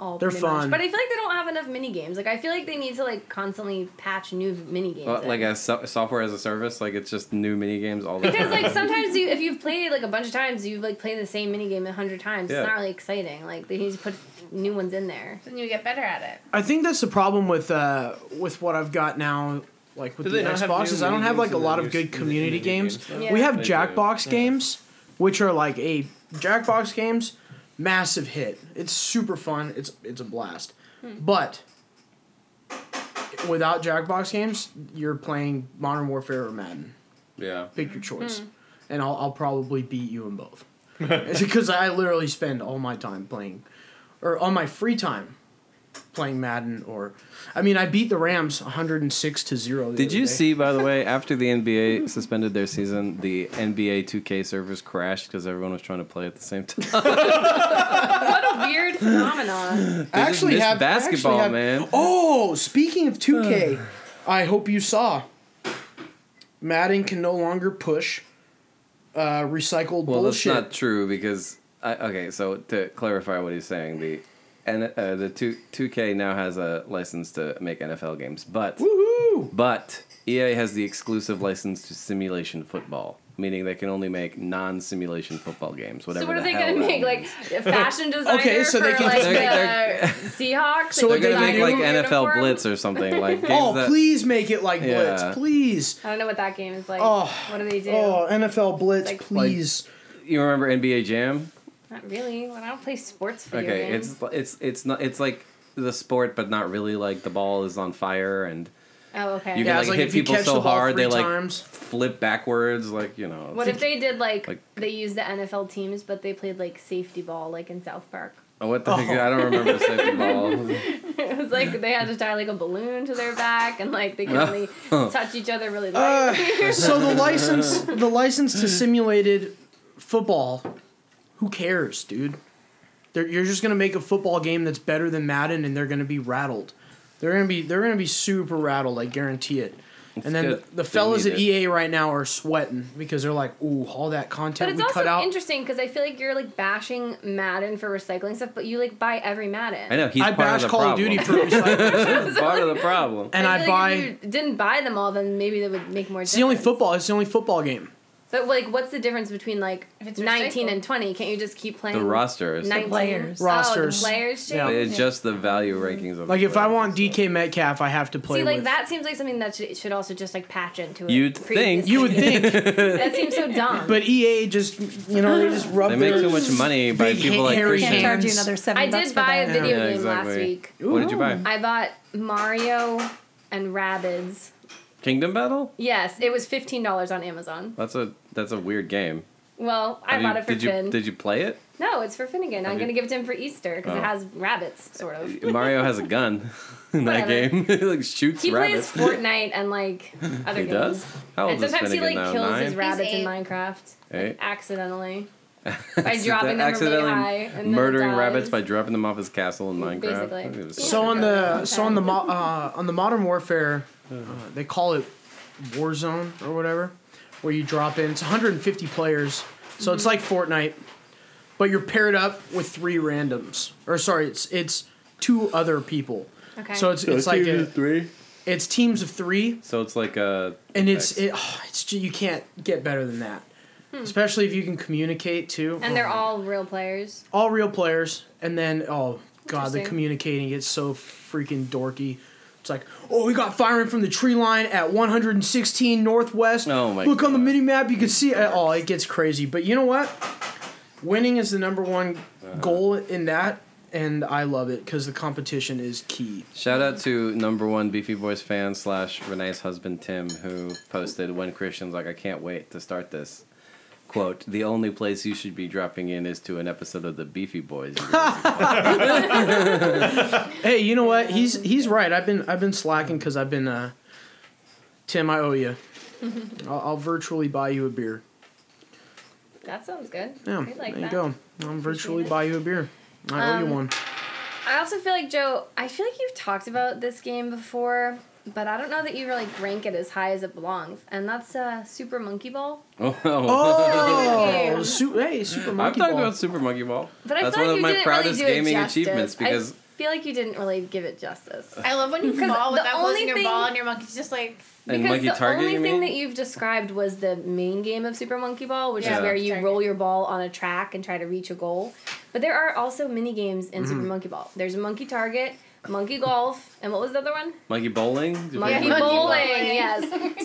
Speaker 8: All
Speaker 6: They're
Speaker 8: pretty much.
Speaker 6: fun.
Speaker 8: but I feel like they don't have enough mini games. Like I feel like they need to like constantly patch new mini games.
Speaker 4: Well, like
Speaker 8: in.
Speaker 4: a so- software as a service, like it's just new mini games all the
Speaker 8: Because
Speaker 4: time.
Speaker 8: like sometimes you, if you've played like a bunch of times, you like play the same minigame a hundred times.
Speaker 4: Yeah.
Speaker 8: It's not really exciting. Like they need to put new ones in there.
Speaker 7: Then you get better at it.
Speaker 6: I think that's the problem with uh, with what I've got now, like with
Speaker 5: Do
Speaker 6: the
Speaker 5: they not have
Speaker 6: Xbox,
Speaker 5: new
Speaker 6: is I don't have
Speaker 5: minigames
Speaker 6: like a
Speaker 5: in the
Speaker 6: lot of
Speaker 5: new- in
Speaker 6: good
Speaker 5: the new
Speaker 6: community
Speaker 5: minigame
Speaker 6: games.
Speaker 5: stuff?
Speaker 8: Yeah.
Speaker 6: We have
Speaker 5: They do,
Speaker 6: Jackbox
Speaker 5: yeah.
Speaker 6: games, which are like a Jackbox games, massive hit. It's super fun. It's it's a blast. But without Jackbox games, you're playing Modern Warfare or Madden.
Speaker 4: yeah.
Speaker 6: Pick your choice,
Speaker 8: Hmm.
Speaker 6: and I'll I'll probably beat you in both. it's because I literally spend all my time playing, or all my free time playing Madden. Or, I mean, I beat the Rams 106 to zero. the
Speaker 4: Did
Speaker 6: other
Speaker 4: you
Speaker 6: day.
Speaker 4: see, by the way, after the NBA suspended their season, the NBA 2K servers crashed because everyone was trying to play at the same time?
Speaker 8: What a weird phenomenon.
Speaker 6: I
Speaker 4: just missed basketball, man.
Speaker 6: Oh, speaking of 2K, I hope you saw. Madden can no longer push uh, recycled
Speaker 4: Well,
Speaker 6: bullshit.
Speaker 4: that's not true because I, okay. So to clarify what he's saying, the and uh, the two 2K now has a license to make NFL games, but
Speaker 6: Woohoo!
Speaker 4: but EA has the exclusive license to simulation football, meaning they can only make non-simulation football games. Whatever.
Speaker 8: so what
Speaker 4: the
Speaker 8: are they
Speaker 4: hell
Speaker 8: gonna
Speaker 4: that
Speaker 8: make? Like
Speaker 4: means.
Speaker 8: a fashion designer
Speaker 6: Okay, so
Speaker 8: for
Speaker 6: they can
Speaker 8: like
Speaker 6: just
Speaker 8: the
Speaker 4: make
Speaker 8: Seahawks.
Speaker 6: So
Speaker 4: they're
Speaker 6: what they
Speaker 4: gonna
Speaker 6: can
Speaker 4: make
Speaker 6: do-
Speaker 4: like NFL Blitz or something like. games
Speaker 6: Oh,
Speaker 4: that-
Speaker 6: please make it like
Speaker 4: Yeah.
Speaker 6: Blitz, please.
Speaker 8: I don't know what that game is like.
Speaker 6: Oh,
Speaker 8: what do they do?
Speaker 6: Oh, NFL Blitz,
Speaker 8: Like-
Speaker 6: please.
Speaker 4: You remember NBA Jam?
Speaker 8: Not really. Well, I don't play sports video
Speaker 4: Okay,
Speaker 8: games.
Speaker 4: it's it's it's not it's like the sport, but not really. Like the ball is on fire and.
Speaker 8: oh, okay.
Speaker 4: you
Speaker 6: yeah,
Speaker 4: can
Speaker 6: it's
Speaker 4: like,
Speaker 6: like
Speaker 4: hit
Speaker 6: if you
Speaker 4: people
Speaker 6: catch
Speaker 4: so
Speaker 6: the ball
Speaker 4: hard they
Speaker 6: three
Speaker 4: like
Speaker 6: times.
Speaker 4: flip backwards, like you know.
Speaker 8: What if they did like,
Speaker 4: Like-
Speaker 8: they used the NFL teams, but they played like safety ball, like in South Park?
Speaker 4: oh, what the heck? I don't remember safety ball.
Speaker 8: It was like they had to tie like a balloon to their back, and like they could only
Speaker 4: Oh.
Speaker 8: touch each other really light.
Speaker 6: Uh, so the license, the license to simulated football, who cares, dude? They're, you're just gonna make a football game that's better than Madden, and they're gonna be rattled. They're gonna be they're gonna be super rattled. I guarantee it. and then
Speaker 4: good.
Speaker 6: the, the
Speaker 4: They
Speaker 6: fellas
Speaker 4: need
Speaker 6: at
Speaker 4: it.
Speaker 6: EA right now are sweating because they're like, "Ooh, all that
Speaker 8: but
Speaker 6: content
Speaker 8: it's
Speaker 6: we cut
Speaker 8: also
Speaker 6: out."
Speaker 8: interesting because I feel like you're like bashing Madden for recycling stuff, but you like buy every Madden.
Speaker 4: I know he's
Speaker 6: I
Speaker 4: part
Speaker 6: bash
Speaker 4: of the
Speaker 6: Call of
Speaker 4: problem.
Speaker 6: Duty for recycling,
Speaker 4: part of the problem.
Speaker 6: and I,
Speaker 8: feel
Speaker 6: buy.
Speaker 8: like if you didn't buy them all, then maybe they would make more.
Speaker 6: it's the only football. It's the only football game.
Speaker 8: But like, what's the difference between like
Speaker 7: If it's
Speaker 8: nineteen
Speaker 7: recycled.
Speaker 8: and twenty? Can't you just keep playing?
Speaker 4: The roster is.
Speaker 8: 19?
Speaker 9: Players.
Speaker 6: Rosters.
Speaker 8: Oh, the players.
Speaker 6: Yeah.
Speaker 8: change?
Speaker 4: It's just the value rankings of
Speaker 6: Like
Speaker 4: the
Speaker 6: if I
Speaker 4: players,
Speaker 6: want
Speaker 4: so.
Speaker 6: DK Metcalf, I have to play
Speaker 8: See, like
Speaker 6: with.
Speaker 8: that seems like something that should, should also just like patch into it.
Speaker 4: You'd
Speaker 8: previously.
Speaker 4: think.
Speaker 6: You would think,
Speaker 8: that seems so dumb.
Speaker 6: but EA just you know they just rub
Speaker 4: They make
Speaker 6: their-
Speaker 4: too much money by
Speaker 6: Big
Speaker 4: people like
Speaker 6: hairy
Speaker 9: Can't
Speaker 4: Christian.
Speaker 9: charge you
Speaker 6: Hands.
Speaker 9: another seven
Speaker 8: I
Speaker 9: bucks
Speaker 8: did
Speaker 9: for
Speaker 8: buy a
Speaker 9: that.
Speaker 8: video
Speaker 4: Yeah,
Speaker 8: game last
Speaker 4: exactly.
Speaker 8: week.
Speaker 4: What did you
Speaker 7: Oh,
Speaker 4: buy?
Speaker 8: I bought Mario and Rabbids.
Speaker 4: Kingdom Battle?
Speaker 8: Yes, it was fifteen dollars on Amazon.
Speaker 4: That's a that's a weird game.
Speaker 8: Well, I
Speaker 4: Have
Speaker 8: bought
Speaker 4: you-
Speaker 8: it for
Speaker 4: did
Speaker 8: Finn.
Speaker 4: you did you play it?
Speaker 8: no, it's for Finnegan. I'm
Speaker 4: you-
Speaker 8: gonna give it to him for Easter because
Speaker 4: Oh.
Speaker 8: it has rabbits, sort of.
Speaker 4: Mario has a gun in that
Speaker 8: Whatever.
Speaker 4: game. he like shoots
Speaker 8: He
Speaker 4: rabbits.
Speaker 8: plays Fortnite and like other
Speaker 4: he
Speaker 8: games.
Speaker 4: does. How old
Speaker 8: And
Speaker 4: is
Speaker 8: sometimes he
Speaker 4: Finnegan
Speaker 8: like
Speaker 4: now?
Speaker 8: kills his
Speaker 4: Nine.
Speaker 8: rabbits in
Speaker 7: eight.
Speaker 8: Minecraft
Speaker 4: Eight?
Speaker 8: accidentally by
Speaker 4: Accident-
Speaker 8: dropping them really
Speaker 4: accidentally
Speaker 8: high and then it
Speaker 4: murdering
Speaker 8: dies.
Speaker 4: rabbits by dropping them off his castle in Minecraft.
Speaker 8: Basically.
Speaker 4: I think it was
Speaker 8: Yeah.
Speaker 6: So on the so on the
Speaker 8: Okay.
Speaker 6: mo- uh, on the Modern Warfare, uh, they call it Warzone or whatever, where you drop in. It's 150 players, so it's like Fortnite, but you're paired up with three randoms. Or sorry, it's it's two other people.
Speaker 8: Okay.
Speaker 6: So it's it's like a,
Speaker 4: three.
Speaker 6: it's teams of three,
Speaker 4: So it's like a
Speaker 6: and it's
Speaker 4: Apex.
Speaker 6: it, oh, it's ju- you can't get better than that. Especially if you can communicate too.
Speaker 8: Hmm. and they're all real players.
Speaker 6: all real players, and then oh god, the
Speaker 8: Interesting.
Speaker 6: communicating gets so freaking dorky. It's like, oh, we got firing from the tree line at 116 northwest.
Speaker 4: Oh my
Speaker 6: Look on the
Speaker 4: God.
Speaker 6: mini map, you can see. it. Oh, it gets crazy. But you know what? Winning is the number one
Speaker 4: Uh-huh.
Speaker 6: goal in that, and I love it because the competition is key.
Speaker 4: shout out to number one Beefy Boys fan slash Renee's husband Tim who posted when Christian's like I can't wait to start this. Quote, the only place you should be dropping in is to an episode of the Beefy Boys.
Speaker 6: Hey, you know what? He's he's right. I've been I've been slacking because I've been. Uh, Tim, I owe you. I'll, I'll virtually buy you a beer.
Speaker 8: That sounds good.
Speaker 6: Yeah,
Speaker 8: I like
Speaker 6: there you
Speaker 8: that.
Speaker 6: go. I'll virtually
Speaker 8: it.
Speaker 6: buy you a beer. I owe you
Speaker 8: Um,
Speaker 6: one.
Speaker 8: I also feel like Joe. I feel like you've talked about this game before, but I don't know that you really rank it as high as it belongs. And that's uh, Super Monkey Ball.
Speaker 4: oh,
Speaker 6: Oh, su- hey, Super
Speaker 4: I've
Speaker 6: Monkey
Speaker 4: talked
Speaker 6: Ball.
Speaker 4: about Super Monkey Ball.
Speaker 8: But I
Speaker 4: That's
Speaker 8: feel
Speaker 4: one
Speaker 8: like
Speaker 4: of
Speaker 8: you
Speaker 4: my
Speaker 8: didn't
Speaker 4: proudest
Speaker 8: really do
Speaker 4: gaming
Speaker 8: it justice.
Speaker 4: achievements because
Speaker 8: I feel like you didn't really give it justice.
Speaker 7: I love when you fall
Speaker 8: the
Speaker 7: without
Speaker 8: only
Speaker 7: losing your
Speaker 8: thing-
Speaker 7: ball and your monkey's just like
Speaker 4: and
Speaker 8: because
Speaker 4: Monkey
Speaker 8: the
Speaker 4: Target.
Speaker 8: only
Speaker 4: you
Speaker 8: thing
Speaker 4: mean?
Speaker 8: that you've described was the main game of Super Monkey Ball, which
Speaker 4: Yeah.
Speaker 8: is where you
Speaker 7: Target.
Speaker 8: roll your ball on a track and try to reach a goal. But there are also mini games
Speaker 4: Mm-hmm.
Speaker 8: in Super Monkey Ball. There's Monkey Target, Monkey Golf, and what was the other one?
Speaker 4: Monkey bowling. Did you play
Speaker 8: Monkey
Speaker 7: Monkey
Speaker 8: bowling,
Speaker 7: bowling.
Speaker 8: yes.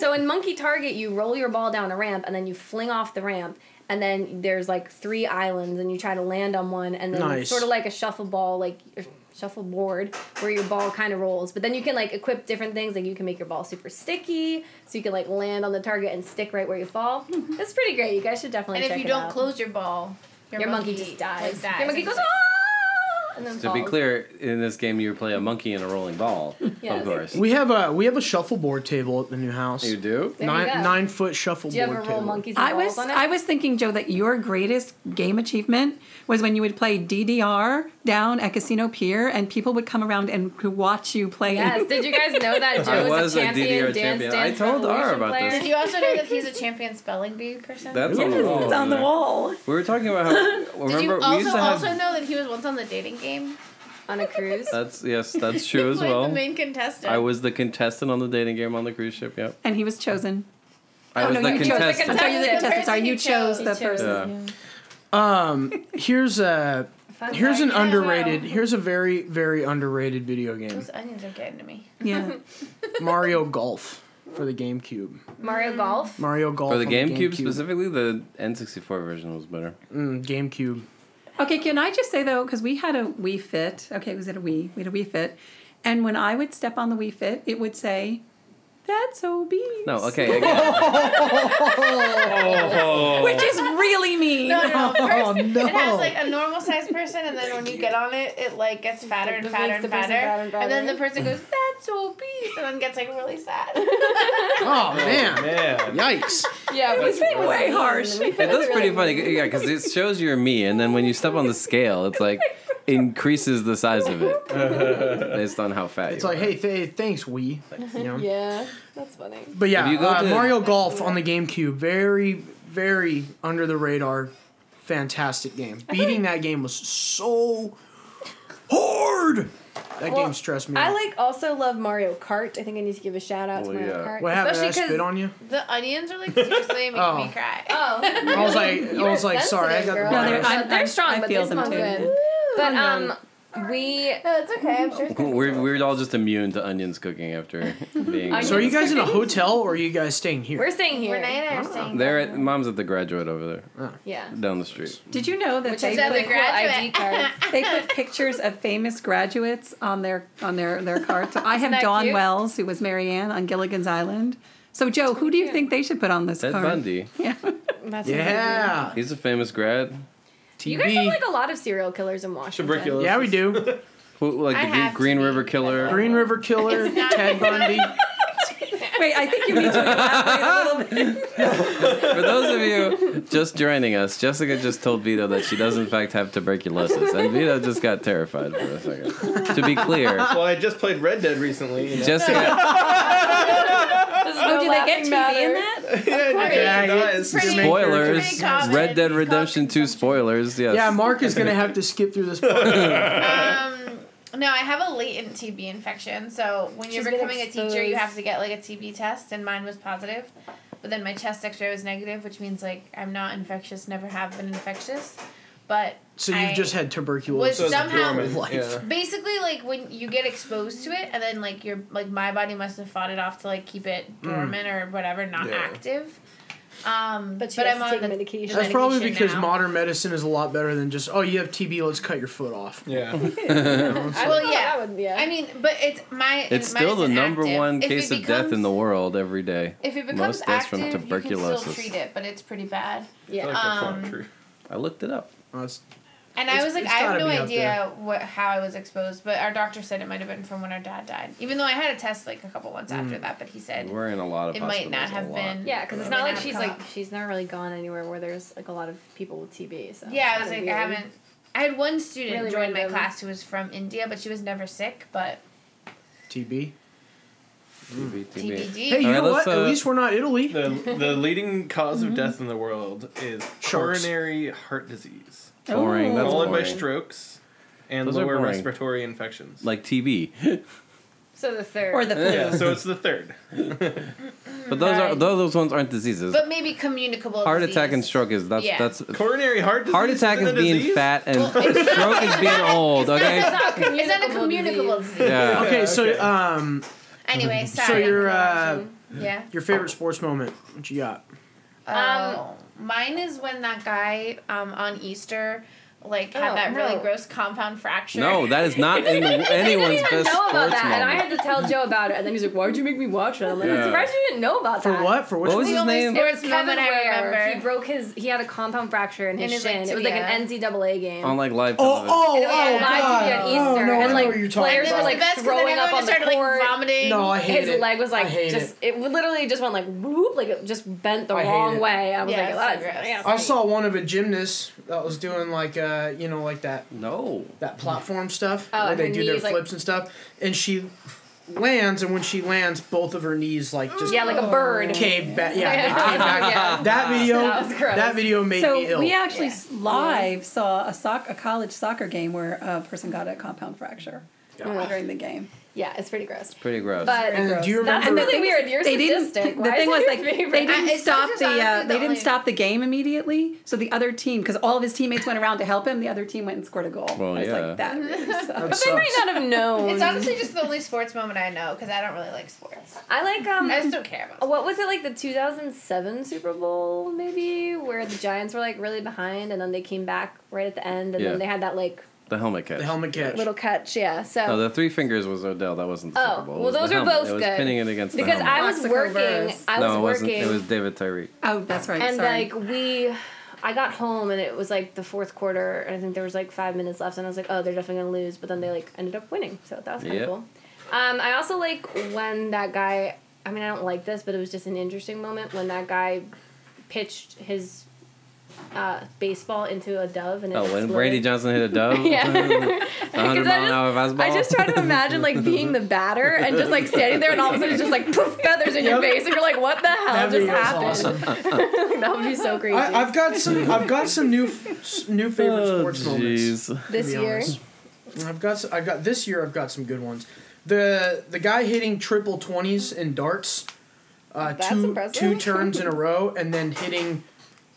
Speaker 8: so in Monkey Target, you roll your ball down a ramp and then you fling off the ramp, and then there's like three islands, and you try to land on one, and then
Speaker 6: Nice.
Speaker 8: it's sort of like a shuffle ball, like or shuffle board, where your ball kind of rolls. But then you can like equip different things, like you can make your ball super sticky, so you can like land on the target and stick right where you fall. It's pretty great. You guys should definitely.
Speaker 7: Mm-hmm. and if
Speaker 8: check
Speaker 7: you
Speaker 8: it
Speaker 7: don't
Speaker 8: out.
Speaker 7: close your ball,
Speaker 8: your monkey, just dies.
Speaker 7: Like that.
Speaker 8: Your monkey goes ah, and then
Speaker 4: To be
Speaker 8: falls.
Speaker 4: clear, in this game you play a monkey and a rolling ball,
Speaker 8: Yes.
Speaker 4: of course.
Speaker 6: We have a we have a shuffleboard table at the new house.
Speaker 4: You do?
Speaker 8: There you
Speaker 6: nine
Speaker 8: go.
Speaker 6: nine foot
Speaker 8: do
Speaker 6: shuffleboard
Speaker 8: you ever roll
Speaker 6: table.
Speaker 8: monkeys? And
Speaker 9: I was
Speaker 8: balls on it?
Speaker 9: I was thinking, Joe, that your greatest game achievement was when you would play DDR down at Casino Pier, and people would come around and could watch you play.
Speaker 8: Yes. Did you guys know that Joe
Speaker 4: I
Speaker 8: is
Speaker 4: was a
Speaker 8: a champion
Speaker 4: DDR
Speaker 8: dance
Speaker 4: champion. I
Speaker 8: dance
Speaker 4: told Ara
Speaker 8: revolution
Speaker 4: about this.
Speaker 8: player?
Speaker 7: Did you also know that he's a champion spelling bee person?
Speaker 4: That's on
Speaker 9: Yes,
Speaker 4: the
Speaker 5: Oh,
Speaker 4: wall.
Speaker 9: it's on the
Speaker 4: isn't it?
Speaker 9: wall.
Speaker 4: We were talking about how
Speaker 7: Did you
Speaker 4: remember we
Speaker 7: also
Speaker 4: used to have
Speaker 7: also know that he was once on the dating game?
Speaker 8: on a cruise.
Speaker 4: That's yes, that's true
Speaker 7: He
Speaker 4: as
Speaker 7: played
Speaker 4: well.
Speaker 7: The main contestant.
Speaker 4: I was the contestant on the dating game on the cruise ship, yep.
Speaker 9: And he was chosen.
Speaker 4: I was
Speaker 9: Oh, no,
Speaker 4: the
Speaker 9: you chose the
Speaker 4: contestant.
Speaker 9: I'm sorry, you the
Speaker 7: That's the
Speaker 9: contestant. Sorry,
Speaker 7: person
Speaker 9: you
Speaker 7: you
Speaker 9: chose
Speaker 7: chose.
Speaker 9: the
Speaker 8: You chose.
Speaker 9: person.
Speaker 4: Yeah.
Speaker 6: Um, here's a
Speaker 8: Fun
Speaker 6: here's an
Speaker 8: fact.
Speaker 6: underrated here's a very very underrated video game,
Speaker 7: Those onions are getting to me.
Speaker 9: Yeah.
Speaker 6: Mario Golf for the GameCube.
Speaker 8: Mario Golf.
Speaker 6: Mario Golf
Speaker 4: For the
Speaker 6: on
Speaker 4: GameCube specifically, the N64 version was better.
Speaker 6: Mm, GameCube.
Speaker 9: Okay, can I just say though, because we had a Wii Fit. Okay, was it a Wii? We had a Wii Fit, and when I would step on the Wii Fit, it would say, "That's obese."
Speaker 4: No, okay, again.
Speaker 9: Which is really mean.
Speaker 7: No, no, no. First,
Speaker 6: Oh, no.
Speaker 7: it has like a normal sized person, and then when you get on it, it like gets fatter and
Speaker 8: It
Speaker 7: fatter
Speaker 8: makes
Speaker 7: and
Speaker 8: the person
Speaker 7: fatter,
Speaker 8: fatter
Speaker 7: and
Speaker 8: and
Speaker 7: then the
Speaker 8: fatter.
Speaker 7: person goes, "That's obese," and then gets like really sad.
Speaker 6: Oh man,
Speaker 5: Yeah.
Speaker 6: yikes!
Speaker 8: Yeah, it was
Speaker 9: Way harsh.
Speaker 4: It does pretty funny, yeah, because it shows you're me, and then when you step on the scale, it's like increases the size of it based on how fat
Speaker 6: It's
Speaker 4: you
Speaker 6: like,
Speaker 4: are.
Speaker 6: hey, th- thanks, Wii. You know?
Speaker 8: Yeah, that's funny.
Speaker 6: But yeah,
Speaker 4: If you go
Speaker 6: uh,
Speaker 4: to-
Speaker 6: Mario Golf on the GameCube, very, very under the radar, fantastic game. Beating that game was so hard. That
Speaker 8: Well,
Speaker 6: game stressed me.
Speaker 8: I
Speaker 6: out.
Speaker 8: like also love Mario Kart. I think I need to give a shout out
Speaker 4: Well,
Speaker 8: to Mario
Speaker 4: yeah.
Speaker 8: Kart.
Speaker 6: what happened? Did I
Speaker 8: Especially
Speaker 6: spit
Speaker 8: 'cause-
Speaker 6: on you?
Speaker 7: The onions are like seriously making
Speaker 6: Oh.
Speaker 7: me cry.
Speaker 8: Oh,
Speaker 6: I was like, I was like, sorry, I got.
Speaker 8: sensitive, girl.
Speaker 9: No, they're- I'm-
Speaker 8: they're
Speaker 9: I'm-
Speaker 8: strong,
Speaker 9: I
Speaker 8: but
Speaker 9: feel
Speaker 8: they
Speaker 9: them
Speaker 8: smell
Speaker 9: too.
Speaker 8: good. But um, we
Speaker 7: No, it's okay. I'm sure. It's gonna be
Speaker 4: We're, we're all just immune to onions cooking after being.
Speaker 8: Onions.
Speaker 6: So are you guys in a hotel or are you guys staying here?
Speaker 8: we're staying here.
Speaker 7: Renee and I are saying
Speaker 4: They're at mom's at the graduate over there,
Speaker 6: Uh,
Speaker 8: Yeah.
Speaker 4: down the street.
Speaker 9: Did you know that
Speaker 8: Which
Speaker 9: they
Speaker 8: is
Speaker 7: the
Speaker 8: really
Speaker 9: put,
Speaker 8: cool ID
Speaker 7: graduate.
Speaker 8: card.
Speaker 9: they put pictures of famous graduates on their on their their cards? I have
Speaker 7: that
Speaker 9: Dawn
Speaker 7: cute?
Speaker 9: Wells, who was Marianne on Gilligan's Island. So Joe, who do you think they should put on this
Speaker 4: Ted
Speaker 9: card?
Speaker 4: Bundy,
Speaker 9: Yeah.
Speaker 8: That's
Speaker 6: yeah.
Speaker 4: he's a famous grad.
Speaker 8: You guys have
Speaker 6: TV.
Speaker 8: like a lot of serial killers in Washington.
Speaker 5: Tuberculosis.
Speaker 6: Yeah, we do.
Speaker 4: Who, like
Speaker 7: I
Speaker 4: the Green,
Speaker 7: have
Speaker 4: Green
Speaker 7: to be
Speaker 4: River Killer.
Speaker 6: Green River Killer, Ted Bundy.
Speaker 9: Wait, I think you need to elaborate a little bit.
Speaker 4: For those of you just joining us, Jessica just told Vito that she does in fact have tuberculosis, and Vito just got terrified for a second. To be clear,
Speaker 5: Well, I just played Red Dead recently. You know?
Speaker 4: Jessica,
Speaker 9: Oh, do they get TV in
Speaker 8: matter.
Speaker 9: that?
Speaker 5: yeah,
Speaker 7: it's pretty-
Speaker 5: yeah,
Speaker 7: Pretty
Speaker 4: spoilers.
Speaker 7: common.
Speaker 4: Red Dead
Speaker 7: Common
Speaker 4: Redemption 2
Speaker 7: consumption.
Speaker 4: spoilers. Yes.
Speaker 6: Yeah, Mark is gonna have to skip through this part.
Speaker 7: Um, no, I have a latent TB infection. So when you're
Speaker 8: She's been
Speaker 7: becoming a teacher, you
Speaker 8: exposed.
Speaker 7: have to get like a TB test, and mine was positive. But then my chest X-ray was negative, which means like I'm not infectious. Never have been infectious. But
Speaker 6: So you've
Speaker 7: I
Speaker 6: just had
Speaker 7: was
Speaker 6: tuberculosis.
Speaker 5: So it's
Speaker 7: somehow
Speaker 5: dormant,
Speaker 6: life.
Speaker 5: yeah.
Speaker 7: basically like when you get exposed to it and then like your like my body must have fought it off to like keep
Speaker 4: Hmm.
Speaker 7: it dormant or whatever not
Speaker 5: Yeah.
Speaker 7: active um
Speaker 8: But she
Speaker 7: but
Speaker 8: has
Speaker 7: i'm
Speaker 8: to
Speaker 7: on
Speaker 8: take
Speaker 7: the
Speaker 8: medication.
Speaker 6: That's probably
Speaker 7: medication
Speaker 6: because
Speaker 7: now.
Speaker 6: modern medicine is a lot better than just oh you have TB let's cut your foot off.
Speaker 5: Yeah.
Speaker 8: I
Speaker 7: Well,
Speaker 8: don't know,
Speaker 7: yeah.
Speaker 8: Oh, that would- yeah.
Speaker 7: i mean but it's my
Speaker 4: It's
Speaker 7: mine
Speaker 4: still the
Speaker 7: isn't
Speaker 4: number
Speaker 7: active.
Speaker 4: one
Speaker 7: If it
Speaker 4: case of death in
Speaker 7: becomes-
Speaker 4: the world every day.
Speaker 7: if it becomes
Speaker 4: Most deaths
Speaker 7: active
Speaker 4: from
Speaker 7: you can
Speaker 4: tuberculosis.
Speaker 7: still treat it but it's pretty bad
Speaker 5: I
Speaker 8: yeah.
Speaker 5: feel like that's not
Speaker 7: Um,
Speaker 5: true.
Speaker 4: I looked it up.
Speaker 6: Oh, it's-
Speaker 7: and
Speaker 6: It's-
Speaker 7: i was like
Speaker 6: it's
Speaker 7: i have
Speaker 6: gotta
Speaker 7: no
Speaker 6: be up
Speaker 7: idea what how i was exposed but our doctor said it might have been from when our dad died even though i had a test like a couple months after
Speaker 6: Mm.
Speaker 7: that but he said
Speaker 4: We're in a lot of
Speaker 7: It might
Speaker 4: hospitals,
Speaker 7: not
Speaker 4: a
Speaker 7: have
Speaker 4: lot.
Speaker 7: been-
Speaker 8: Yeah, because it's
Speaker 7: Maybe
Speaker 8: not like
Speaker 7: not
Speaker 8: she's
Speaker 7: come
Speaker 8: like
Speaker 7: up.
Speaker 8: she's never really gone anywhere where there's like a lot of people with TB. So
Speaker 7: Yeah, I
Speaker 8: it's
Speaker 7: was like,
Speaker 8: kinda
Speaker 7: I
Speaker 8: weird.
Speaker 7: haven't. I had one student
Speaker 8: Really
Speaker 7: join my
Speaker 8: random.
Speaker 7: class who was from India, but she was never sick. But
Speaker 6: TB.
Speaker 4: TB, TB.
Speaker 7: TBD.
Speaker 6: Hey, you
Speaker 4: All right,
Speaker 6: know
Speaker 4: let's,
Speaker 6: what? At
Speaker 4: uh,
Speaker 6: least we're not Italy.
Speaker 5: The, the leading cause
Speaker 7: Mm-hmm.
Speaker 5: of death in the world is
Speaker 6: Sharks.
Speaker 5: coronary heart disease,
Speaker 4: Boring. That's
Speaker 5: followed by
Speaker 4: boring.
Speaker 5: strokes and
Speaker 4: Those are
Speaker 5: lower
Speaker 4: boring.
Speaker 5: respiratory infections.
Speaker 4: like TB.
Speaker 8: So the third.
Speaker 9: Or the flu?
Speaker 5: yeah, so it's the third.
Speaker 4: But those are those, those ones aren't diseases.
Speaker 7: but maybe communicable.
Speaker 4: Heart
Speaker 7: disease.
Speaker 4: attack and stroke is that's
Speaker 7: Yeah.
Speaker 4: that's
Speaker 5: Coronary heart disease.
Speaker 4: heart attack is
Speaker 5: isn't a
Speaker 4: being
Speaker 5: disease?
Speaker 4: fat and stroke is being old. Okay.
Speaker 7: Is that a communicable disease?
Speaker 4: Yeah.
Speaker 6: Okay, so
Speaker 5: okay.
Speaker 6: um
Speaker 7: Anyway, sorry.
Speaker 6: so your uh
Speaker 7: yeah.
Speaker 6: your favorite sports moment. What you got?
Speaker 8: Oh.
Speaker 7: Um, mine is when that guy um, on Easter like had
Speaker 8: Oh,
Speaker 7: that really
Speaker 8: no.
Speaker 7: gross compound fracture.
Speaker 4: No, that is not in anyone's
Speaker 8: I
Speaker 4: best
Speaker 8: know
Speaker 4: sports
Speaker 8: about that, and I
Speaker 4: moment.
Speaker 8: had to tell Joe about it, and then he's like, "Why'd you make me watch it?" I'm like,
Speaker 4: Yeah.
Speaker 8: "I'm surprised you didn't know about
Speaker 6: For
Speaker 8: that."
Speaker 6: what? For which
Speaker 4: What was
Speaker 6: one?
Speaker 4: his
Speaker 7: only
Speaker 4: name?
Speaker 7: said-
Speaker 8: It was
Speaker 7: Sports
Speaker 8: Kevin
Speaker 7: moment I
Speaker 8: Ware.
Speaker 7: remember.
Speaker 8: He broke his. He had a compound fracture in his
Speaker 7: In his, like,
Speaker 8: shin. it was like an
Speaker 7: tibia.
Speaker 8: NCAA game.
Speaker 4: On like live
Speaker 6: Oh,
Speaker 4: television.
Speaker 6: oh,
Speaker 8: And
Speaker 6: oh,
Speaker 8: it was like live TV
Speaker 6: God.
Speaker 8: on
Speaker 6: Oh,
Speaker 8: Easter,
Speaker 6: no, I
Speaker 8: and
Speaker 6: know
Speaker 8: like
Speaker 6: what you're talking
Speaker 8: players
Speaker 7: It was
Speaker 8: were
Speaker 6: about.
Speaker 8: like
Speaker 7: the best 'cause then
Speaker 8: throwing up
Speaker 7: everyone
Speaker 8: on the
Speaker 7: started,
Speaker 8: court.
Speaker 7: Like, vomiting.
Speaker 6: No, I hate
Speaker 8: his
Speaker 6: it.
Speaker 8: leg was
Speaker 6: I
Speaker 8: like
Speaker 6: hate
Speaker 8: just
Speaker 6: it.
Speaker 8: it. literally just went like whoop, like it just bent the
Speaker 6: I hate
Speaker 8: wrong
Speaker 6: it.
Speaker 8: way. I was
Speaker 7: Yeah,
Speaker 8: like,
Speaker 7: it's
Speaker 8: "That's-
Speaker 7: so gross."
Speaker 8: yeah,
Speaker 6: I saw one of a gymnast that was doing like uh you know like that
Speaker 4: No.
Speaker 6: that platform stuff
Speaker 8: Oh,
Speaker 6: where they
Speaker 8: her
Speaker 6: do their
Speaker 8: knees, like-
Speaker 6: flips and stuff, and she lands, and when she lands, both of her knees like just
Speaker 8: Yeah, like a bird.
Speaker 6: cave back. Yeah,
Speaker 8: Yeah.
Speaker 6: they cave back.
Speaker 8: Yeah.
Speaker 6: That video,
Speaker 8: That was gross.
Speaker 6: that video made me
Speaker 9: So
Speaker 6: ill.
Speaker 9: we actually
Speaker 7: Yeah.
Speaker 9: s live saw a soc- a college soccer game where a person got a compound fracture during the game.
Speaker 8: Yeah, it's pretty gross.
Speaker 4: Pretty gross.
Speaker 8: But
Speaker 6: And do you
Speaker 8: that's
Speaker 6: remember-
Speaker 8: really weird. You're
Speaker 9: they didn't.
Speaker 8: sadistic.
Speaker 9: The
Speaker 8: Why
Speaker 9: thing
Speaker 8: is
Speaker 9: was
Speaker 8: that
Speaker 9: like
Speaker 8: your
Speaker 9: they
Speaker 8: favorite?
Speaker 9: didn't
Speaker 7: I- it's
Speaker 9: stop
Speaker 7: just
Speaker 9: the uh,
Speaker 7: honestly
Speaker 9: they
Speaker 7: the
Speaker 9: didn't
Speaker 7: only-
Speaker 9: stop the game immediately. So the other team, because all of his teammates went around to help him, the other team went and scored a goal.
Speaker 4: Well,
Speaker 9: I was
Speaker 4: yeah.
Speaker 9: like that. Really
Speaker 6: That
Speaker 9: sucks.
Speaker 8: But they
Speaker 6: sucks.
Speaker 8: might not have known.
Speaker 7: It's honestly just the only sports moment I know because I don't really like sports.
Speaker 8: I like um.
Speaker 7: I just don't care about.
Speaker 8: What was it like the 2007 Super Bowl maybe where the Giants were like really behind and then they came back right at the end and
Speaker 4: Yeah.
Speaker 8: then they had that like
Speaker 4: the helmet catch.
Speaker 6: the helmet catch.
Speaker 8: little catch yeah so
Speaker 4: No, the three fingers was Odell. That wasn't the
Speaker 8: Oh,
Speaker 4: Oh, Super Bowl. It
Speaker 8: well,
Speaker 4: was the
Speaker 8: those are
Speaker 4: helmet.
Speaker 8: both
Speaker 4: it was
Speaker 8: good.
Speaker 4: pinning it against the
Speaker 8: because
Speaker 4: helmet.
Speaker 8: I was
Speaker 9: Plaxico
Speaker 8: working
Speaker 9: Burress.
Speaker 8: I was
Speaker 4: no, it wasn't.
Speaker 8: working
Speaker 4: It was David Tyreek.
Speaker 9: oh, that's right.
Speaker 8: and
Speaker 9: sorry.
Speaker 8: like we I got home and it was like the fourth quarter and I think there was like five minutes left and I was like oh they're definitely gonna lose but then they like ended up winning so that was kind of
Speaker 4: Yep.
Speaker 8: cool. Um, I also like when that guy. I mean I don't like this but it was just an interesting moment when that guy pitched his uh, baseball into a dove and it
Speaker 4: Oh, when
Speaker 8: exploded.
Speaker 4: Brady Johnson hit a dove.
Speaker 8: Yeah.
Speaker 4: A hundred mile an hour fastball.
Speaker 8: I just try to imagine like being the batter and just like standing there and all of a sudden it's just like poof feathers in your face and you're like, what the hell
Speaker 6: that
Speaker 8: just
Speaker 6: video was
Speaker 8: happened?
Speaker 6: awesome.
Speaker 8: that would be so crazy.
Speaker 6: I, I've got some. I've got some new, f- s- new favorite
Speaker 4: Oh,
Speaker 6: sports moments.
Speaker 4: jeez.
Speaker 8: this
Speaker 6: be
Speaker 8: year.
Speaker 6: honest. I've got s- I've got this year. I've got some good ones. The the guy hitting triple twenties in darts, uh,
Speaker 8: That's
Speaker 6: two
Speaker 8: impressive.
Speaker 6: two turns in a row, and then hitting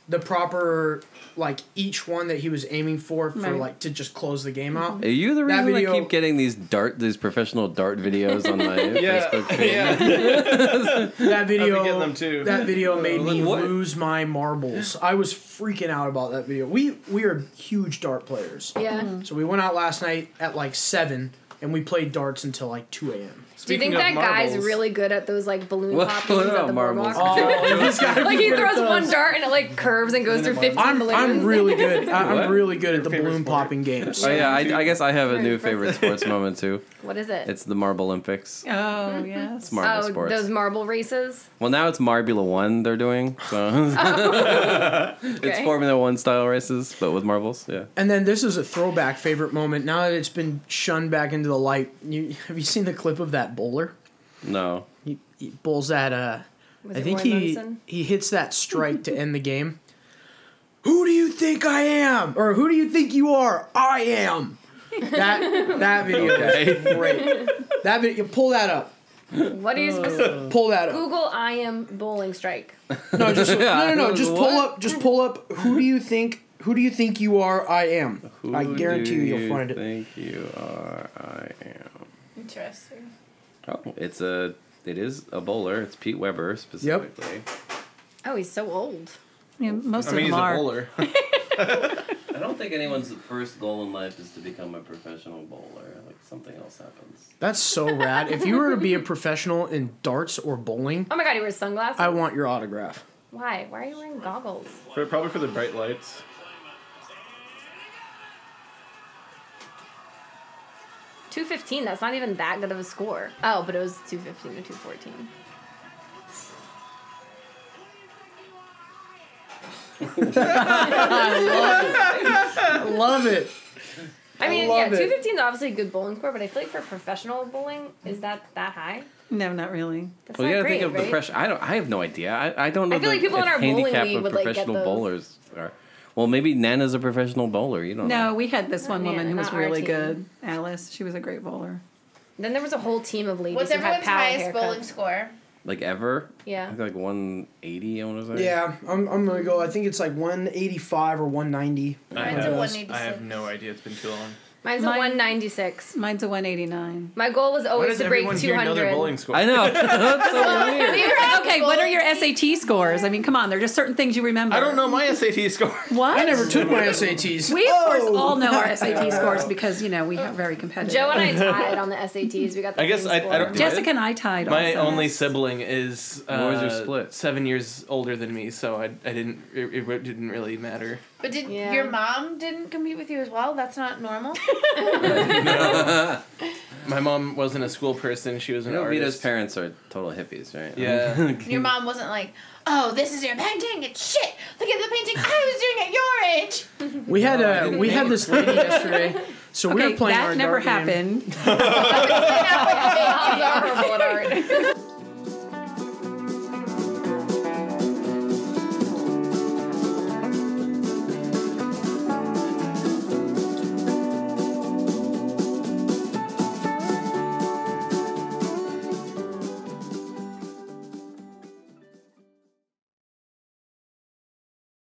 Speaker 6: the proper like each one that he was aiming for for
Speaker 9: Right.
Speaker 6: like to just close the game out.
Speaker 5: Mm-hmm.
Speaker 4: Are you the
Speaker 6: That
Speaker 4: reason I
Speaker 6: video-
Speaker 4: keep getting these dart, these professional dart videos on my
Speaker 5: Yeah,
Speaker 4: Facebook page?
Speaker 5: yeah.
Speaker 6: That video
Speaker 5: getting them too. Uh,
Speaker 6: That video made
Speaker 4: Like
Speaker 6: me
Speaker 4: what?
Speaker 6: lose my marbles. I was freaking out about that video. We we are huge dart players.
Speaker 8: Yeah.
Speaker 6: So we went out last night at like seven and we played darts until like two a.m.
Speaker 8: Do you
Speaker 5: Speaking
Speaker 8: think
Speaker 5: of
Speaker 8: that
Speaker 5: marbles,
Speaker 8: guy's really good at those like balloon
Speaker 4: What-
Speaker 8: pop
Speaker 4: what
Speaker 8: things at
Speaker 4: about
Speaker 8: the
Speaker 4: marbles? Oh.
Speaker 8: marbles?
Speaker 6: this guy-
Speaker 8: like he throws one dart and it like curves and goes through 15
Speaker 6: I'm,
Speaker 8: balloons.
Speaker 6: I'm really good. I,
Speaker 4: What?
Speaker 6: I'm really good at the
Speaker 5: favorite
Speaker 6: balloon
Speaker 5: sport?
Speaker 6: popping games.
Speaker 4: Oh yeah, I, I guess I have a
Speaker 8: Very
Speaker 4: new favorite sports moment too.
Speaker 8: what is it?
Speaker 4: It's the Marble Olympics.
Speaker 9: Oh yes.
Speaker 4: Marble
Speaker 8: oh,
Speaker 4: sports.
Speaker 8: those marble races.
Speaker 4: Well, now it's Marbula One they're doing, so it's
Speaker 8: Oh, Okay.
Speaker 4: Formula One style races, but with marbles. Yeah.
Speaker 6: And then this is a throwback favorite moment. Now that it's been shunned back into the light, you, have you seen the clip of that bowler?
Speaker 4: No.
Speaker 6: He, he bowls that. Uh,
Speaker 8: Was
Speaker 6: I
Speaker 8: it
Speaker 6: think
Speaker 8: Roy
Speaker 6: he
Speaker 8: Munson?
Speaker 6: he hits that strike to end the game. Who do you think I am, or who do you think you are? I am. That that video is great. That video, pull that up.
Speaker 8: What are you supposed to
Speaker 6: Pull that up.
Speaker 8: Google? I am bowling strike.
Speaker 6: No, just no, no, no.
Speaker 4: Yeah.
Speaker 6: Just pull up. Just pull up. Who do you think? Who do you think you are? I am. I
Speaker 4: Who do
Speaker 6: guarantee you, you'll find it.
Speaker 4: Think you are. I am.
Speaker 7: Interesting.
Speaker 4: Oh, it's a. It is a bowler. It's Pete Weber specifically.
Speaker 8: Oh, he's so old.
Speaker 9: Yeah, most
Speaker 5: I
Speaker 9: of
Speaker 5: mean, he's
Speaker 9: them
Speaker 5: a
Speaker 9: are.
Speaker 5: bowler.
Speaker 4: I don't think anyone's first goal in life is to become a professional bowler. Like something else happens.
Speaker 6: That's so rad. If you were to be a professional in darts or bowling,
Speaker 8: Oh my god, he wears sunglasses.
Speaker 6: I want your autograph.
Speaker 8: Why? Why are you wearing goggles?
Speaker 5: For, probably for the bright lights.
Speaker 8: Two fifteen. That's not even that good of a score. Oh, but it was two fifteen to two fourteen.
Speaker 6: I love it.
Speaker 8: I mean,
Speaker 6: love
Speaker 8: yeah,
Speaker 6: it.
Speaker 8: two fifteen is obviously a good bowling score, but I feel like for professional bowling, is that that high?
Speaker 9: No, not really.
Speaker 8: That's
Speaker 4: Well,
Speaker 8: not
Speaker 4: you gotta
Speaker 8: great,
Speaker 4: think of
Speaker 8: right?
Speaker 4: the pressure. I don't. I have no idea. I, I don't know.
Speaker 8: I feel
Speaker 4: the,
Speaker 8: like people in
Speaker 4: if
Speaker 8: our bowling
Speaker 4: handicap
Speaker 8: league
Speaker 4: of
Speaker 8: would, like, get
Speaker 4: professional
Speaker 8: those.
Speaker 4: bowlers are. Well, maybe Nana's a professional bowler. You don't
Speaker 9: No,
Speaker 4: know.
Speaker 9: we had this one
Speaker 8: Not
Speaker 9: woman
Speaker 8: Nana,
Speaker 9: who was
Speaker 8: not our
Speaker 9: really
Speaker 8: team.
Speaker 9: good, Alice. She was a great bowler.
Speaker 8: Then there was a whole team of ladies
Speaker 7: What's
Speaker 8: who had
Speaker 7: everyone's
Speaker 8: power
Speaker 7: highest bowling
Speaker 8: haircuts.
Speaker 7: score?
Speaker 4: Like ever. I
Speaker 8: Yeah.
Speaker 4: think like one eighty. I want to say.
Speaker 6: Yeah, I'm, I'm gonna go. I think it's like 185 or 190.
Speaker 5: I
Speaker 7: Mine's a
Speaker 5: have,
Speaker 7: 186.
Speaker 5: I have no idea. It's been too long.
Speaker 8: Mine's a
Speaker 9: Mine-
Speaker 8: 196.
Speaker 9: Mine's a 189.
Speaker 8: My goal was
Speaker 5: Why
Speaker 8: always
Speaker 5: does
Speaker 8: to break
Speaker 5: everyone here know their
Speaker 8: 200.
Speaker 5: bowling score?
Speaker 4: I know. That's so weird.
Speaker 9: It's like, okay, what are your SAT scores? I mean, come on, there are just certain things you remember.
Speaker 5: I don't know my SAT score.
Speaker 9: What?
Speaker 6: I never took my SATs.
Speaker 9: We, of course,
Speaker 6: Oh!
Speaker 9: all know our SAT scores because, you know, we are very competitive.
Speaker 8: Joe and I tied on the SATs. We got the
Speaker 5: I guess
Speaker 8: same
Speaker 5: I- I
Speaker 8: score.
Speaker 5: don't-
Speaker 9: Jessica and I tied
Speaker 5: My
Speaker 9: also.
Speaker 5: only sibling is uh,
Speaker 4: What was your split?
Speaker 5: seven years older than me, so I, I didn't it, it re- didn't really matter.
Speaker 7: But did
Speaker 8: Yeah.
Speaker 7: your mom didn't compete with you as well? That's not normal.
Speaker 5: My mom wasn't a school person; she was
Speaker 4: You
Speaker 5: an
Speaker 4: know, Vito's
Speaker 5: artist.
Speaker 4: parents are total hippies, right?
Speaker 5: Yeah,
Speaker 7: your mom wasn't like, "Oh, this is your painting. It's shit. Look at the painting I was doing at your age."
Speaker 6: We had a we had this lady yesterday. So we
Speaker 9: Okay,
Speaker 6: were playing
Speaker 9: that
Speaker 6: our
Speaker 9: never
Speaker 6: dart game.
Speaker 9: happened.
Speaker 8: I'm horrible at art.